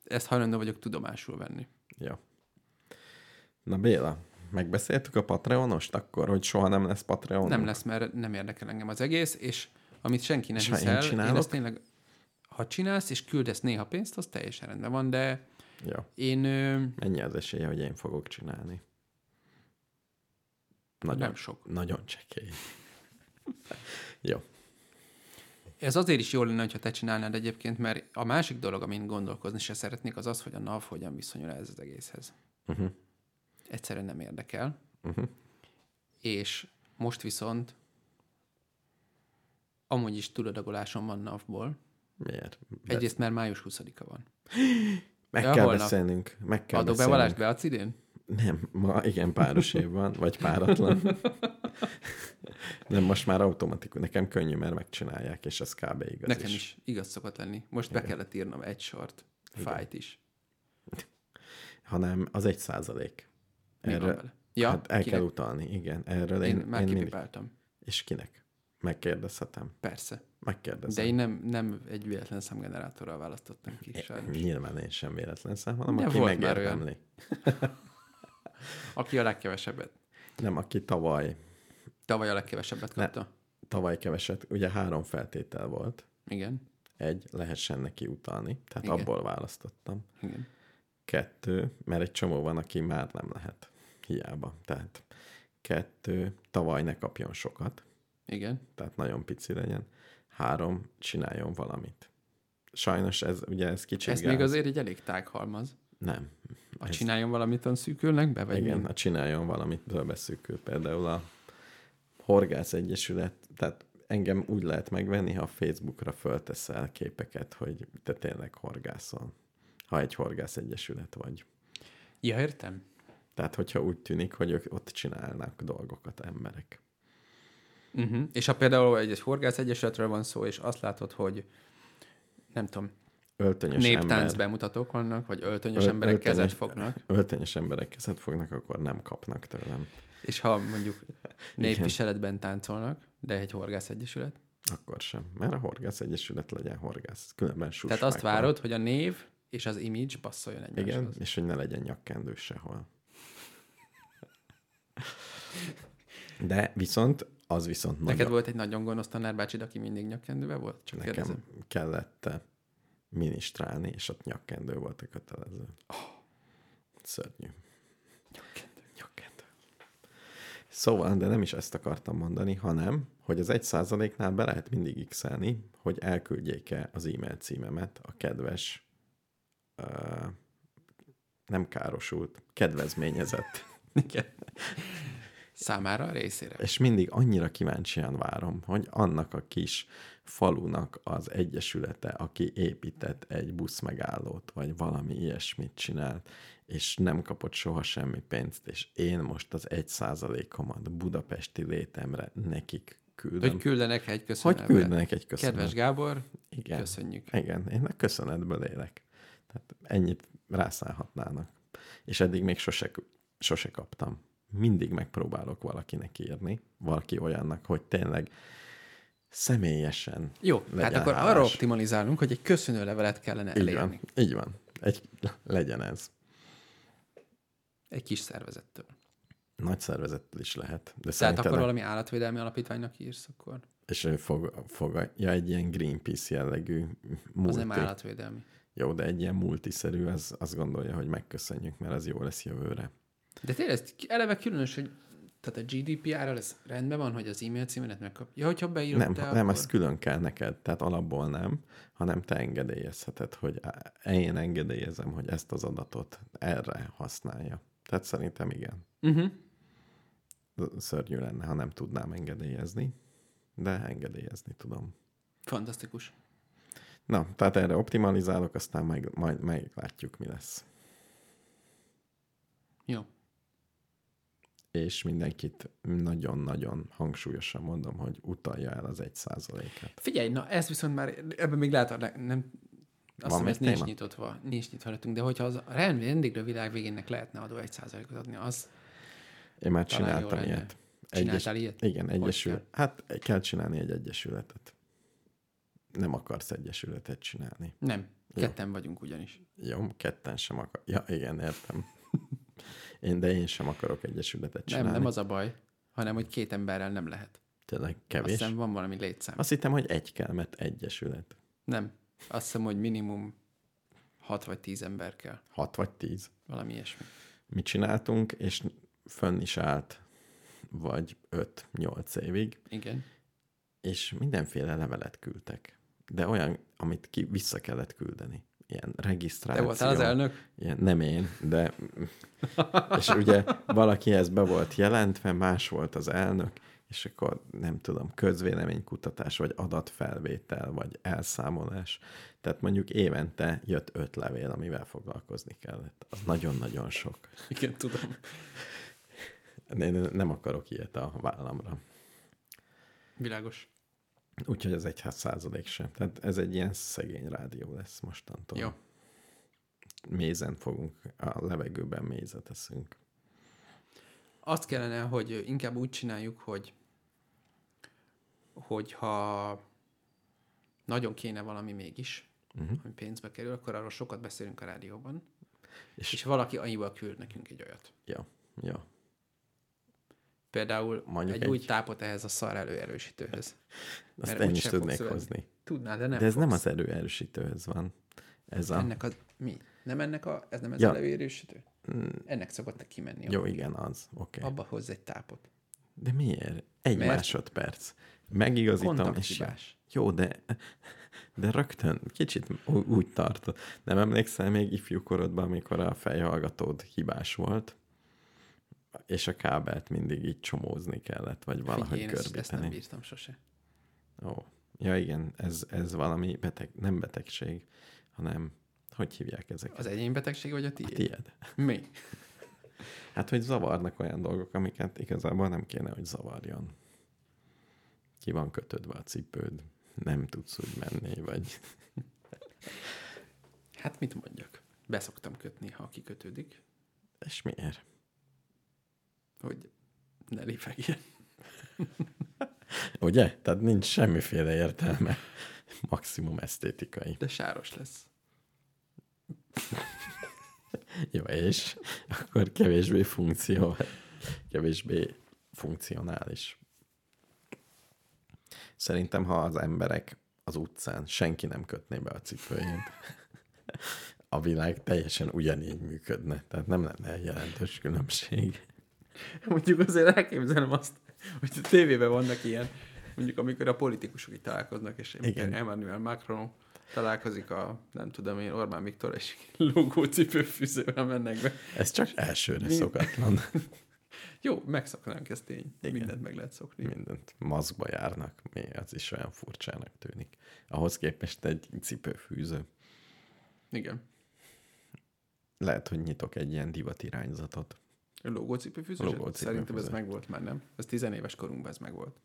Speaker 2: Ezt hajlandó vagyok tudomásul venni.
Speaker 1: Jó. Na Béla, megbeszéltük a Patreonost akkor, hogy soha nem lesz Patreon?
Speaker 2: Nem lesz, mert nem érdekel engem az egész, és amit senki nem
Speaker 1: És ha én
Speaker 2: hisz el, én,
Speaker 1: csinálok?
Speaker 2: azt tényleg, ha csinálsz, és küldesz néha pénzt, az teljesen rendben van, de
Speaker 1: Jó.
Speaker 2: én ö,
Speaker 1: Ennyi az esélye, hogy én fogok csinálni. Nagyon,
Speaker 2: nem sok.
Speaker 1: Nagyon csekély. Jó.
Speaker 2: Ez azért is jó lenne, ha te csinálnád egyébként, mert a másik dolog, amin gondolkozni se szeretnék, az az, hogy a NAV hogyan viszonyul ez az egészhez.
Speaker 1: Uh-huh.
Speaker 2: Egyszerűen nem érdekel.
Speaker 1: Uh-huh.
Speaker 2: És most viszont amúgy is túladagolásom van NAV-ból.
Speaker 1: Miért? Be-
Speaker 2: Egyrészt már május 20-a van.
Speaker 1: meg
Speaker 2: Ja,
Speaker 1: kell
Speaker 2: holnap.
Speaker 1: beszélnünk. Meg kell
Speaker 2: Adóbevallást beadsz idén?
Speaker 1: Nem, ma igen, páros év van, vagy páratlan. Nem, most már automatikus. Nekem könnyű, mert megcsinálják, és ez kb. igaz
Speaker 2: Nekem is igaz szokott lenni. Most be kellett írnom egy sort. Fájt is.
Speaker 1: Hanem az egy százalék.
Speaker 2: Mi van
Speaker 1: Erről,
Speaker 2: vele? Ja,
Speaker 1: hát el
Speaker 2: kinek?
Speaker 1: kell utalni, igen. Erről
Speaker 2: én,
Speaker 1: én,
Speaker 2: már
Speaker 1: én mindig.
Speaker 2: kipipáltam.
Speaker 1: És kinek? Megkérdezhetem.
Speaker 2: Persze.
Speaker 1: Megkérdezem.
Speaker 2: De én nem, nem egy véletlen számgenerátorral választottam ki.
Speaker 1: E-
Speaker 2: sajnos.
Speaker 1: Nyilván én sem véletlen szám, hanem
Speaker 2: De
Speaker 1: aki
Speaker 2: volt már
Speaker 1: megérdemli.
Speaker 2: Aki a legkevesebbet.
Speaker 1: Nem, aki tavaly,
Speaker 2: Tavaly a legkevesebbet
Speaker 1: Ne.
Speaker 2: kapta.
Speaker 1: tavaly keveset, ugye három feltétel volt.
Speaker 2: Igen.
Speaker 1: Egy, lehessen neki utalni, tehát
Speaker 2: Igen.
Speaker 1: abból választottam.
Speaker 2: Igen.
Speaker 1: Kettő, mert egy csomó van, aki már nem lehet. Hiába. Tehát kettő, tavaly ne kapjon sokat,
Speaker 2: Igen.
Speaker 1: tehát nagyon pici legyen. Három, csináljon valamit. Sajnos ez, ugye ez kicsit
Speaker 2: Ez
Speaker 1: gáz.
Speaker 2: még azért egy elég tág halmaz.
Speaker 1: Nem.
Speaker 2: A
Speaker 1: Ez-
Speaker 2: csináljon valamit, on szűkülnek be, vagy
Speaker 1: Igen,
Speaker 2: mi?
Speaker 1: a csináljon valamit, beszűkül például a Horgász Egyesület, tehát engem úgy lehet megvenni, ha Facebookra fölteszel képeket, hogy te tényleg horgászol, ha egy Horgász Egyesület vagy.
Speaker 2: Ja, értem.
Speaker 1: Tehát, hogyha úgy tűnik, hogy ők ott csinálnak dolgokat emberek.
Speaker 2: Uh-huh. És ha például egy, egy horgász egyesületről van szó, és azt látod, hogy nem tudom,
Speaker 1: Öltönyös
Speaker 2: néptánc
Speaker 1: ember,
Speaker 2: bemutatók vannak, vagy öltönyös
Speaker 1: Öl-
Speaker 2: emberek kezet
Speaker 1: öltönyös-
Speaker 2: fognak,
Speaker 1: Öltönyös emberek kezet fognak, akkor nem kapnak tőlem.
Speaker 2: és ha mondjuk népviseletben táncolnak, de egy horgász egyesület,
Speaker 1: Akkor sem. Mert a Horgász Egyesület legyen horgász. Különben
Speaker 2: Tehát
Speaker 1: susmákban.
Speaker 2: azt várod, hogy a név és az image passzoljon egymáshoz.
Speaker 1: Igen,
Speaker 2: Igen.
Speaker 1: és hogy ne legyen nyakkendő
Speaker 2: <laughs>
Speaker 1: sehol. De viszont, az viszont
Speaker 2: Neked
Speaker 1: nagyon,
Speaker 2: volt egy nagyon gonosz tanárbácsid, aki mindig nyakkendőben volt? Csak
Speaker 1: nekem
Speaker 2: kérdezem.
Speaker 1: kellett eh, minisztrálni, és ott nyakkendő volt a kötelező. Szörnyű. Nyakkendő. Szóval, de nem is ezt akartam mondani, hanem, hogy az egy százaléknál be lehet mindig x hogy elküldjék-e az e-mail címemet a kedves, uh, nem károsult, kedvezményezett.
Speaker 2: Igen. Számára a részére.
Speaker 1: és mindig annyira kíváncsian várom, hogy annak a kis falunak az egyesülete, aki épített egy buszmegállót, vagy valami ilyesmit csinált, és nem kapott soha semmi pénzt, és én most az egy százalékomat budapesti létemre nekik küldöm.
Speaker 2: Hogy küldenek egy köszönetet.
Speaker 1: hogy küldenek egy köszönet.
Speaker 2: Kedves Gábor,
Speaker 1: Igen.
Speaker 2: köszönjük.
Speaker 1: Igen, én a köszönetből élek. Tehát ennyit rászállhatnának. És eddig még sose, sose kaptam. Mindig megpróbálok valakinek írni, valaki olyannak, hogy tényleg személyesen
Speaker 2: Jó,
Speaker 1: legyen
Speaker 2: hát akkor
Speaker 1: hálás.
Speaker 2: arra optimalizálunk, hogy egy köszönő levelet kellene
Speaker 1: Így
Speaker 2: elérni.
Speaker 1: van, így van. Egy, legyen ez.
Speaker 2: Egy kis szervezettől.
Speaker 1: Nagy szervezettel is lehet. De
Speaker 2: Tehát
Speaker 1: szerinted
Speaker 2: akkor valami állatvédelmi alapítványnak írsz, akkor
Speaker 1: És ő fog, fogadja egy ilyen Greenpeace jellegű
Speaker 2: az
Speaker 1: multi.
Speaker 2: nem állatvédelmi.
Speaker 1: Jó, de egy ilyen multiszerű, az azt gondolja, hogy megköszönjük, mert az jó lesz jövőre.
Speaker 2: De tényleg ez eleve különös, hogy tehát a GDPR-ral ez rendben van, hogy az e-mail címedet megkapja. Ja, hogyha beírod
Speaker 1: Nem,
Speaker 2: te,
Speaker 1: nem akkor...
Speaker 2: akkor...
Speaker 1: ezt külön kell neked, tehát alapból nem, hanem te engedélyezheted, hogy á, e, én engedélyezem, hogy ezt az adatot erre használja. Tehát szerintem igen.
Speaker 2: Uh-huh.
Speaker 1: Szörnyű lenne, ha nem tudnám engedélyezni, de engedélyezni tudom.
Speaker 2: Fantasztikus.
Speaker 1: Na, tehát erre optimalizálok, aztán meg, majd meglátjuk, mi lesz.
Speaker 2: Jó.
Speaker 1: és mindenkit nagyon-nagyon hangsúlyosan mondom, hogy utalja el az egy százalékát.
Speaker 2: Figyelj, na ez viszont már, ebben még látod, ne- nem, azt hiszem,
Speaker 1: még
Speaker 2: ez nincs
Speaker 1: téma?
Speaker 2: nyitottva, nincs nyitva lettünk, de hogyha az a rendvédikre világ végének lehetne adó egy százalékot adni, az
Speaker 1: Én már
Speaker 2: Talán jó
Speaker 1: csináltam
Speaker 2: lenne.
Speaker 1: ilyet.
Speaker 2: Csináltál ilyet?
Speaker 1: Igen,
Speaker 2: Hogy
Speaker 1: egyesül.
Speaker 2: kell?
Speaker 1: Hát kell csinálni egy egyesületet. Nem akarsz egyesületet csinálni.
Speaker 2: nem. Ketten vagyunk ugyanis.
Speaker 1: Jó, ketten sem akar. Ja, igen, értem. <laughs> Én, de én sem akarok egyesületet csinálni.
Speaker 2: Nem, nem az a baj, hanem hogy két emberrel nem lehet.
Speaker 1: Tényleg
Speaker 2: Azt
Speaker 1: kevés. Azt,
Speaker 2: hiszem van valami létszám.
Speaker 1: Azt hittem, hogy egy kell, mert egyesület.
Speaker 2: Nem. Azt hiszem, hogy minimum 6 vagy 10 ember kell.
Speaker 1: Hat vagy tíz.
Speaker 2: Valami ilyesmi.
Speaker 1: Mi csináltunk, és fönn is állt vagy öt-nyolc évig,
Speaker 2: Igen.
Speaker 1: és mindenféle levelet küldtek. De olyan, amit ki vissza kellett küldeni. Ilyen
Speaker 2: Te
Speaker 1: regisztráció.
Speaker 2: voltál az elnök?
Speaker 1: Ilyen, nem én, de... És ugye valaki ez be volt jelentve, más volt az elnök, és akkor nem tudom, közvéleménykutatás, vagy adatfelvétel, vagy elszámolás. Tehát mondjuk évente jött öt levél, amivel foglalkozni kellett. Az nagyon-nagyon sok.
Speaker 2: Igen, tudom.
Speaker 1: Én nem akarok ilyet a vállamra.
Speaker 2: Világos.
Speaker 1: Úgyhogy ez egy hát százalék sem. Tehát ez egy ilyen szegény rádió lesz mostantól.
Speaker 2: Jó.
Speaker 1: Mézen fogunk, a levegőben mézet eszünk.
Speaker 2: Azt kellene, hogy inkább úgy csináljuk, hogy hogyha nagyon kéne valami mégis,
Speaker 1: Mhm.
Speaker 2: uh-huh. ami pénzbe kerül, akkor arról sokat beszélünk a rádióban, és,
Speaker 1: És-
Speaker 2: és valaki annyival küld nekünk egy olyat.
Speaker 1: Ja, ja.
Speaker 2: Például
Speaker 1: Mondjuk
Speaker 2: egy, egy
Speaker 1: egy-
Speaker 2: új tápot ehhez a szar előerősítőhöz.
Speaker 1: Azt
Speaker 2: Mert
Speaker 1: én
Speaker 2: úgy
Speaker 1: is
Speaker 2: sem
Speaker 1: tudnék
Speaker 2: fogsz
Speaker 1: hozni.
Speaker 2: venni. Tudnál, de nem
Speaker 1: De ez nem
Speaker 2: fogsz.
Speaker 1: az erőerősítőhöz van. Ez a...
Speaker 2: Ennek az, mi? Nem ennek a, ez nem ez
Speaker 1: Ja.
Speaker 2: a levérősítő? Ennek szokott kimenni.
Speaker 1: Mm, Jó, igen, az. Oké. Okay.
Speaker 2: Abba hozz egy tápot.
Speaker 1: De miért? Egy
Speaker 2: Mert-
Speaker 1: Mert... másodperc. Megigazítom, és...
Speaker 2: Kontakthibás.
Speaker 1: Jó, de... De rögtön, kicsit ú- úgy tart. Nem emlékszel még ifjúkorodban, amikor a fejhallgatód hibás volt, és a kábelt mindig így csomózni kellett, vagy valahogy
Speaker 2: Figyelj, én ezt, ezt nem
Speaker 1: görbíteni.
Speaker 2: bírtam sose.
Speaker 1: Ó, ja igen, ez, ez valami beteg, nem betegség, hanem hogy hívják ezeket?
Speaker 2: Az enyém betegség vagy a tiéd?
Speaker 1: Tied.
Speaker 2: Mi?
Speaker 1: Hát, hogy zavarnak olyan dolgok, amiket igazából nem kéne, hogy zavarjon. Ki van kötödve a cipőd, nem tudsz úgy menni, vagy...
Speaker 2: Hát mit mondjak? Beszoktam kötni, ha kikötődik,
Speaker 1: És miért?
Speaker 2: hogy ne lépegjen.
Speaker 1: Ugye? Tehát nincs semmiféle értelme. Maximum esztétikai.
Speaker 2: De sáros lesz.
Speaker 1: Jó, és akkor kevésbé funkció, kevésbé funkcionális. Szerintem, ha az emberek az utcán senki nem kötné be a cipőjét, a világ teljesen ugyanígy működne. Tehát nem lenne jelentős különbség.
Speaker 2: <laughs> Mondjuk azért elképzelem azt, hogy a tévében vannak ilyen, mondjuk amikor a politikusok itt találkoznak, és
Speaker 1: Igen.
Speaker 2: Igen. Emmanuel Macron találkozik a, nem tudom én, Orbán Viktor, és <laughs> lógó cipőfűzővel mennek be.
Speaker 1: Ez csak elsőre szokatlan.
Speaker 2: Jó, megszoknánk, ez tény.
Speaker 1: Igen.
Speaker 2: Igen. Mindent meg lehet szokni. Mind.
Speaker 1: Mindent maszkba járnak, mi az is olyan furcsának tűnik. Ahhoz képest egy cipőfűző.
Speaker 2: Igen.
Speaker 1: Lehet, hogy nyitok egy ilyen divatirányzatot.
Speaker 2: Logócipőfűzés?
Speaker 1: Logócipőfűzés.
Speaker 2: Szerintem ez megvolt már, nem? Ez tizenéves korunkban ez megvolt.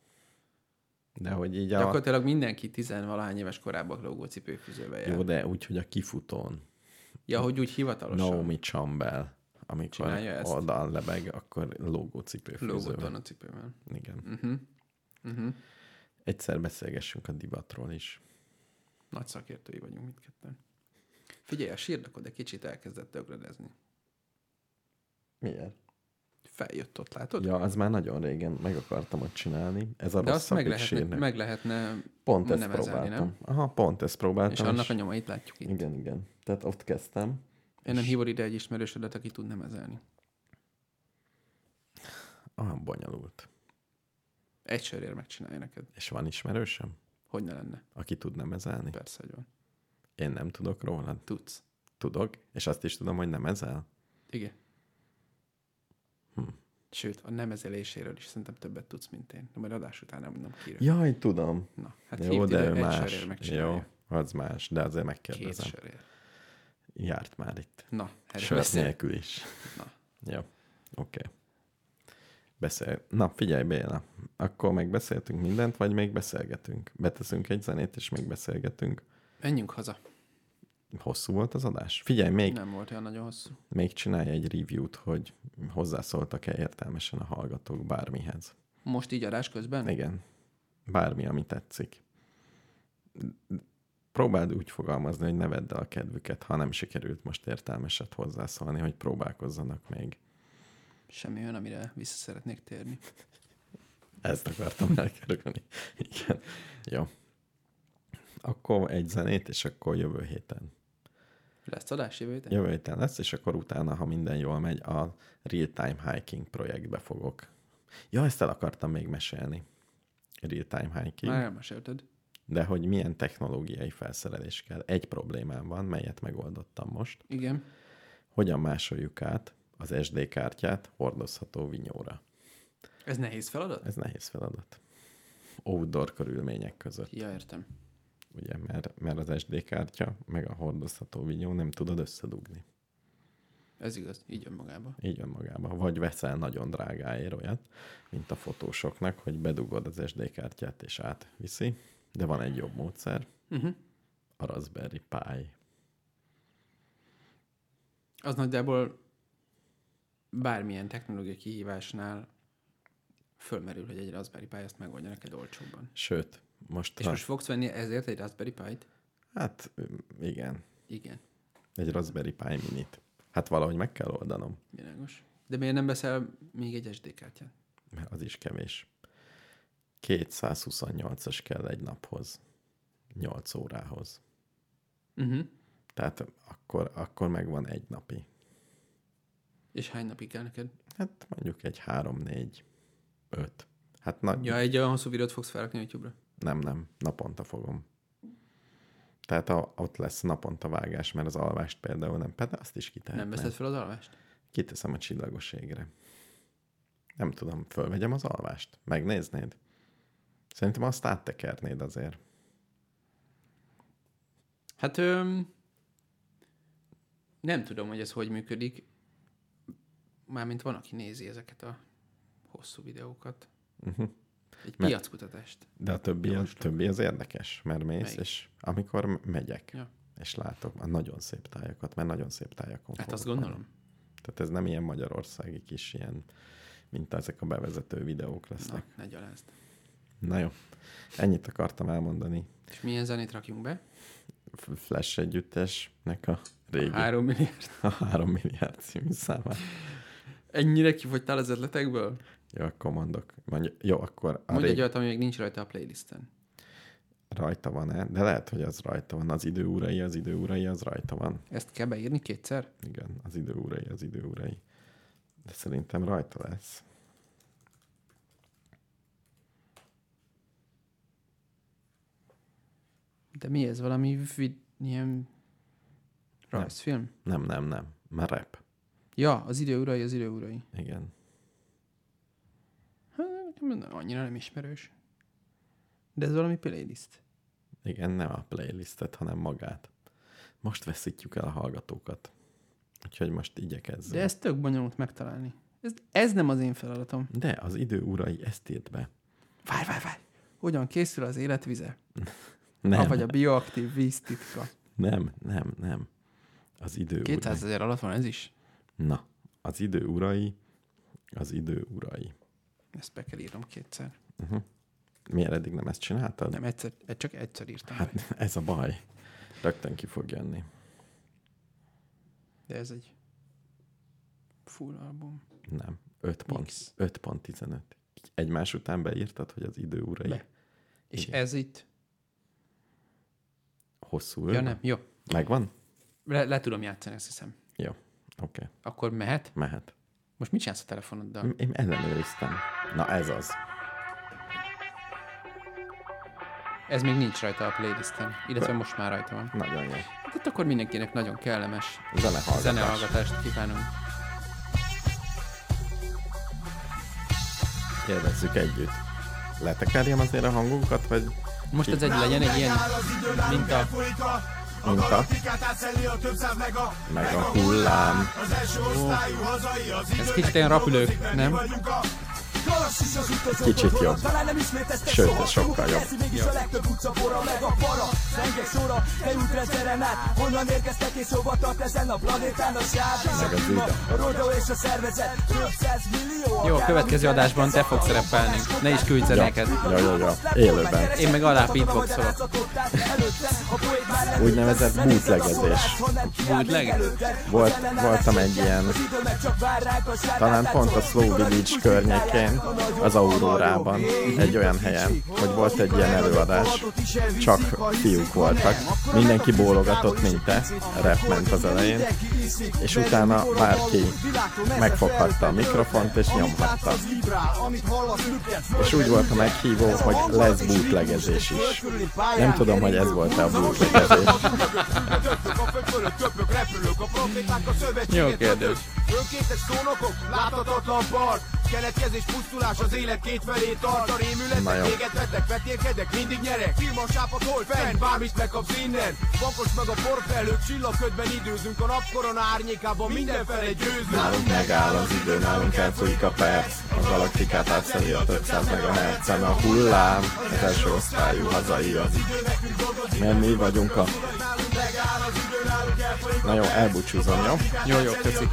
Speaker 1: De hogy így a...
Speaker 2: Ja. Gyakorlatilag mindenki tizenvalahány éves korában logócipőfűzővel jár.
Speaker 1: Jó, de úgy, hogy a kifutón
Speaker 2: Ja, hogy úgy hivatalosan.
Speaker 1: Naomi Campbell, amikor
Speaker 2: Csinálja ezt?
Speaker 1: oldal lebeg, akkor logócipőfűzővel.
Speaker 2: Lógott van a cipőben.
Speaker 1: Igen.
Speaker 2: Uh-huh. Uh-huh.
Speaker 1: Egyszer beszélgessünk a divatról is.
Speaker 2: Nagy szakértői vagyunk mindketten. Figyelj, a sírdakod egy kicsit elkezdett dögledezni.
Speaker 1: Miért?
Speaker 2: Feljött ott, látod?
Speaker 1: Ja, az már nagyon régen meg akartam ott csinálni. Ez a
Speaker 2: De azt
Speaker 1: rosszabbik
Speaker 2: meg lehetne,
Speaker 1: sírnek.
Speaker 2: meg lehetne
Speaker 1: Pont ezt
Speaker 2: nevezelni,
Speaker 1: próbáltam.
Speaker 2: nem?
Speaker 1: Aha, pont ezt próbáltam.
Speaker 2: és annak a nyomait látjuk itt.
Speaker 1: Hát Igen, igen. Tehát ott kezdtem.
Speaker 2: Én nem hívod ide egy ismerősödet, aki tud nemezelni.
Speaker 1: Olyan bonyolult.
Speaker 2: Egy sörért megcsinálja neked.
Speaker 1: És van ismerősöm,
Speaker 2: Hogy ne lenne?
Speaker 1: aki tud nemezelni?
Speaker 2: Persze, hogy van.
Speaker 1: Én nem tudok róla.
Speaker 2: Tudsz.
Speaker 1: Tudok, és azt is tudom, hogy nemezel.
Speaker 2: Igen.
Speaker 1: Hm.
Speaker 2: Sőt, a nemezeléséről is szerintem többet tudsz, mint én. De majd adás után nem mondom ki.
Speaker 1: Jaj, tudom.
Speaker 2: Na, hát
Speaker 1: Jó,
Speaker 2: hívd
Speaker 1: de
Speaker 2: ide,
Speaker 1: ő
Speaker 2: egy
Speaker 1: más.
Speaker 2: sörért megcsinálja.
Speaker 1: Jó, az más, de azért
Speaker 2: Két Hát
Speaker 1: megkérdezem.
Speaker 2: sörért.
Speaker 1: Járt már itt.
Speaker 2: Na, erről
Speaker 1: Sör
Speaker 2: beszél.
Speaker 1: nélkül is.
Speaker 2: Na.
Speaker 1: Jó, oké. Okay. Beszél. Na, figyelj, Béla, akkor megbeszéltünk mindent, vagy még beszélgetünk? Beteszünk egy zenét, és még beszélgetünk.
Speaker 2: Menjünk haza.
Speaker 1: Hosszú volt az adás? Figyelj, még,
Speaker 2: Nem volt olyan nagyon hosszú.
Speaker 1: még csinálj egy review-t, hogy hozzászóltak-e értelmesen a hallgatók bármihez.
Speaker 2: Most így adás közben?
Speaker 1: Igen. Bármi, ami tetszik. Próbáld úgy fogalmazni, hogy ne vedd el a kedvüket, ha nem sikerült most értelmeset hozzászólni, hogy próbálkozzanak még.
Speaker 2: Semmi olyan, amire vissza szeretnék térni.
Speaker 1: Ezt akartam elkerülni. Igen. Jó. Akkor egy zenét, és akkor jövő héten.
Speaker 2: Lesz adás jövő héten?
Speaker 1: Jövő héten lesz, és akkor utána, ha minden jól megy, a Real Time Hiking projektbe fogok. Ja, ezt el akartam még mesélni. Real Time Hiking.
Speaker 2: Már elmesélted.
Speaker 1: De hogy milyen technológiai felszerelés kell. Egy problémám van, melyet megoldottam most.
Speaker 2: Igen.
Speaker 1: Hogyan másoljuk át az SD kártyát hordozható vinyóra?
Speaker 2: Ez nehéz feladat?
Speaker 1: Ez nehéz feladat. Outdoor körülmények között,
Speaker 2: Ja, értem.
Speaker 1: ugye, mert, mert az SD kártya meg a hordozható vinyó nem tudod összedugni.
Speaker 2: Ez igaz, így önmagában.
Speaker 1: Így önmagában. Vagy veszel nagyon drágáért olyat, mint a fotósoknak, hogy bedugod az SD kártyát és átviszi, de van egy jobb módszer,
Speaker 2: Uh-huh.
Speaker 1: a Raspberry Pi.
Speaker 2: Az nagyjából bármilyen technológiai kihívásnál fölmerül, hogy egy Raspberry Pi ezt megoldja neked olcsóbban.
Speaker 1: Sőt, most...
Speaker 2: És
Speaker 1: ra-
Speaker 2: most fogsz venni ezért egy Raspberry Pi-t?
Speaker 1: Hát öm, igen,
Speaker 2: Igen,
Speaker 1: egy Raspberry Pi minit. Hát valahogy meg kell oldanom,
Speaker 2: világos. De miért nem veszel még egy SD kártyát?
Speaker 1: mert az is kevés. 228-as kell egy naphoz, 8 órához. Mhm.
Speaker 2: Uh-huh.
Speaker 1: Tehát akkor, akkor megvan egy napi.
Speaker 2: És hány napig kell neked?
Speaker 1: Hát mondjuk egy 3, 4, 5. Hát nagy,
Speaker 2: Ja, egy olyan hosszú videót fogsz felrakni YouTube-ra.
Speaker 1: nem, nem, naponta fogom. Tehát a, ott lesz naponta vágás, mert az alvást például nem, például azt is
Speaker 2: Nem
Speaker 1: kitehetném.
Speaker 2: veszed fel az alvást?
Speaker 1: Kiteszem a csillagos égre. Nem tudom, fölvegyem az alvást? Megnéznéd? Szerintem azt áttekernéd azért.
Speaker 2: Hát öm, nem tudom, hogy ez hogy működik. Mármint van, aki nézi ezeket a hosszú videókat. Uh-huh. Egy
Speaker 1: Mert-
Speaker 2: piackutatást.
Speaker 1: Mhm. De a többi, a többi az érdekes, mert mész,
Speaker 2: Melyik?
Speaker 1: és amikor m- megyek,
Speaker 2: Ja.
Speaker 1: és látok a nagyon szép tájakat, mert nagyon szép tájakon
Speaker 2: Hát azt
Speaker 1: fogok
Speaker 2: gondolom.
Speaker 1: menni. Tehát ez nem ilyen magyarországi kis ilyen, mint ezek a bevezető videók
Speaker 2: Na,
Speaker 1: lesznek.
Speaker 2: ne gyalázd.
Speaker 1: Na, Na jó, ennyit akartam elmondani.
Speaker 2: És milyen zenét rakjunk be?
Speaker 1: F- Flash együttesnek a régi,
Speaker 2: Három milliárd.
Speaker 1: a <laughs> három milliárd című számát.
Speaker 2: Ennyire kifogytál az ötletekből?
Speaker 1: Jó, akkor mondok. Mondja, jó, akkor a
Speaker 2: Mondj
Speaker 1: rég
Speaker 2: egy olyat, ami még nincs rajta a playlisten.
Speaker 1: rajta van-e? De lehet, hogy az rajta van. Az időúrai, az időúrai, az rajta van.
Speaker 2: Ezt kell beírni kétszer?
Speaker 1: Igen, az időúrai, az időúrai. De szerintem rajta lesz.
Speaker 2: De mi ez? Valami vid- ilyen rajzfilm?
Speaker 1: Nem, nem, nem. Már rap.
Speaker 2: Ja, az idő urai, az idő urai.
Speaker 1: Igen.
Speaker 2: Hát, nem- Annyira nem ismerős. De ez valami playlist.
Speaker 1: Igen, nem a playlistet, hanem magát. Most veszítjük el a hallgatókat. Úgyhogy most igyekezzünk.
Speaker 2: De ez tök bonyolult megtalálni. Ez, ez nem az én feladatom.
Speaker 1: De az időúrai ezt írt be.
Speaker 2: Várj, várj, várj! Hogyan készül az élet vize?
Speaker 1: Nem,
Speaker 2: Nem. Vagy a bioaktív víz titka.
Speaker 1: nem, nem, nem. Az időúrai.
Speaker 2: 200 ezer alatt van ez is.
Speaker 1: Na, az időúrai, az időúrai.
Speaker 2: Ezt be kell írnom kétszer.
Speaker 1: Mhm. Miért eddig nem ezt csináltad?
Speaker 2: Nem, egyszer, e- csak egyszer írtam. Hát.
Speaker 1: Hát ez a baj. Rögtön ki fog jönni.
Speaker 2: De ez egy full album.
Speaker 1: Nem. 5 pont,
Speaker 2: Mix.
Speaker 1: 5 pont 15. Így Egymás után beírtad, hogy az idő urai
Speaker 2: Be. És
Speaker 1: Igen.
Speaker 2: ez itt?
Speaker 1: hosszú
Speaker 2: Ja
Speaker 1: ön?
Speaker 2: nem, jó.
Speaker 1: Megvan?
Speaker 2: Le, le tudom játszani, azt hiszem.
Speaker 1: Jó. Oké, okay.
Speaker 2: Akkor mehet?
Speaker 1: mehet.
Speaker 2: Most mit csinálsz a telefonoddal?
Speaker 1: Én ellenőriztem. Na ez az.
Speaker 2: Ez még nincs rajta a playlisten, illetve most már rajta van.
Speaker 1: Nagyon jó.
Speaker 2: Tehát akkor mindenkinek nagyon kellemes
Speaker 1: Zenehallgatás.
Speaker 2: zenehallgatást kívánunk.
Speaker 1: Kérdezzük együtt. Letekerjem azért a hangunkat, vagy
Speaker 2: Most ez egy legyen egy ilyen, mint a...
Speaker 1: mint a meg a hullám.
Speaker 2: Ez kicsit ilyen rapülők, nem?
Speaker 1: Kicsit jobb. Sőt, ez sokkal jobb.
Speaker 7: Mégis a legtöbb utca fora meg a para Zengek sora, kerültre zeren át Honnan érkeztek és hova tart ezen a planétán a sáv
Speaker 1: Meg a
Speaker 7: klíma,
Speaker 1: zűda.
Speaker 7: a rodó és a szervezet Több száz millió
Speaker 8: Jó, a következő adásban te fogsz szerepelni. Ne is küldj zenéket.
Speaker 1: Ja, ja, ja. Élőben.
Speaker 8: Én meg szóval. alá beatboxolok.
Speaker 1: Úgynevezett bootlegezés.
Speaker 8: Bootleg?
Speaker 1: Volt, voltam egy ilyen, talán pont a Slow Village környékén, az Aurórában, egy olyan helyen, hogy volt egy ilyen előadás, csak fiúk voltak, mindenki bólogatott, mint te, rap ment az elején, és utána bárki megfoghatta a mikrofont és nyomhatta. És úgy volt a meghívó, hogy lesz bootlegezés is. Nem tudom, hogy ez volt-e a bootlegezés.
Speaker 8: Jó kérdés.
Speaker 3: Önkéntes szónokok, láthatatlan part Keletkezés, pusztulás, az élet két felé tart A
Speaker 1: Na jó.
Speaker 3: rémületek, véget vettek, vetélkedek, mindig nyerek Firma a sápat, hol fenn, bármit megkapsz innen Bakos meg a porfelők, csillagködben időzünk A napkorona árnyékában mindenfele győzünk
Speaker 1: Nálunk megáll az idő, nálunk elfújik a perc A galaktikát átszeli a 500 MHz a hullám Az első osztályú hazai az Mert mi vagyunk a... Na jó, elbúcsúzom, jó?
Speaker 8: Jó, jó, köszi.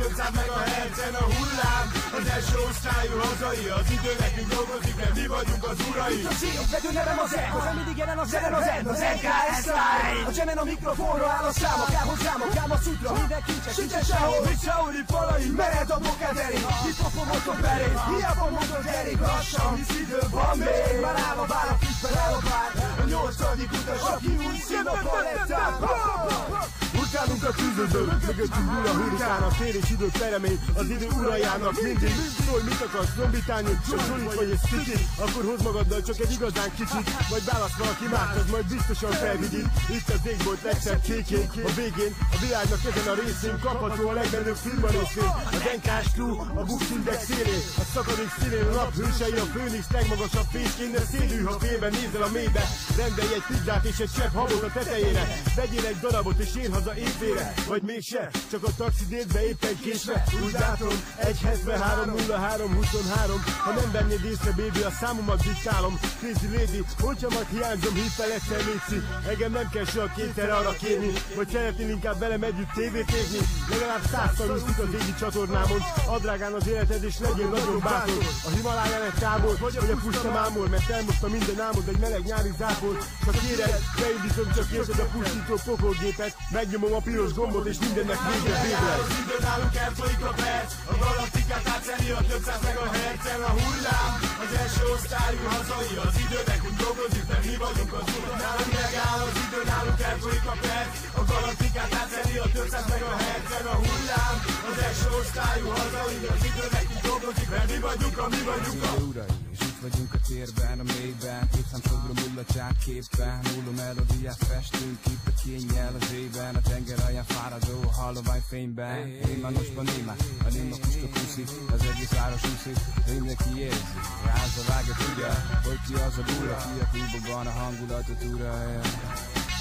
Speaker 3: Utálunk a tűzözőt, mögöttünk ül a hurikán, a térés idő peremény, az idő urajának mindig. Szól, mit akarsz, zombitányi, csak zsulit vagy egy szüki, akkor hozd magaddal csak egy igazán kicsit, vagy válasz valaki más, az majd biztosan felvigyít. Itt az égbolt legszebb kékén, a végén, a világnak ezen a részén kapható a legmenőbb filmba részén. Az enkás crew, a Bux Index szélén, a szakadék szélén a nap hősei, a főnix legmagasabb fészkén, de szélű, ha félben nézel a mélybe. Rendelj egy pizzát és egy sebb habot a tetejére, vegyél egy darabot és ér haza évére, vagy mégse, csak a taxidétbe éppen késve. Úgy látom, 173 03 23, ha nem vennéd észre, bébi, a számomat diktálom. Crazy lady, hogyha majd hiányzom, hívd fel egyszer, Léci. Engem nem kell soha kétszer arra kérni, vagy szeretnél inkább velem együtt tévét égni. Legalább százszor úszunk a régi csatornámon, add drágán az életed és legyél nagyon bátor. A Himaláján egy tábor, vagy a puszta mámor, mert elmosta minden álmod egy meleg nyári zápor. Csak kéred, beindítom, csak érzed a pusztító pokolgépet, megnyomom a piros gombot és mindennek vége végre.
Speaker 9: uraim, és itt vagyunk a térben, a mélyben Két szemszögből mull a csákképpen Múló melódiát festünk itt a kényjel az éjben A tenger alján fáradó, a hallomány fényben Rémánosban némán, a néma puska kuszik Az egész város úszik, mindenki érzi Ráz a vágya tudja, hogy ki az a búra Ki a klubokban a hangulatot uralja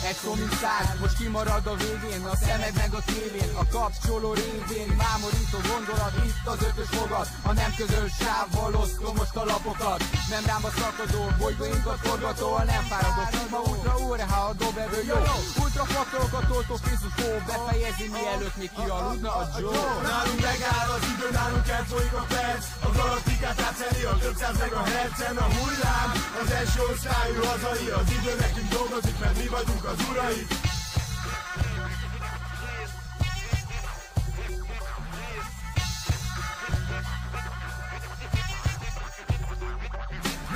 Speaker 7: Egy szó mint száz, most kimarad a végén A szemed meg a tévén, a kapcsoló révén Mámorító gondolat, itt az ötös fogad A nem közös sávval osztom most a lapokat Nem rám a szakadó, bolygóinkat forgató A nem fáradó, klíma ultra óra, ha a dobevő jó Ultra faktorokat oltó fizú fó Befejezi mielőtt még kialudna a Joe
Speaker 3: Nálunk megáll az idő, nálunk elfolyik a perc A galaktikát átszeli a 500 meg a hercen A hullám, az első osztályú hazai Az idő nekünk dolgozik, mert mi vagyunk az urai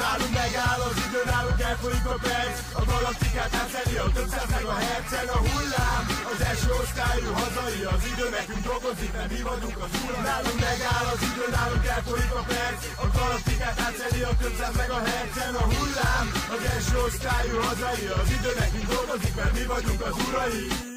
Speaker 3: Nálunk megáll az idő, nálunk elfolyik a perc A galaktikát átszeli a 500 meg a hercen A hullám, az első osztályú hazai Az idő nekünk dolgozik, mert mi vagyunk az urai Nálunk megáll az idő, nálunk elfolyik a perc A galaktikát átszeli a 500 meg a hercen A hullám, az első osztályú hazai Az idő nekünk dolgozik, mert mi vagyunk az urai